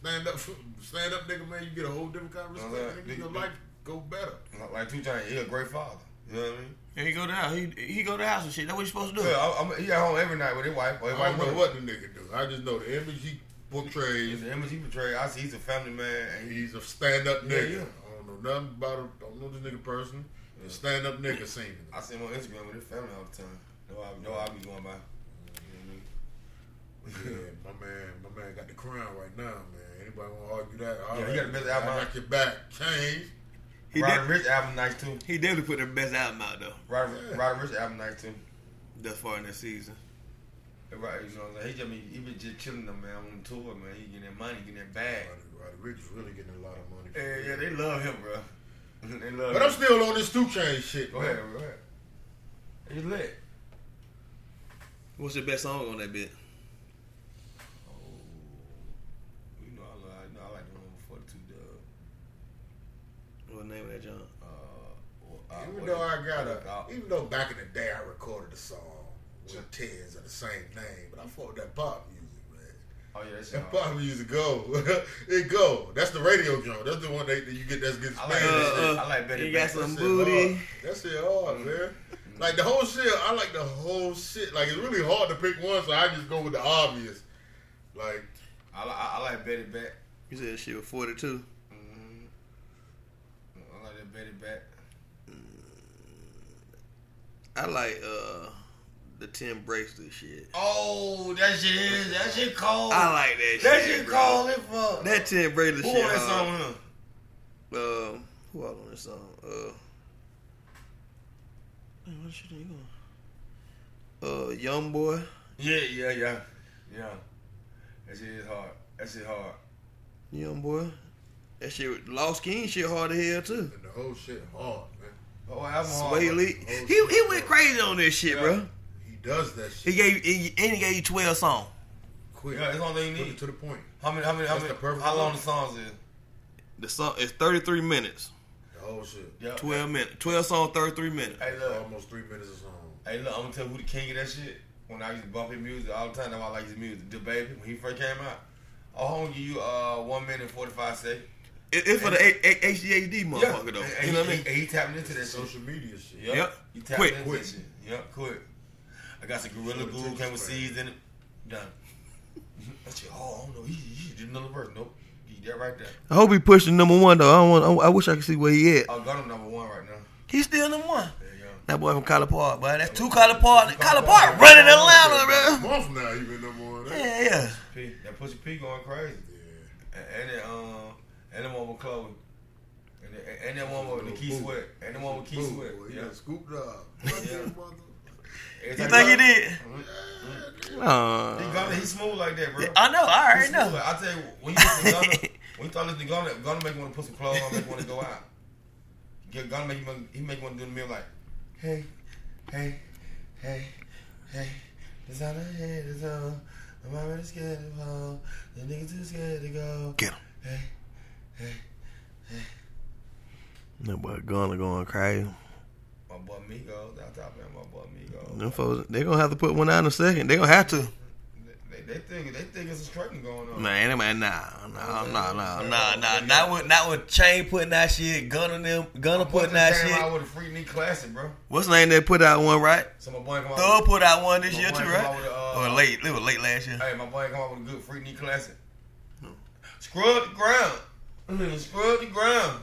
Speaker 2: Stand up, stand up nigga, man. You get a whole different kind of respect.
Speaker 6: Well, that-
Speaker 2: nigga, your life go better.
Speaker 6: Like- Like two chain, he a great father. You know what I mean?
Speaker 1: he go to the house. He, he go to the house and shit. That's what you supposed to do.
Speaker 6: Yeah, I, I'm, he at home every night with his wife. Or his
Speaker 2: I
Speaker 6: wife
Speaker 2: don't know what
Speaker 6: with
Speaker 2: the nigga do. I just know the image he portrays.
Speaker 6: He's the image he portrayed. I see he's a family man. And he,
Speaker 2: He's a stand up
Speaker 6: Yeah,
Speaker 2: nigga.
Speaker 6: yeah.
Speaker 2: I don't know nothing about him. Don't know this nigga person. The stand up nigga singing.
Speaker 6: I see him on Instagram with his family all the time. No, I know I be going by. You know what I mean?
Speaker 2: yeah, my man, my man got the crown right now, man. Anybody want to argue that? All
Speaker 6: Yeah, he got the best
Speaker 2: I
Speaker 6: album out.
Speaker 2: got your back. Change.
Speaker 1: He
Speaker 6: Roddy
Speaker 1: did-
Speaker 6: Rich album nice too.
Speaker 1: He definitely put their best album out though,
Speaker 6: Roddy,
Speaker 2: Yeah.
Speaker 6: Roddy Rich album nice too.
Speaker 1: thus far in the season.
Speaker 6: Right, you know what I'm saying? He just, he been just chilling though, man. On tour, man. He getting that money, getting that bag.
Speaker 2: Roddy, Roddy Rich is really getting a lot of money.
Speaker 6: Yeah, yeah, they love him, bro. they love
Speaker 2: But
Speaker 6: him.
Speaker 2: I'm still on this two chain shit.
Speaker 6: go
Speaker 2: man.
Speaker 6: ahead, go ahead. He's lit.
Speaker 1: What's your best song on that bit?
Speaker 6: Oh, you know I like, you know I like the one before the two dub.
Speaker 1: What name of that John?
Speaker 6: Uh, well,
Speaker 2: Even
Speaker 6: Uh, what
Speaker 2: though I
Speaker 6: it-
Speaker 2: got
Speaker 6: what it
Speaker 2: a,
Speaker 6: called?
Speaker 2: even though back in the day I recorded a song with tears of the same name, but I fuck with that pop music, man.
Speaker 6: Mm. oh yeah, that's
Speaker 2: That
Speaker 6: y'all.
Speaker 2: pop music go, it go. That's the radio joint. That's the one that, that you get that gets
Speaker 6: I
Speaker 2: played.
Speaker 6: like
Speaker 2: That
Speaker 6: that
Speaker 1: Uh,
Speaker 6: shit. Mm. I like Betty
Speaker 1: you got
Speaker 6: Back.
Speaker 1: some
Speaker 2: shit
Speaker 1: booty.
Speaker 2: hard. That shit hard, man. Like the whole shit, I like the whole shit. Like it's really hard to pick one, so I just go with the obvious. Like
Speaker 6: I, li- I, I like Betty Back.
Speaker 1: You said she was 42.
Speaker 6: Mhm. I like that Betty Back.
Speaker 1: I like uh the Tim Bracelet shit.
Speaker 6: Oh, that shit is that shit cold.
Speaker 1: I like that,
Speaker 6: Oh. that
Speaker 1: shit.
Speaker 6: shit
Speaker 1: bro.
Speaker 6: cold. It fuck.
Speaker 1: That Tim Bracelet
Speaker 6: Who
Speaker 1: shit.
Speaker 6: on that
Speaker 1: hard.
Speaker 6: song? huh?
Speaker 1: Um, who all on this song? Uh, man, what shit they going? Uh, Young Boy,
Speaker 6: Yeah, yeah, yeah, yeah. That shit is hard. That shit hard.
Speaker 1: Young boy. That shit, lost skin shit hard to hell too.
Speaker 2: And the whole shit hard, man.
Speaker 6: Oh, I'm hard.
Speaker 1: Sway Lee. He, he went crazy on this shit,
Speaker 6: Yeah.
Speaker 1: bro.
Speaker 2: He does that
Speaker 1: He gave
Speaker 2: shit
Speaker 1: he, and he gave you twelve songs.
Speaker 2: quick.
Speaker 6: Yeah, that's all they
Speaker 2: Put it
Speaker 6: need.
Speaker 2: to the point.
Speaker 6: How many? How many? How
Speaker 2: That's
Speaker 6: many?
Speaker 2: the perfect
Speaker 6: How long
Speaker 2: one.
Speaker 6: the songs is?
Speaker 1: The song is thirty three minutes,
Speaker 2: The whole shit.
Speaker 6: Yeah.
Speaker 1: twelve minutes, twelve song, thirty three minutes.
Speaker 6: Hey, look.
Speaker 2: Almost three minutes of song.
Speaker 6: Hey, look. I'm gonna tell you who the king of that shit. When I used to bump his music all the time, that's why I like his music. The baby, when he first came out, I'll give you uh one minute and forty five seconds.
Speaker 1: It, it's for the A- A- HGAD motherfucker
Speaker 6: And,
Speaker 1: though.
Speaker 6: and
Speaker 1: You know what I
Speaker 6: he,
Speaker 1: mean?
Speaker 6: he, he tapping into
Speaker 2: It's
Speaker 6: that
Speaker 2: that
Speaker 6: shit.
Speaker 2: social media shit.
Speaker 6: Yep.
Speaker 1: Yep.
Speaker 6: You tapped
Speaker 1: Quick.
Speaker 6: into
Speaker 2: Quick.
Speaker 6: that shit. Yep, quick. I got some Gorilla
Speaker 2: Short
Speaker 6: Glue,
Speaker 2: attention
Speaker 6: came with
Speaker 2: span.
Speaker 6: seeds in it. Done. That shit, oh, I don't know. He, he did another verse. Nope. He did right there.
Speaker 1: I hope he pushed the number one though. I don't want. I, I wish I could see where he at.
Speaker 6: I got him Uh, number one right now.
Speaker 1: He's still number one.
Speaker 6: There you go.
Speaker 1: That boy from Collar Park, boy. That's two Collar Park. Collar
Speaker 6: Collar
Speaker 1: Park
Speaker 6: Park.
Speaker 1: running Atlanta,
Speaker 2: A
Speaker 1: bro.
Speaker 2: month now, even no more. of that.
Speaker 1: Yeah, yeah.
Speaker 6: P, that Pussy P going crazy.
Speaker 2: Yeah.
Speaker 6: And, and that, um, and the one with Chloe. And, the, and that one with
Speaker 2: Little
Speaker 6: Nikki
Speaker 2: boo.
Speaker 6: Sweat. And the one with Key
Speaker 2: Boom,
Speaker 6: Sweat.
Speaker 2: boy, He
Speaker 6: Yeah.
Speaker 2: done scooped up.
Speaker 6: Every
Speaker 1: You
Speaker 6: time
Speaker 1: think he
Speaker 6: go-
Speaker 1: did?
Speaker 6: He
Speaker 1: Uh,
Speaker 6: got it. He smooth like that, bro.
Speaker 1: I know. I
Speaker 6: He
Speaker 1: already
Speaker 6: smooth.
Speaker 1: know.
Speaker 6: Like, I tell you, when you listen to Gunna, when you start listening to Gunna, Gunna make you want to put some clothes on, make you want to go out. Get Gunna make you want- he make you want to do the meal like, hey, hey, hey, hey, this out of here, this out. I'm already scared of home. The nigga too scared to go.
Speaker 1: Get him.
Speaker 6: Hey, hey.
Speaker 1: That boy gonna going crazy.
Speaker 6: My boy Migos, I top man, my boy Migos.
Speaker 1: Them folks, they gonna have to put one out in a second. They gonna have to.
Speaker 6: They, they think they think it's a strutting going on.
Speaker 1: Man, that man, nah, nah, nah, nah, nah, nah. Not with, not with Chain putting out shit, Gunna them, Gunna
Speaker 6: What's
Speaker 1: putting
Speaker 6: that
Speaker 1: out
Speaker 6: came out
Speaker 1: shit.
Speaker 6: with a free knee classic, bro.
Speaker 1: What's the name that put out one right?
Speaker 6: So my boy come out.
Speaker 1: Thug put out one this
Speaker 6: My
Speaker 1: year
Speaker 6: boy
Speaker 1: too,
Speaker 6: come out with,
Speaker 1: right?
Speaker 6: uh,
Speaker 1: Or late, it was late last year.
Speaker 6: Hey, my boy come out with a good free knee classic. Scrub the ground. Mm, Scrub the ground.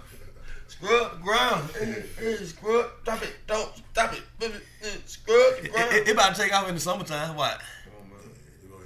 Speaker 6: Scrub the ground. Mm, mm, Scrub. Stop it. Don't stop it. Mm, mm, Scrub the
Speaker 1: It,
Speaker 6: ground.
Speaker 1: it- it about to take off in the summertime. What?
Speaker 6: Come on,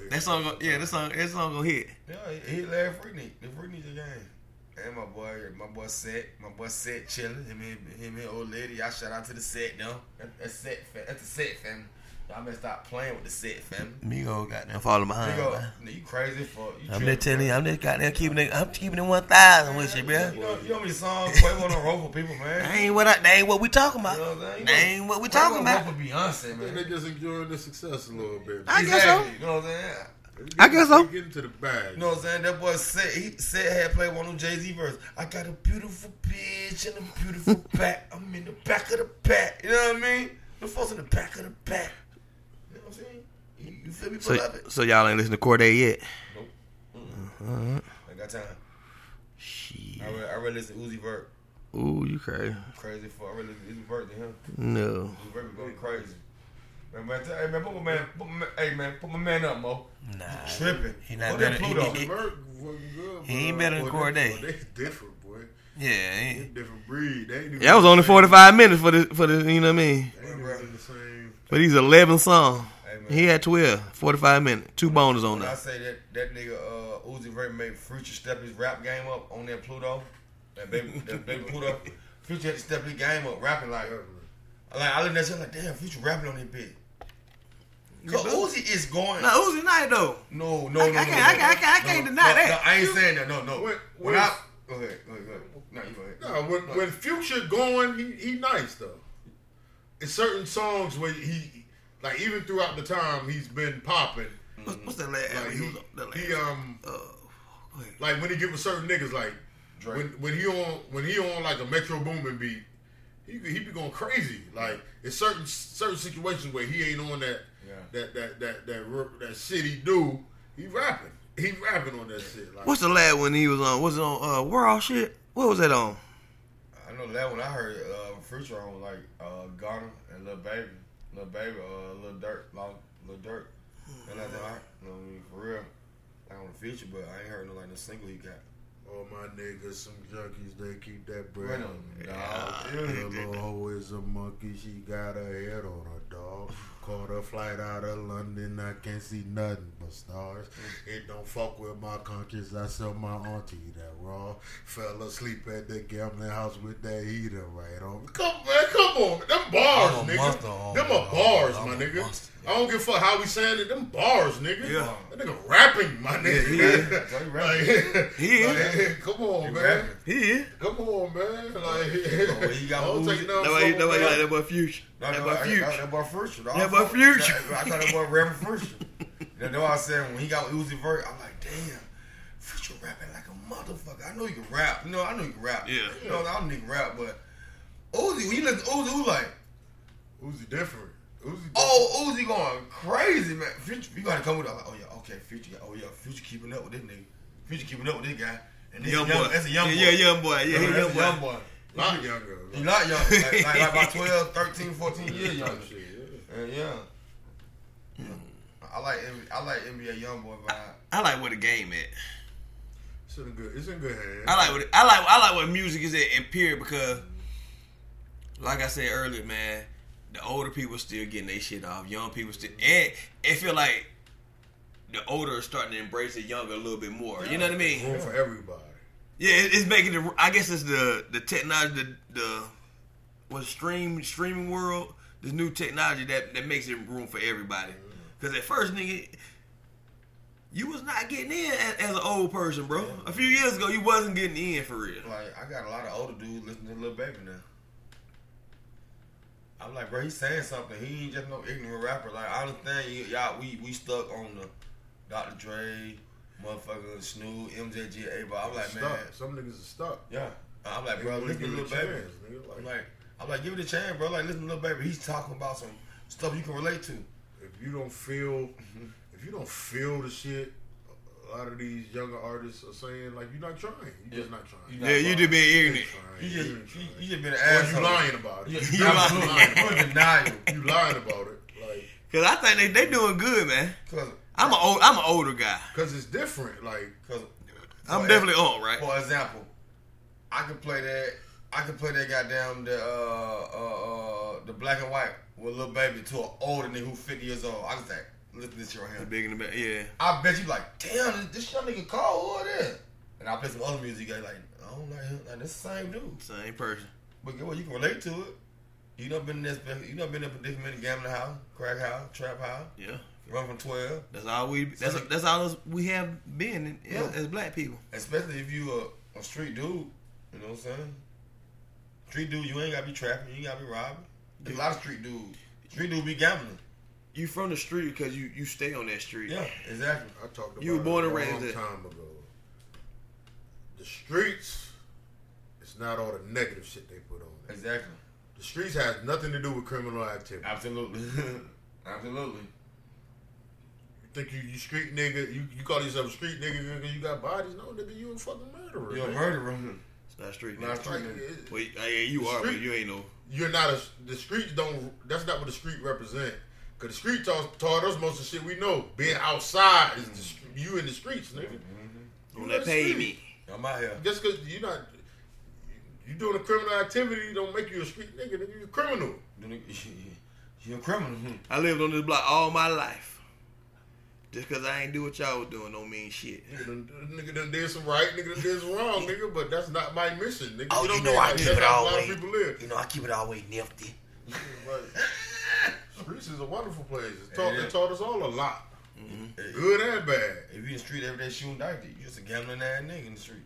Speaker 6: man.
Speaker 1: That song, gonna, yeah, that song, that song gonna hit.
Speaker 6: Yeah, he- he Larry Freakney. The Freakney's the game. And my boy, my boy Set, my boy Set chilling. Him and him and old lady. I shout out to the Set though. That, that's Set fam. That's the Set family. Y'all better stop playing with the Set family.
Speaker 1: Migo got them falling
Speaker 6: They
Speaker 1: behind.
Speaker 6: go,
Speaker 1: man.
Speaker 6: "Nigga, you crazy for you.
Speaker 1: Uh, I'm
Speaker 6: tripping,
Speaker 1: just telling
Speaker 6: bro."
Speaker 1: you, I'm just got there keeping it, I'm keeping it one thousand with you, bro.
Speaker 6: You know, you know me song Quavo on the road for people, man.
Speaker 1: That ain't what I, that ain't what we talking
Speaker 6: You know
Speaker 1: about.
Speaker 6: what I'm saying? You
Speaker 1: That
Speaker 6: know,
Speaker 1: ain't what we
Speaker 6: Quavo
Speaker 1: talking
Speaker 6: on the road
Speaker 1: about.
Speaker 6: for Beyonce,
Speaker 2: Man,
Speaker 6: man.
Speaker 2: they just enjoying the success a little bit.
Speaker 1: I guess so.
Speaker 6: You know what I'm saying?
Speaker 1: I guess so.
Speaker 2: Get into the bag.
Speaker 6: You know what I'm saying? That boy said he said had played one of them Jay Z verse. I got a beautiful bitch and a beautiful back. I'm in the back of the pack. You know what I mean? The folks in the back of the pack. You know what I'm saying? You, you feel me,
Speaker 1: So,
Speaker 6: beloved?
Speaker 1: so y'all ain't listening to Corday yet.
Speaker 6: Nope.
Speaker 1: Uh-huh.
Speaker 6: I got time.
Speaker 1: Shit.
Speaker 6: I really, I really listen to Uzi Vert.
Speaker 1: Ooh, you crazy?
Speaker 6: Crazy for I really listen to Uzi Vert to him.
Speaker 1: No.
Speaker 6: Uzi Vert be going crazy. Man, man, tell- hey man, put my man, put my, hey man, put my man up, Mo.
Speaker 1: Nah.
Speaker 6: Tripping.
Speaker 1: He not
Speaker 6: Put that
Speaker 1: better- he-
Speaker 6: Pluto.
Speaker 1: he-
Speaker 2: Merc fucking good,
Speaker 1: He ain't
Speaker 2: bro.
Speaker 1: better than
Speaker 2: Boy,
Speaker 1: Corday.
Speaker 2: They boy, they different, boy.
Speaker 1: Yeah.
Speaker 2: They
Speaker 1: ain't-
Speaker 2: different breed. They ain't even
Speaker 1: That was
Speaker 2: the
Speaker 1: only
Speaker 2: same-
Speaker 1: forty five minutes for the for the you know what I mean.
Speaker 2: They ain't even the same.
Speaker 1: For these eleven songs,
Speaker 6: Hey, man.
Speaker 1: he had 12, 45 minutes, two bonus on
Speaker 6: When I
Speaker 1: that.
Speaker 6: say that that nigga uh, Uzi Vert made Future step his rap game up on that Pluto, that baby, that baby Pluto, Future had to step his game up rapping like, like I look at that shit like, damn, Future rapping on that bitch. Cause Uzi is going.
Speaker 1: Now Uzi Knight though.
Speaker 6: No, no,
Speaker 1: I- I
Speaker 6: no, no,
Speaker 1: can't-
Speaker 6: no,
Speaker 1: I can't-
Speaker 6: no,
Speaker 1: I can't- I
Speaker 6: no,
Speaker 1: can't
Speaker 6: no,
Speaker 1: deny
Speaker 6: no,
Speaker 1: that.
Speaker 6: No, I ain't saying that. No, no.
Speaker 2: What- what
Speaker 6: when I
Speaker 2: is-
Speaker 6: go ahead, go ahead, go ahead. No, you go ahead.
Speaker 2: No, when, when Future going, he, he nice though. It's certain songs where he, like even throughout the time he's been popping.
Speaker 1: What's, what's that
Speaker 6: Mm-hmm.
Speaker 1: last?
Speaker 2: Like
Speaker 1: album he
Speaker 2: he,
Speaker 1: was on? That last-
Speaker 2: he um,
Speaker 1: uh, go ahead.
Speaker 2: like when he get with certain niggas, like
Speaker 6: Drake.
Speaker 2: when when he on when he on like a Metro Boomin beat, he he be going crazy. Like it's certain certain situations where he ain't on that
Speaker 6: Yeah.
Speaker 2: that that that that r- that shit he do. He rapping, he rapping on that shit. Like
Speaker 1: What's the last one he was on? Was it on uh, World shit? What was that on?
Speaker 6: I know that when I heard uh, Future on like uh, Ghana and Lil Baby, Lil Baby, uh, Lil Dirt, Lil, Lil Dirt. And I thought, I, you know what I mean, for real, like on the Future, but I ain't heard no like no single he got.
Speaker 2: all my niggas, some junkies, they keep that
Speaker 6: Right
Speaker 2: bread
Speaker 6: on,
Speaker 2: on me.
Speaker 6: dog.
Speaker 2: Hello, always a monkey. She got her head on her dog. Caught a flight out of London, I can't see nothing but stars. It don't fuck with my conscience, I sell my auntie that raw. Fell asleep at the gambling house with that heater right on. Come man, come on, them bars,
Speaker 6: I'm a
Speaker 2: nigga.
Speaker 6: monster on
Speaker 2: them
Speaker 6: my-
Speaker 2: are bars,
Speaker 6: I'm
Speaker 2: my
Speaker 6: a
Speaker 2: nigga.
Speaker 6: monster.
Speaker 2: I don't give a fuck how we saying it. Them bars, nigga.
Speaker 1: Yeah.
Speaker 2: That nigga rapping, my nigga.
Speaker 1: he is.
Speaker 2: like,
Speaker 1: He is.
Speaker 2: like, come on, man.
Speaker 6: rapping.
Speaker 1: He is.
Speaker 2: Come on, man. Like,
Speaker 6: Oh, he got
Speaker 2: I don't
Speaker 6: moves.
Speaker 2: take nothing
Speaker 1: That boy,
Speaker 2: from
Speaker 1: that
Speaker 2: him,
Speaker 1: boy
Speaker 2: man.
Speaker 1: like that boy Future.
Speaker 6: No,
Speaker 1: That
Speaker 6: no,
Speaker 1: boy
Speaker 6: I- I-
Speaker 1: Future.
Speaker 6: That boy Future. dog.
Speaker 1: That boy
Speaker 6: Fuck.
Speaker 1: Future.
Speaker 6: I thought that boy rapping Future. That's what I said when he got with Uzi Vert. I'm like, damn, Future rapping like a motherfucker. I know you can rap. You know, I know you can rap.
Speaker 1: Yeah.
Speaker 6: You know, I don't think rap, but Uzi, when you listen to Uzi, Uzi like,
Speaker 2: Uzi different. Uzi different.
Speaker 6: oh, Uzi going crazy, man. Future, you gotta come with that. Like, oh yeah, okay, Future. yeah, Oh yeah, Future keeping up with this nigga. Future keeping up with this guy. And this
Speaker 1: Young boy.
Speaker 6: That's a young boy.
Speaker 1: Yeah, yeah, young boy. Yeah, he
Speaker 6: That's
Speaker 1: young
Speaker 6: a
Speaker 1: boy.
Speaker 6: young boy.
Speaker 2: Lot younger.
Speaker 6: He not young. Like, like, like about 12, 13, 14 years younger.
Speaker 2: Shit, yeah.
Speaker 6: Uh, yeah. I like NBA, I like NBA YoungBoy vibe.
Speaker 1: I like where the game at.
Speaker 2: It's in good. It's in good hands.
Speaker 1: I like what it- I like I like what music is at and period because like I said earlier, man, the older people still getting their shit off. Young people still and it feel like the older is starting to embrace the younger a little bit more. You know what I mean?
Speaker 2: room for everybody.
Speaker 1: Yeah, it, it's making the I guess it's the the technology the the what stream streaming world, this new technology that that makes it room for everybody. Cause at first nigga you was not getting in as, as an old person, bro. A few years ago, you wasn't getting in for real.
Speaker 6: Like I got a lot of older dudes listening to Lil Baby now. I'm like, bro, he's saying something. He ain't just no ignorant rapper. Like I understand you, y'all. We we stuck on the Dr. Dre, motherfucker Snoop, MJGA. But I'm like,
Speaker 2: stuck.
Speaker 6: man,
Speaker 2: Some niggas are stuck.
Speaker 6: yeah. I'm like,
Speaker 2: They
Speaker 6: bro,
Speaker 2: wouldn't
Speaker 6: listen to Lil
Speaker 2: give it a
Speaker 6: Baby.
Speaker 2: chance, nigga. Like,
Speaker 6: I'm like, I'm like, give it a chance, bro. Like, listen to Lil Baby. He's talking about some stuff you can relate to.
Speaker 2: if you don't feel,
Speaker 6: Mm-hmm.
Speaker 2: if you don't feel the shit, a lot of these younger artists are saying like you're not trying. You're just not trying. You're
Speaker 6: You not
Speaker 1: Yeah, you just being
Speaker 2: not
Speaker 1: ignorant.
Speaker 2: trying.
Speaker 6: You
Speaker 2: You're
Speaker 6: just,
Speaker 2: not
Speaker 6: you,
Speaker 2: trying.
Speaker 6: you just been an
Speaker 2: Or
Speaker 6: asshole.
Speaker 2: you lying about it.
Speaker 6: You
Speaker 1: lying.
Speaker 6: absolutely lying. You denial.
Speaker 2: You lying about it. Like,
Speaker 1: Cause I think they, they doing good, man.
Speaker 6: Cause,
Speaker 1: I'm an old I'm an older guy.
Speaker 2: cause it's different. Like,
Speaker 6: cause
Speaker 1: I'm
Speaker 6: for-
Speaker 1: definitely old, right?
Speaker 6: For example, I can play that. I can play that goddamn the uh, uh, uh, the black and white with little baby to an older nigga who 50 years old. I was like, listen to this shit right
Speaker 1: The
Speaker 6: here.
Speaker 1: big and the bad. Yeah.
Speaker 6: I bet you like, damn, this, this young nigga cold. Who it is? And I play some other music. I like, I don't like him. Like this the same dude.
Speaker 1: Same person.
Speaker 6: But get what you can relate to it. You done been in this. You done been in a predicament, gambling house, crack house, trap house,
Speaker 1: Yeah.
Speaker 6: run from 12.
Speaker 1: That's all we that's that's all us- we have been in,
Speaker 6: Yeah.
Speaker 1: as black people.
Speaker 6: Especially if you a, a street dude, you know what I'm saying? Street dude, you ain't gotta be trapping, you ain't gotta be robbing. There's a lot of street dudes. Street dude be gambling.
Speaker 1: You from the street because you you stay on that street.
Speaker 6: Yeah, exactly.
Speaker 2: I talked about
Speaker 1: You were born
Speaker 2: it
Speaker 1: and
Speaker 2: a
Speaker 1: raised
Speaker 2: long
Speaker 1: there.
Speaker 2: time ago. The streets, it's not all the negative shit they put on it.
Speaker 6: Exactly.
Speaker 2: The streets has nothing to do with criminal activity.
Speaker 6: Absolutely. Absolutely.
Speaker 2: You think you, you street nigga, you, you call yourself a street nigga because you got bodies? No, nigga, you a fucking murderer.
Speaker 6: You're a
Speaker 2: man.
Speaker 6: murderer.
Speaker 1: It's not street.
Speaker 6: Not
Speaker 1: Not
Speaker 2: Like,
Speaker 6: street nigga.
Speaker 2: it-
Speaker 1: Well, you- yeah, you are,
Speaker 2: Street.
Speaker 1: but you ain't no.
Speaker 2: you're not a the streets don't that's not what the street represent because the street taught, taught us most of the shit we know being outside is the, str- you in the streets nigga You
Speaker 1: On
Speaker 2: in
Speaker 1: that
Speaker 2: the
Speaker 1: pavement.
Speaker 6: I'm out here.
Speaker 2: street. just because you're not you doing a criminal activity don't make you a street nigga nigga you're a criminal
Speaker 6: You nigga- You a criminal.
Speaker 1: I lived on this block all my life. Just because I ain't do what y'all was doing don't mean shit.
Speaker 2: nigga done, nigga done did some right nigga done did some wrong nigga but that's not my mission nigga
Speaker 7: Oh, you
Speaker 2: don't
Speaker 7: know
Speaker 2: think
Speaker 7: I
Speaker 2: like
Speaker 7: keep
Speaker 2: that's
Speaker 7: it
Speaker 2: how
Speaker 7: all
Speaker 2: a lot of
Speaker 7: way.
Speaker 2: people live
Speaker 7: You know, I keep it always nifty.
Speaker 2: Like, streets is a wonderful place it taught,
Speaker 6: Yeah.
Speaker 2: it taught us all a lot
Speaker 1: Mm-hmm.
Speaker 2: good and bad
Speaker 6: If you in the street every day shooting dice, you just a gambling ass nigga in the street.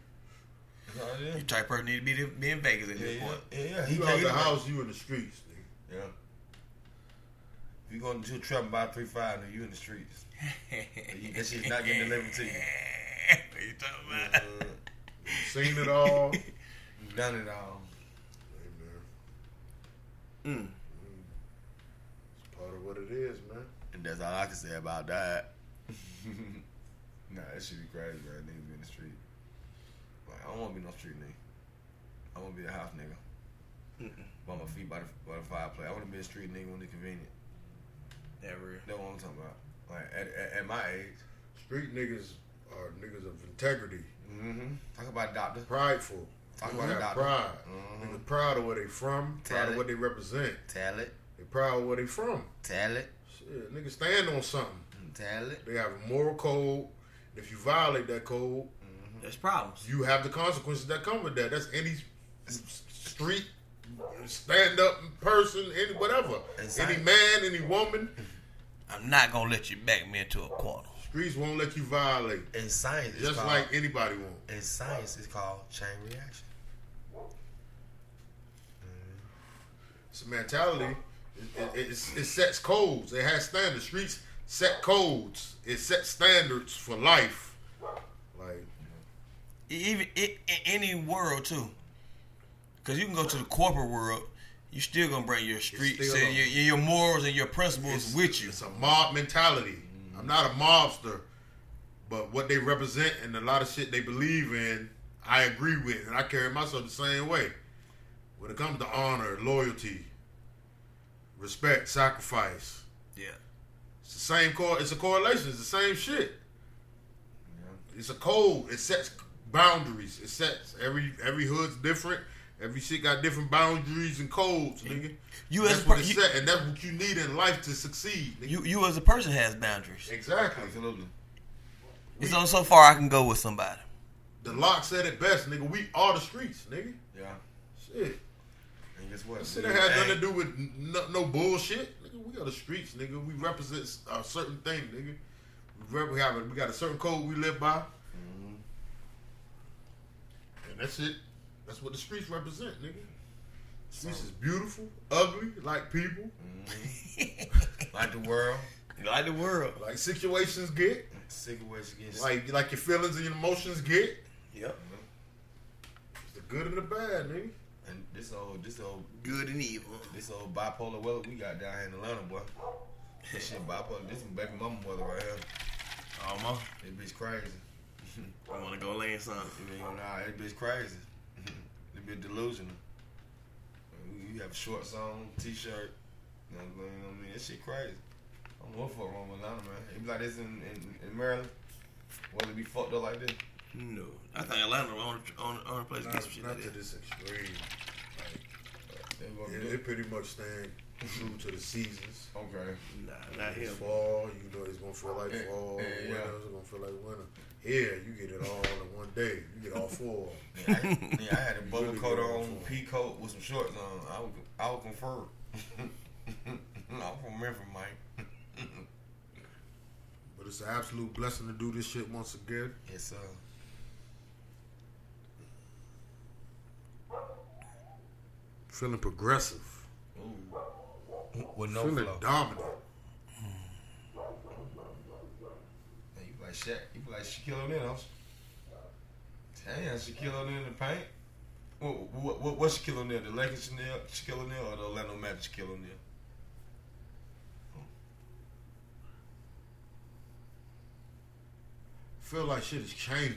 Speaker 6: That's all it
Speaker 1: You
Speaker 6: is.
Speaker 1: type person need to be, the- be in Vegas at
Speaker 6: Yeah,
Speaker 1: this
Speaker 6: yeah,
Speaker 1: point.
Speaker 6: yeah, yeah. He
Speaker 2: you
Speaker 6: can't
Speaker 2: out
Speaker 6: get
Speaker 2: the
Speaker 6: away.
Speaker 2: house you in the streets nigga
Speaker 6: Yeah. If you going to trap and buy three five, then you in the streets. You- that shit's not getting delivered to you.
Speaker 1: What you talking about?
Speaker 6: Uh,
Speaker 2: seen it all.
Speaker 6: you done it all.
Speaker 1: Mm.
Speaker 2: It's part of what it is, man.
Speaker 6: And that's all I can say about that. nah, that should be crazy, bro. Niggas be in the street. Like, I don't want to be no street nigga. I want to be a house nigga. By my feet by the, by the fireplace. I want to be a street nigga when it's convenient.
Speaker 1: Never.
Speaker 6: That's what I'm talking about. Like, at, at, at my age.
Speaker 2: Street niggas are niggas of integrity,
Speaker 6: Mm-hmm. Talk about doctor.
Speaker 2: prideful.
Speaker 6: Talk
Speaker 2: Niggas
Speaker 6: about
Speaker 2: got
Speaker 6: doctor.
Speaker 2: pride.
Speaker 6: Mhm.
Speaker 2: Niggas proud of where they from, proud
Speaker 6: Tell
Speaker 2: of
Speaker 6: it.
Speaker 2: what they represent.
Speaker 6: Talent.
Speaker 2: They proud of where they from.
Speaker 6: Talent.
Speaker 2: Yeah, niggas stand on something.
Speaker 6: Talent.
Speaker 2: They have a moral code. If you violate that code,
Speaker 1: There's problems.
Speaker 2: you have the consequences that come with that. That's any s- street stand up person, any whatever,
Speaker 6: Exactly.
Speaker 2: any man, any woman.
Speaker 1: I'm not gonna let you back me into a corner.
Speaker 2: Streets won't let you violate,
Speaker 6: In science, it's
Speaker 2: just
Speaker 6: called,
Speaker 2: like anybody won't.
Speaker 6: in science, it's called chain reaction.
Speaker 2: It's a mentality. It, it, it, it sets codes. It has standards. Streets set codes. It sets standards for life. Like
Speaker 1: even i in any world too. Because you can go to the corporate world, you still gonna bring your streets
Speaker 2: still
Speaker 1: and
Speaker 2: a-
Speaker 1: your, your morals and your principles
Speaker 2: it's
Speaker 1: with you.
Speaker 2: It's a mob mentality.
Speaker 1: Mm-hmm.
Speaker 2: I'm not a mobster, but what they represent and a lot of shit they believe in, I agree with, and I carry myself the same way. When it comes to honor, loyalty, respect, sacrifice,
Speaker 1: Yeah,
Speaker 2: it's the same core. It's a correlation. It's the same shit. It's a code. It sets boundaries. It sets every every hood's different. Every shit got different boundaries and codes, nigga.
Speaker 1: You
Speaker 2: that's
Speaker 1: as
Speaker 2: what
Speaker 1: per-
Speaker 2: it
Speaker 1: you-
Speaker 2: set, and that's what you need in life to succeed. Nigga.
Speaker 1: you you as a person has boundaries.
Speaker 2: exactly.
Speaker 6: Absolutely.
Speaker 1: It's only so far I can go with somebody.
Speaker 2: The lock said it best, nigga. We are the streets, nigga.
Speaker 6: Yeah.
Speaker 2: Shit.
Speaker 6: And guess what?
Speaker 2: Shit
Speaker 6: We
Speaker 2: ain't had
Speaker 6: ain't-
Speaker 2: nothing to do with no, no bullshit. Nigga, we are the streets, nigga. We represent s- a certain thing, nigga. We, rep- we have a, we got a certain code we live by. And that's it. That's what the streets represent, nigga. Streets is beautiful, ugly, like people,
Speaker 6: like the world.
Speaker 1: Like the world.
Speaker 2: like situations get,
Speaker 6: Sick of what you get.
Speaker 2: like like your feelings and your emotions get.
Speaker 1: Yep.
Speaker 2: It's the good and the bad, nigga.
Speaker 6: and this old, this old,
Speaker 1: Good and evil.
Speaker 6: this old bipolar weather we got down here in Atlanta, boy. This shit bipolar. This is baby mama weather right here.
Speaker 1: Almost.
Speaker 6: That bitch crazy.
Speaker 1: I wanna go land something.
Speaker 6: You know, nah, that bitch crazy. that bitch delusional. You have shorts on, t-shirt. You know what I mean? You know what I mean? That shit crazy. I don't know what the fuck wrong with Atlanta, man. It be like this in, in, in Maryland. Whether it be fucked up like this.
Speaker 1: No. I think Atlanta on on on a place to
Speaker 2: Not,
Speaker 1: get some shit
Speaker 2: not
Speaker 1: like
Speaker 2: to
Speaker 1: that.
Speaker 2: this extreme.
Speaker 6: They gonna
Speaker 2: It,
Speaker 6: do
Speaker 2: it pretty much staying true to the seasons.
Speaker 6: Okay.
Speaker 1: Nah, not
Speaker 2: It's
Speaker 1: him.
Speaker 2: fall, you know it's gonna feel like
Speaker 6: Yeah,
Speaker 2: fall.
Speaker 6: yeah,
Speaker 2: winter,
Speaker 6: yeah.
Speaker 2: it's gonna feel like winter. Here, you get it all in one day. You get all four.
Speaker 6: Yeah, I, yeah, I had a bubble
Speaker 2: really
Speaker 6: coat
Speaker 2: good
Speaker 6: on,
Speaker 2: for
Speaker 6: pea coat with some shorts on. I would, I would confer. I'm from Memphis, Mike.
Speaker 2: But it's an absolute blessing to do this shit once again.
Speaker 6: Yes, sir.
Speaker 2: Feeling progressive,
Speaker 6: Ooh. With no
Speaker 2: feeling
Speaker 6: flow.
Speaker 2: dominant.
Speaker 6: Man, you be like Shaq. You be like Shaquille O'Neal. Damn, Shaquille O'Neal in the paint. What, what, what, what's Shaquille O'Neal? The Lakers Chanel- Shaquille O'Neal or the Orlando Magic Shaquille O'Neal?
Speaker 2: Feel like shit is changing.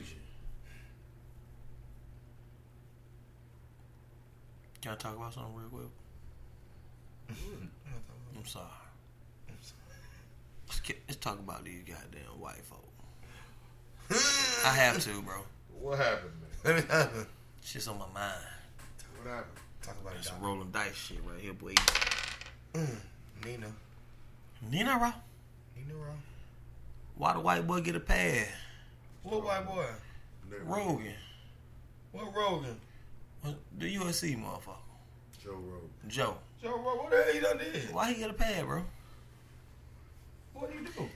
Speaker 1: Can I talk about something real quick? Mm. I'm sorry. Let's, get, let's talk about these goddamn white folk. I have to, bro.
Speaker 2: What happened, man?
Speaker 6: Let me talk
Speaker 1: Shit's on my mind.
Speaker 2: What happened?
Speaker 6: about it,
Speaker 1: Some
Speaker 6: Doc.
Speaker 1: rolling dice shit right here, boy.
Speaker 6: Nina.
Speaker 1: Nina, bro.
Speaker 6: Nina, wrong.
Speaker 1: Why the white boy get a pass?
Speaker 6: What white boy?
Speaker 2: Nigga,
Speaker 1: Rogan.
Speaker 6: What Rogan?
Speaker 1: What- The USC motherfucker.
Speaker 2: Joe Rogan.
Speaker 1: Joe.
Speaker 6: Joe Rogan, what the hell he done did?
Speaker 1: Why he get a pass, bro?
Speaker 6: What do you do?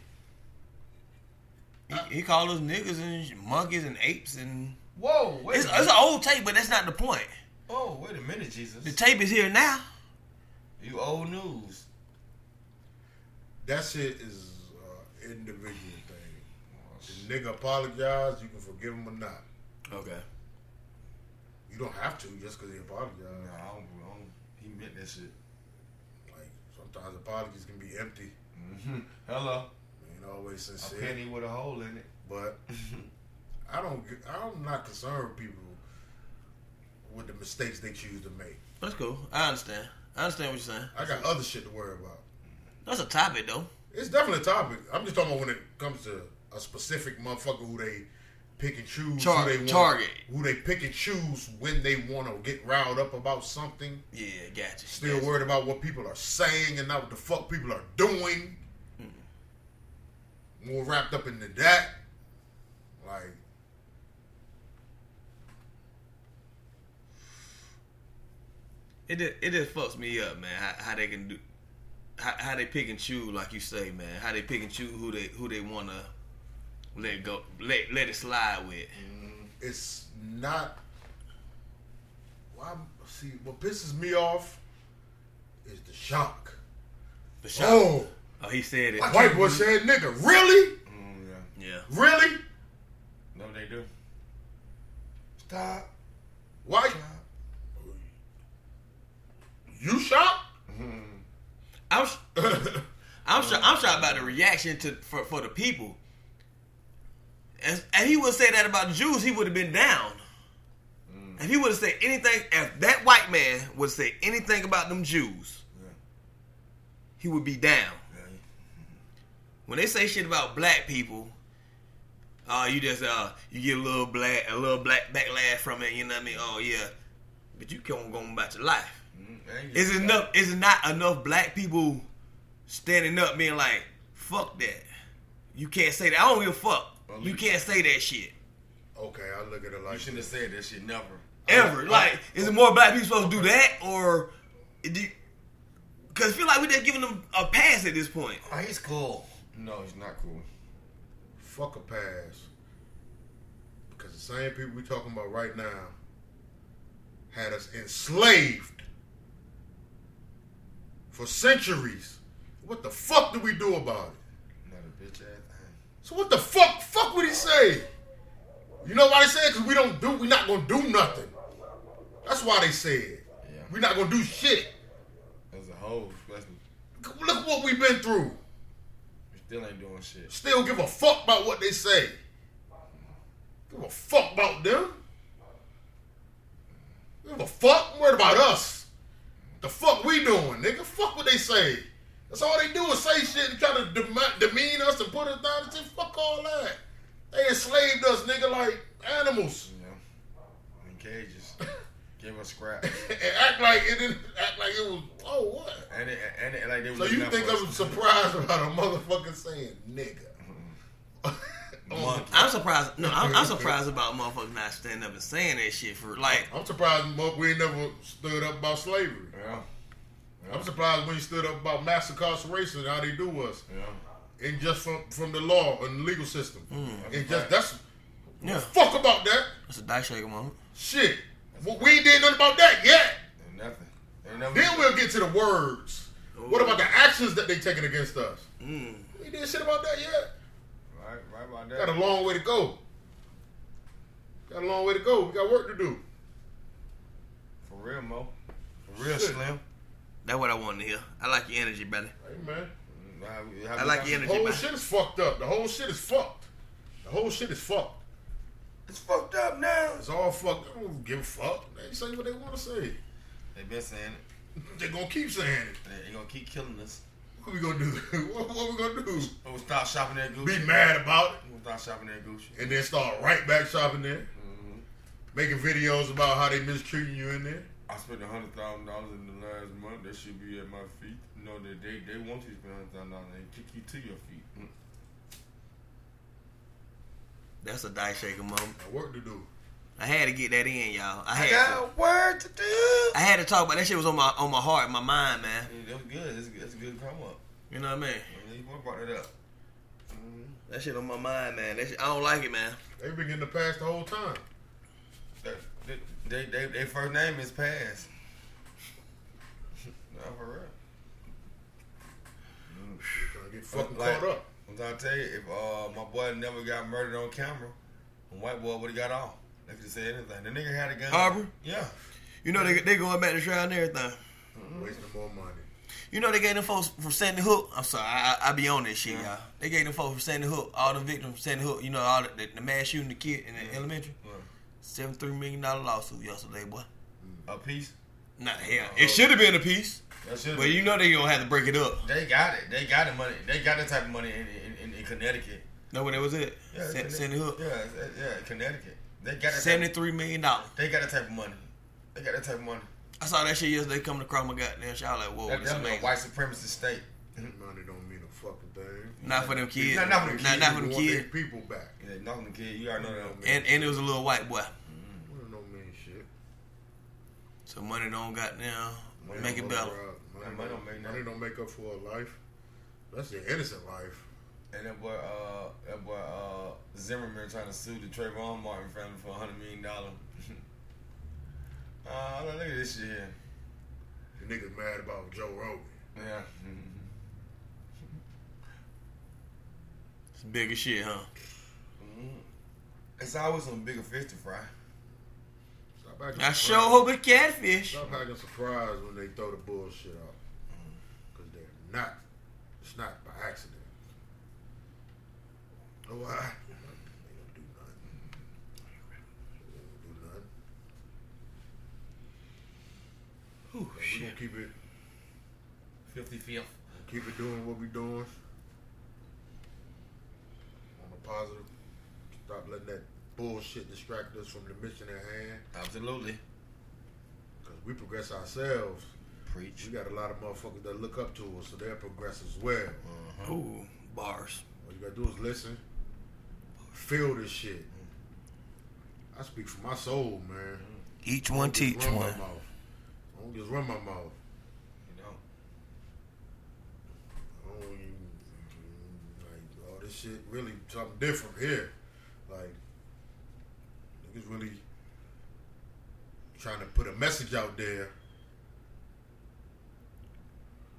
Speaker 1: He, he called us niggas and monkeys and apes and
Speaker 6: Whoa, wait
Speaker 1: it's,
Speaker 6: a
Speaker 1: it's
Speaker 6: minute.
Speaker 1: an old tape, but that's not the point.
Speaker 6: Oh, wait a minute,
Speaker 1: The
Speaker 6: Jesus.
Speaker 1: tape is here now.
Speaker 6: You old news.
Speaker 2: That shit is uh, individual thing. The nigga apologized, you can forgive him or not.
Speaker 1: Okay.
Speaker 2: You don't have to just because he apologized.
Speaker 6: Nah, I don't, I don't, he meant that shit.
Speaker 2: Like sometimes apologies can be empty.
Speaker 6: Mm-hmm. Hello.
Speaker 2: Ain't always
Speaker 6: A
Speaker 2: sincere.
Speaker 6: penny with a hole in it.
Speaker 2: But I don't. get- I'm not concerned with people with the mistakes they choose to make.
Speaker 1: That's cool. I understand. I understand what you're saying.
Speaker 2: I got other shit to worry about.
Speaker 1: That's a topic though.
Speaker 2: It's definitely a topic. I'm just talking about when it comes to a specific motherfucker who they pick and choose.
Speaker 1: Tar-
Speaker 2: who they wanna-
Speaker 1: target.
Speaker 2: Who they pick and choose when they want to get riled up about something.
Speaker 1: Yeah, gotcha.
Speaker 2: Still
Speaker 1: gotcha.
Speaker 2: worried about what people are saying and not what the fuck people are doing. more wrapped up into that. Like,
Speaker 1: It just, it just fucks me up, man. How, how they can do, how, how they pick and choose, like you say, man. How they pick and choose who they who they wanna let go, let let it slide with.
Speaker 2: it's not. Why? See, what pisses me off is the shock.
Speaker 1: The
Speaker 2: Oh,
Speaker 1: oh, he said it.
Speaker 2: white boy said, "Nigga, really,
Speaker 6: Mm, yeah.
Speaker 1: Yeah,
Speaker 2: really?
Speaker 6: Know what they do?
Speaker 2: Stop, white. You shocked?
Speaker 1: I'm sh- I'm sure I'm shocked by the reaction to for for the people. As, and he would say that about the Jews, he would have been down.
Speaker 6: Mm.
Speaker 1: If he would have said anything, if that white man would say anything about them Jews,
Speaker 6: Yeah.
Speaker 1: he would be down.
Speaker 6: Yeah.
Speaker 1: When they say shit about black people, uh, you just uh, you get a little black, a little black backlash from it. You know what I mean? Oh yeah, but you can't go on about your life.
Speaker 6: Mm, and you-
Speaker 1: Is it enough? Is it not enough black people standing up, being like, "Fuck that! You can't say that. I don't give a fuck. You can't say that shit
Speaker 2: Okay, I look at it
Speaker 6: You
Speaker 2: like
Speaker 6: shouldn't have said that shit. Never.
Speaker 1: ever." Like, is it more black people supposed to do that, or because feel like we're just giving them a pass at this point?
Speaker 7: Oh, he's cool.
Speaker 6: No, it's not cool.
Speaker 2: fuck a pass. Because the same people we talking about right now had us enslaved for centuries. What the fuck do we do about it?
Speaker 6: Not a bitch ass thing.
Speaker 2: So what the fuck? Fuck what he say. You know why they say it? Cause we don't do. We not gonna do nothing. That's why they say it.
Speaker 6: Yeah.
Speaker 2: We not gonna do shit.
Speaker 6: As a whole, especially,
Speaker 2: Look what we've been through.
Speaker 6: we still ain't doing shit.
Speaker 2: Still give a fuck about what they say. Give a fuck about them. Give a fuck. Worried about us. The fuck we doing, nigga? Fuck what they say. That's all they do is say shit and try to dem- demean us and put us down and say fuck all that. They enslaved us, nigga, like animals,
Speaker 6: You know, in cages, give us scrap.
Speaker 2: and act like it didn't act like it was. Oh what?
Speaker 6: And it, and it, like they was
Speaker 2: So
Speaker 6: looking
Speaker 2: you
Speaker 6: out
Speaker 2: think
Speaker 6: for us.
Speaker 2: I'm surprised about a motherfucker saying nigga?
Speaker 6: Monkey.
Speaker 1: I'm surprised. No, I'm, I'm surprised about motherfuckers not standing up and saying that shit for like.
Speaker 2: I'm surprised Mo- we ain't never stood up about slavery.
Speaker 6: Yeah,
Speaker 2: I'm surprised when you stood up about mass incarceration and how they do us,
Speaker 6: yeah.
Speaker 2: and just from from the law and the legal system, and just that's
Speaker 1: Yeah,
Speaker 2: fuck about that
Speaker 1: that's a die shaker moment.
Speaker 2: shit. Well, we ain't did nothing about that yet.
Speaker 6: Ain't nothing. Ain't nothing.
Speaker 2: Then we'll get to the words. What about the actions that they taking against us?
Speaker 1: Mm.
Speaker 2: We did shit about that yet.
Speaker 6: Right, right about
Speaker 2: Got
Speaker 6: that.
Speaker 2: a long way to go. Got a long way to go. We got work to do.
Speaker 6: For real, Mo. For real,
Speaker 2: Shit.
Speaker 6: Slim.
Speaker 1: That's what I wanted to hear. I like your energy, brother.
Speaker 2: Hey man,
Speaker 6: Mm, how we- how
Speaker 1: I
Speaker 6: we
Speaker 1: like
Speaker 6: got-
Speaker 1: your
Speaker 2: the
Speaker 1: energy,
Speaker 2: whole
Speaker 1: man.
Speaker 2: shit is fucked up. The whole shit is fucked. The whole shit is fucked.
Speaker 6: It's fucked up now.
Speaker 2: It's all fucked. I don't give a fuck. They say what they want to say.
Speaker 6: They been saying it.
Speaker 2: They gonna keep saying it.
Speaker 6: They, they gonna keep killing us.
Speaker 2: What we gonna do? What, what we gonna do?
Speaker 6: We're gonna stop shopping that Gucci.
Speaker 2: Be mad about it
Speaker 6: We're gonna stop shopping that Gucci.
Speaker 2: and then start right back shopping there,
Speaker 6: Mm-hmm.
Speaker 2: making videos about how they mistreating you in there.
Speaker 6: I spent a hundred thousand dollars in the last month. That should be at my feet. You know that they they want you to spend a hundred thousand dollars. They kick you to your feet. Mm.
Speaker 1: That's a die shaker moment.
Speaker 2: Got work to do.
Speaker 1: I had to get that in, y'all. I had to.
Speaker 6: work to do.
Speaker 1: I had to talk about that shit was on my on my heart, my mind, man.
Speaker 6: Yeah, that was good. That's, good. that's a good come up.
Speaker 1: You know what I mean?
Speaker 6: I mean, you brought that up. Mm-hmm.
Speaker 1: That shit on my mind, man. That shit, I don't like it, man.
Speaker 2: They've been getting the past the whole time.
Speaker 6: They, they, they, their first name is Paz. Not for real.
Speaker 2: They're trying to get fucking
Speaker 6: Like-
Speaker 2: caught up.
Speaker 6: I'm trying to tell you, if uh, my boy never got murdered on camera, the white boy would have got off. They could have said anything. The nigga had a gun.
Speaker 1: Aubrey?
Speaker 6: Yeah.
Speaker 1: You know they they going back to trial and everything.
Speaker 2: Wasting more money.
Speaker 1: You know they gave them folks from Sandy Hook. I'm sorry, I, I, I be on this shit, y'all. They gave them folks from Sandy Hook, all the victims from Sandy Hook. You know all the, the, the mass shooting, the kid in the
Speaker 6: Mm-hmm.
Speaker 1: elementary. Seven three million dollar lawsuit yesterday, boy.
Speaker 6: A piece.
Speaker 1: Not hell.
Speaker 6: Oh.
Speaker 1: It should have been a piece,
Speaker 6: That should have
Speaker 1: but you know they gonna have to break it up.
Speaker 6: They got it. They got the money. They got that type of money in, in, in, in Connecticut.
Speaker 1: Know when it was it?
Speaker 6: Yeah,
Speaker 1: Sa-
Speaker 6: Conne-
Speaker 1: Sandy Hook,
Speaker 6: Yeah, it's- yeah, Connecticut. They got that.
Speaker 1: seventy
Speaker 6: Type,
Speaker 1: three million dollars.
Speaker 6: they got that type of money. They got that type of money.
Speaker 1: I saw that shit yesterday coming across my goddamn shit. I was like, whoa,
Speaker 6: That,
Speaker 1: Oh, that's
Speaker 6: that's a
Speaker 1: amazing.
Speaker 6: white supremacist state.
Speaker 2: Money don't mean a fucking thing.
Speaker 1: Not for them kids.
Speaker 2: Not, not for them kids.
Speaker 1: Not for
Speaker 2: We
Speaker 1: them
Speaker 2: want
Speaker 1: kids.
Speaker 2: their people back.
Speaker 6: Yeah, knocking the kid, you already know that.
Speaker 2: Don't mean-
Speaker 1: And and it was a little white boy.
Speaker 2: Money don't mean shit.
Speaker 1: So money don't got now.
Speaker 2: Money
Speaker 1: Make it
Speaker 2: don't
Speaker 1: better.
Speaker 2: cover up.
Speaker 6: Nah,
Speaker 2: Money don't make money don't make up for a life. That's the innocent life.
Speaker 6: And that boy, uh, that boy, uh, Zimmerman trying to sue the Trayvon Martin family for a hundred million dollar. uh, look at this shit here.
Speaker 2: The niggas mad about Joe Rogan.
Speaker 6: Yeah.
Speaker 1: It's big as shit, huh?
Speaker 6: Mhm. It's always some bigger fish to fry.
Speaker 2: Stop acting
Speaker 1: I
Speaker 2: surprised.
Speaker 1: sure hope it catfish.
Speaker 2: Stop acting surprised when they throw the bullshit out. Cause they're not. It's not by accident. Oh, I. They don't do nothing. They don't do nothing.
Speaker 1: Ooh,
Speaker 2: But We
Speaker 1: shit.
Speaker 2: gonna keep it.
Speaker 3: 55th.
Speaker 2: Keep it doing what we doing. On a positive. Stop letting that bullshit distract us from the mission at hand.
Speaker 6: Absolutely.
Speaker 2: Cause we progress ourselves.
Speaker 6: Preach.
Speaker 2: We got a lot of motherfuckers that look up to us, so they'll progress as well.
Speaker 1: Ooh, bars.
Speaker 2: All you gotta do is listen, feel this shit. I speak for my soul, man.
Speaker 1: Each one teach
Speaker 2: Run
Speaker 1: one.
Speaker 2: my mouth. I don't just run my mouth.
Speaker 6: You know.
Speaker 2: I don't even, like all this shit really something different here. Like niggas really trying to put a message out there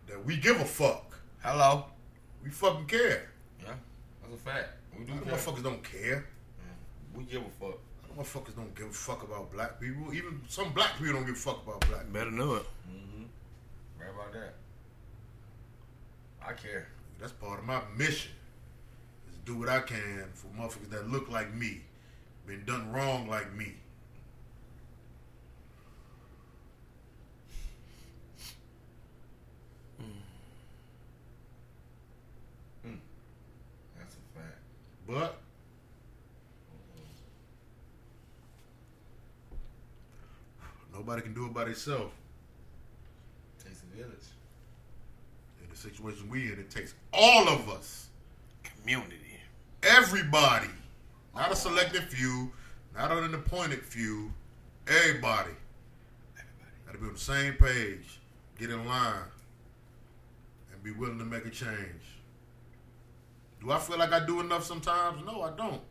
Speaker 2: that we give a fuck.
Speaker 6: Hello.
Speaker 2: We fucking care.
Speaker 6: Yeah. That's a fact. We do
Speaker 2: Them
Speaker 6: care.
Speaker 2: Motherfuckers don't care.
Speaker 6: We give a fuck.
Speaker 2: Motherfuckers don't give a fuck about black people. Even some black people don't give a fuck about black people.
Speaker 1: Better know it.
Speaker 6: Mm-hmm. Right about that. I care.
Speaker 2: That's part of my mission. Is do what I can for motherfuckers that look like me, been done wrong like me.
Speaker 6: That's a fact. Mm-hmm.
Speaker 2: But nobody can do it by themselves.
Speaker 6: Takes a village.
Speaker 2: In the situation we in, it takes all of us,
Speaker 1: Community.
Speaker 2: everybody, not a selected few, not an appointed few, everybody. Got to be on the same page, get in line, and be willing to make a change. Do I feel like I do enough sometimes? No, I don't.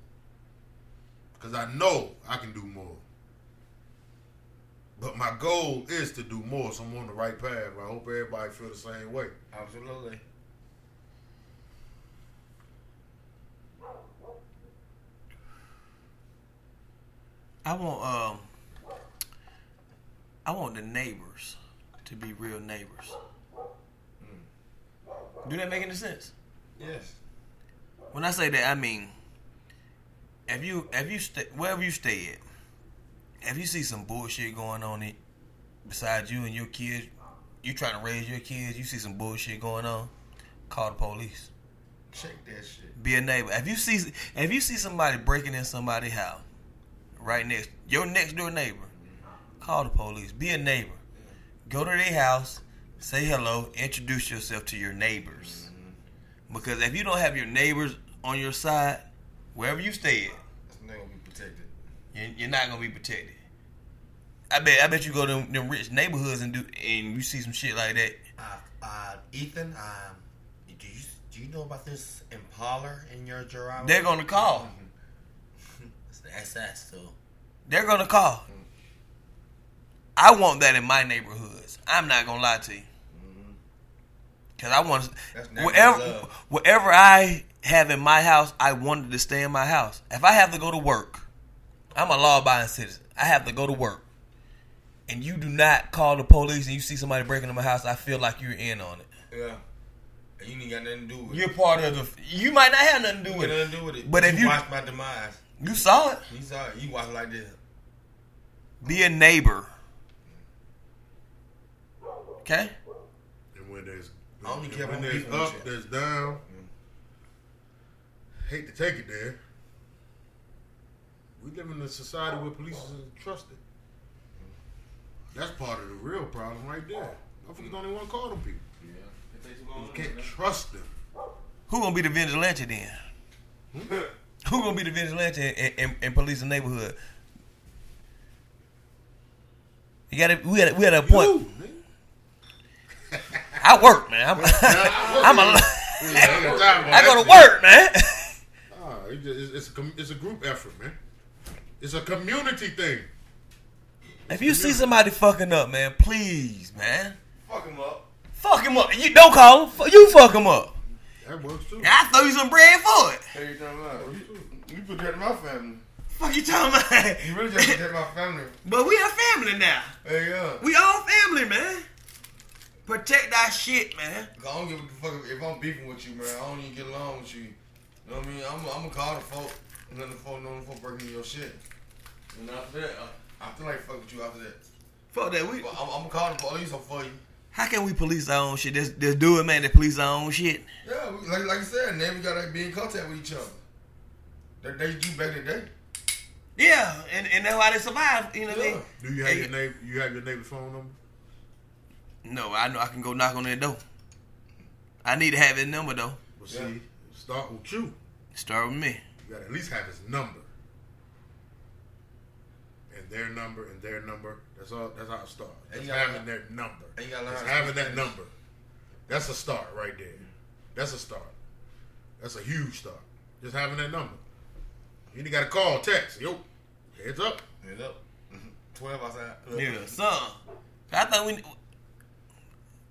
Speaker 2: Because I know I can do more. But my goal is to do more, so I'm on the right path. I hope everybody feel the same way.
Speaker 6: Absolutely.
Speaker 1: I want um I want the neighbors to be real neighbors. Do that make any sense?
Speaker 6: Yes.
Speaker 1: When I say that, I mean if you if you stay wherever you stay at, if you see some bullshit going on it besides you and your kids, you trying to raise your kids, you see some bullshit going on, call the police.
Speaker 6: Check that shit.
Speaker 1: Be a neighbor. If you see if you see somebody breaking in somebody's house, right next your next door neighbor, call the police. Be a neighbor. Go to their house, say hello, introduce yourself to your neighbors. Because if you don't have your neighbors on your side, wherever you stay at,
Speaker 6: This nigga gonna be protected.
Speaker 1: you- you're not gonna be protected. I bet I bet you go to them, them rich neighborhoods and do and you see some shit like that.
Speaker 7: Uh, uh, Ethan, um, do you do you know about this Impala in your garage?
Speaker 1: They're gonna call.
Speaker 7: It's the SS too.
Speaker 1: They're gonna call. I want that in my neighborhoods. I'm not gonna lie to you, Mm-hmm. cause I want
Speaker 6: That's neighborhood
Speaker 1: wherever
Speaker 6: love.
Speaker 1: wherever I have in my house, I wanted to stay in my house. If I have to go to work, I'm a law-abiding citizen. I have to go to work, and you do not call the police and you see somebody breaking into my house, I feel like you're in on it.
Speaker 6: Yeah. And you ain't got nothing to do with
Speaker 1: You're
Speaker 6: it.
Speaker 1: part of the. You might not have nothing to do
Speaker 6: You
Speaker 1: with
Speaker 6: ain't
Speaker 1: it.
Speaker 6: nothing to do with it.
Speaker 1: But if you-
Speaker 6: watch my demise,
Speaker 1: You saw it.
Speaker 6: you saw it. You watch like this.
Speaker 1: Be a neighbor. Okay.
Speaker 2: And when there's
Speaker 6: I only
Speaker 2: and
Speaker 6: care
Speaker 2: when
Speaker 6: about
Speaker 2: there's
Speaker 6: people and
Speaker 2: up,
Speaker 6: shit.
Speaker 2: there's down. Hate to take it there. We live in a society where police isn't trusted. That's part of the real problem right there. Motherfuckers don't even want to call them people.
Speaker 6: Yeah.
Speaker 2: You can't trust them.
Speaker 1: Who gonna be the vigilante then? Hmm? Who gonna be the vigilante and, and, and police the neighborhood? You gotta, we had, we had a point.
Speaker 2: Ooh, nigga.
Speaker 1: I work, man. I'm, I'm a,
Speaker 2: Yeah, ain't got time for
Speaker 1: I
Speaker 2: that
Speaker 1: go to
Speaker 2: shit.
Speaker 1: work, man.
Speaker 2: Nah, it just- it's, it's, a com- it's a group effort, man. It's a community thing.
Speaker 1: If you see somebody fucking up, man, please, man,
Speaker 6: Fuck him up.
Speaker 1: fuck him up. You don't call him. Fu- You fuck him up.
Speaker 2: That works too.
Speaker 1: I throw you some bread for it.
Speaker 6: Hey, you talking about? You, you put that in my family.
Speaker 1: Fuck you talking about?
Speaker 6: You really just protect my family.
Speaker 1: but we are family now.
Speaker 6: Hey, yeah.
Speaker 1: We all family, man. Protect that shit, man.
Speaker 6: I don't give a fuck if, if I'm beefing with you, man. I don't even get along with you. You know what I mean? I'm, I'm gonna call the folk, and let the folk know the folk breaking your shit. And after that, I, I feel like fuck with you after that.
Speaker 1: Fuck that. We
Speaker 6: But I'm, I'm gonna call the police on for you.
Speaker 1: how can we police our own shit? Let's, let's do it, man. Let's police our own shit.
Speaker 6: Yeah, we, like like I said, neighbors gotta be in contact with each other. That they do back in the day.
Speaker 1: Yeah, and, and that's why they survive. You know what I mean?
Speaker 2: Do you have your neighbor? You have your neighbor's phone number?
Speaker 1: No, I know I can go knock on their door. I need to have his number though.
Speaker 2: Well,
Speaker 6: Yeah.
Speaker 2: see, start with you.
Speaker 1: Start with me.
Speaker 2: You gotta at least have his number. And their number and their number. That's all that's how it starts.
Speaker 6: And
Speaker 2: Just
Speaker 6: you gotta-
Speaker 2: having their number.
Speaker 6: and you gotta learn
Speaker 2: Just
Speaker 6: how to
Speaker 2: having
Speaker 6: speak
Speaker 2: that
Speaker 6: Spanish.
Speaker 2: number. That's a start right there. That's a start. That's a huge start. Just having that number. You ain't gotta call, text. Yo, heads up.
Speaker 6: Head up. Twelve outside.
Speaker 1: Yeah, son. I thought we.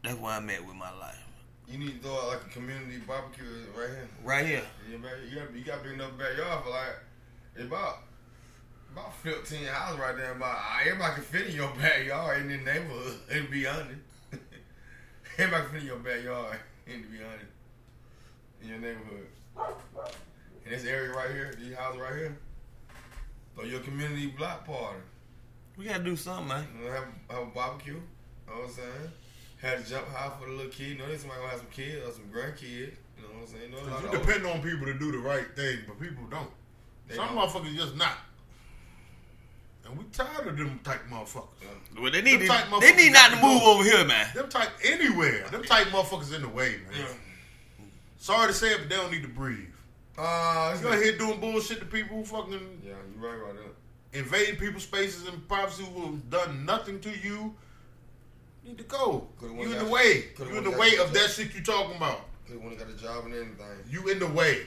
Speaker 1: That's where I'm at with my life.
Speaker 6: You need to throw out like a community barbecue right here.
Speaker 1: Right here.
Speaker 6: You gotta, you gotta, you gotta bring up backyard for like about about fifteen houses right there. About everybody can fit in your backyard in the neighborhood. And be honest, everybody can fit in your backyard. And to be honest, in your neighborhood. In this area right here, these houses right here, throw your community block party.
Speaker 1: We gotta do something, man.
Speaker 6: You know, have, have a barbecue. You know what I'm saying? Had to jump high for the little kid. You know, this somebody gonna have some kids or some grandkids. You know what I'm saying? You know, a lot
Speaker 2: You
Speaker 6: of old-
Speaker 2: depend on people to do the right thing, but people don't.
Speaker 6: They
Speaker 2: Some
Speaker 6: don't.
Speaker 2: motherfuckers just not. And we tired of them type motherfuckers.
Speaker 1: Well, they need
Speaker 2: Them type
Speaker 1: to, they need
Speaker 2: motherfuckers
Speaker 1: not to
Speaker 2: got to
Speaker 1: move
Speaker 2: go.
Speaker 1: over here, man.
Speaker 2: Them type anywhere. Them type motherfuckers in the way, man.
Speaker 6: Yeah.
Speaker 2: Sorry to say it, but they don't need to breathe.
Speaker 6: Uh, it's
Speaker 2: You out here doing bullshit to people who fucking
Speaker 6: Yeah, you right about that.
Speaker 2: invade people's spaces and privacy who have done nothing to you. Need to go.
Speaker 6: Coulda
Speaker 2: you
Speaker 6: went
Speaker 2: in the
Speaker 6: got-
Speaker 2: way.
Speaker 6: coulda
Speaker 2: you in
Speaker 6: went
Speaker 2: the
Speaker 6: got
Speaker 2: way
Speaker 6: you
Speaker 2: of that shit you talking about.
Speaker 6: Cause when he got a job and everything.
Speaker 2: You in the way.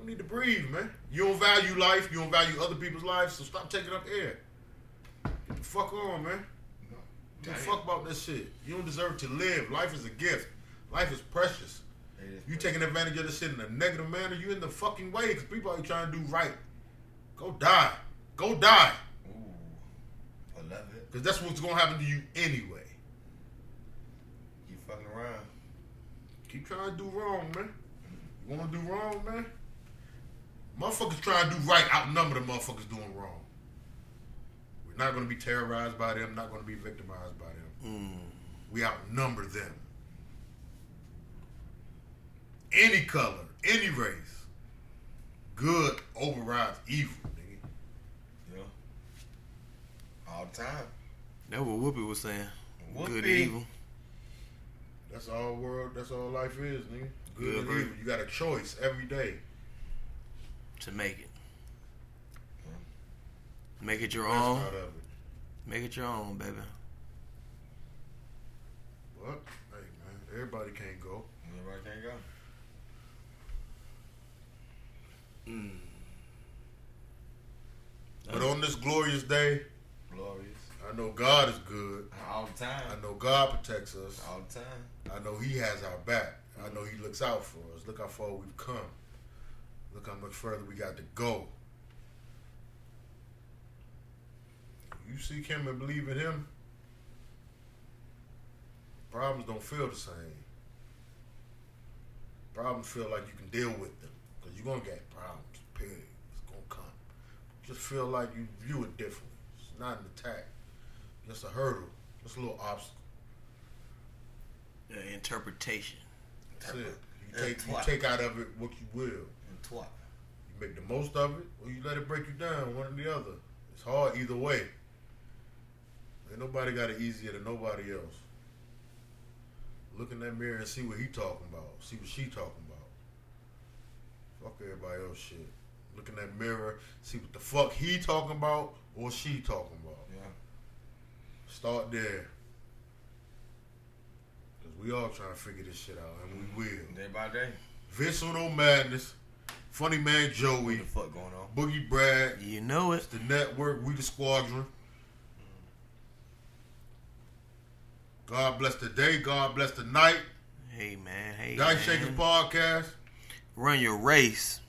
Speaker 2: You need to breathe, man. You don't value life. You don't value other people's lives. So stop taking up air. Get the fuck on, man. Get the fuck about this shit. You don't deserve to live. Life is a gift. Life is precious. You taking advantage of this shit in a negative manner. You in the fucking way because people are trying to do right. Go die. Go die.
Speaker 6: I love it.
Speaker 2: Because that's what's gonna happen to you anyway.
Speaker 6: You fucking around.
Speaker 2: Keep trying to do wrong, man. You wanna do wrong, man? Motherfuckers trying to do right outnumber the motherfuckers doing wrong. We're not gonna be terrorized by them, not gonna be victimized by them. We outnumber them. Any color, any race, good overrides evil, nigga.
Speaker 6: Yeah. All the time.
Speaker 1: That's what Whoopi was saying. Good and
Speaker 6: Whoopi.
Speaker 1: evil.
Speaker 2: That's all world. That's all life is, nigga. Good
Speaker 1: Yeah,
Speaker 2: and
Speaker 1: bro.
Speaker 2: evil. You got a choice every day.
Speaker 1: To make it. Make it your
Speaker 2: That's
Speaker 1: own.
Speaker 2: out of it.
Speaker 1: Make it your own, baby.
Speaker 2: But hey, man, everybody can't go.
Speaker 6: Everybody can't go.
Speaker 2: But on this glorious day,
Speaker 6: Glorious.
Speaker 2: I know God is good.
Speaker 6: All the
Speaker 2: I
Speaker 6: time.
Speaker 2: know God protects us.
Speaker 6: All the time.
Speaker 2: I know He has our back. I know He looks out for us. Look how far we've come. Look how much further we got to go. You seek Him and believe in Him, problems don't feel the same. Problems feel like you can deal with them because you're going to get problems, period. It's going to come. Just feel like you view it differently. It's not an attack, just a hurdle, just a little obstacle.
Speaker 1: The interpretation.
Speaker 2: That's it. You take you
Speaker 8: Twat.
Speaker 2: take out of it what you will. You
Speaker 8: And twat.
Speaker 2: make the most of it, or you let it break you down. One or the other. It's hard either way. Ain't nobody got it easier than nobody else. Look in that mirror and see what he talking about. See what she talking about. Fuck everybody else shit. Look in that mirror, see what the fuck he talking about or she talking about.
Speaker 3: Yeah.
Speaker 2: Start there. Cause we all trying to figure this shit out, and we will.
Speaker 3: Day by day.
Speaker 2: Visceral Madness, Funny Man
Speaker 7: What
Speaker 2: Joey,
Speaker 7: the fuck going on?
Speaker 2: Boogie Brad,
Speaker 1: You know it.
Speaker 2: the network, we the squadron. God bless the day, God bless the night.
Speaker 1: Hey man, hey
Speaker 2: Dyke
Speaker 1: man.
Speaker 2: Shakers Podcast.
Speaker 1: Run your race.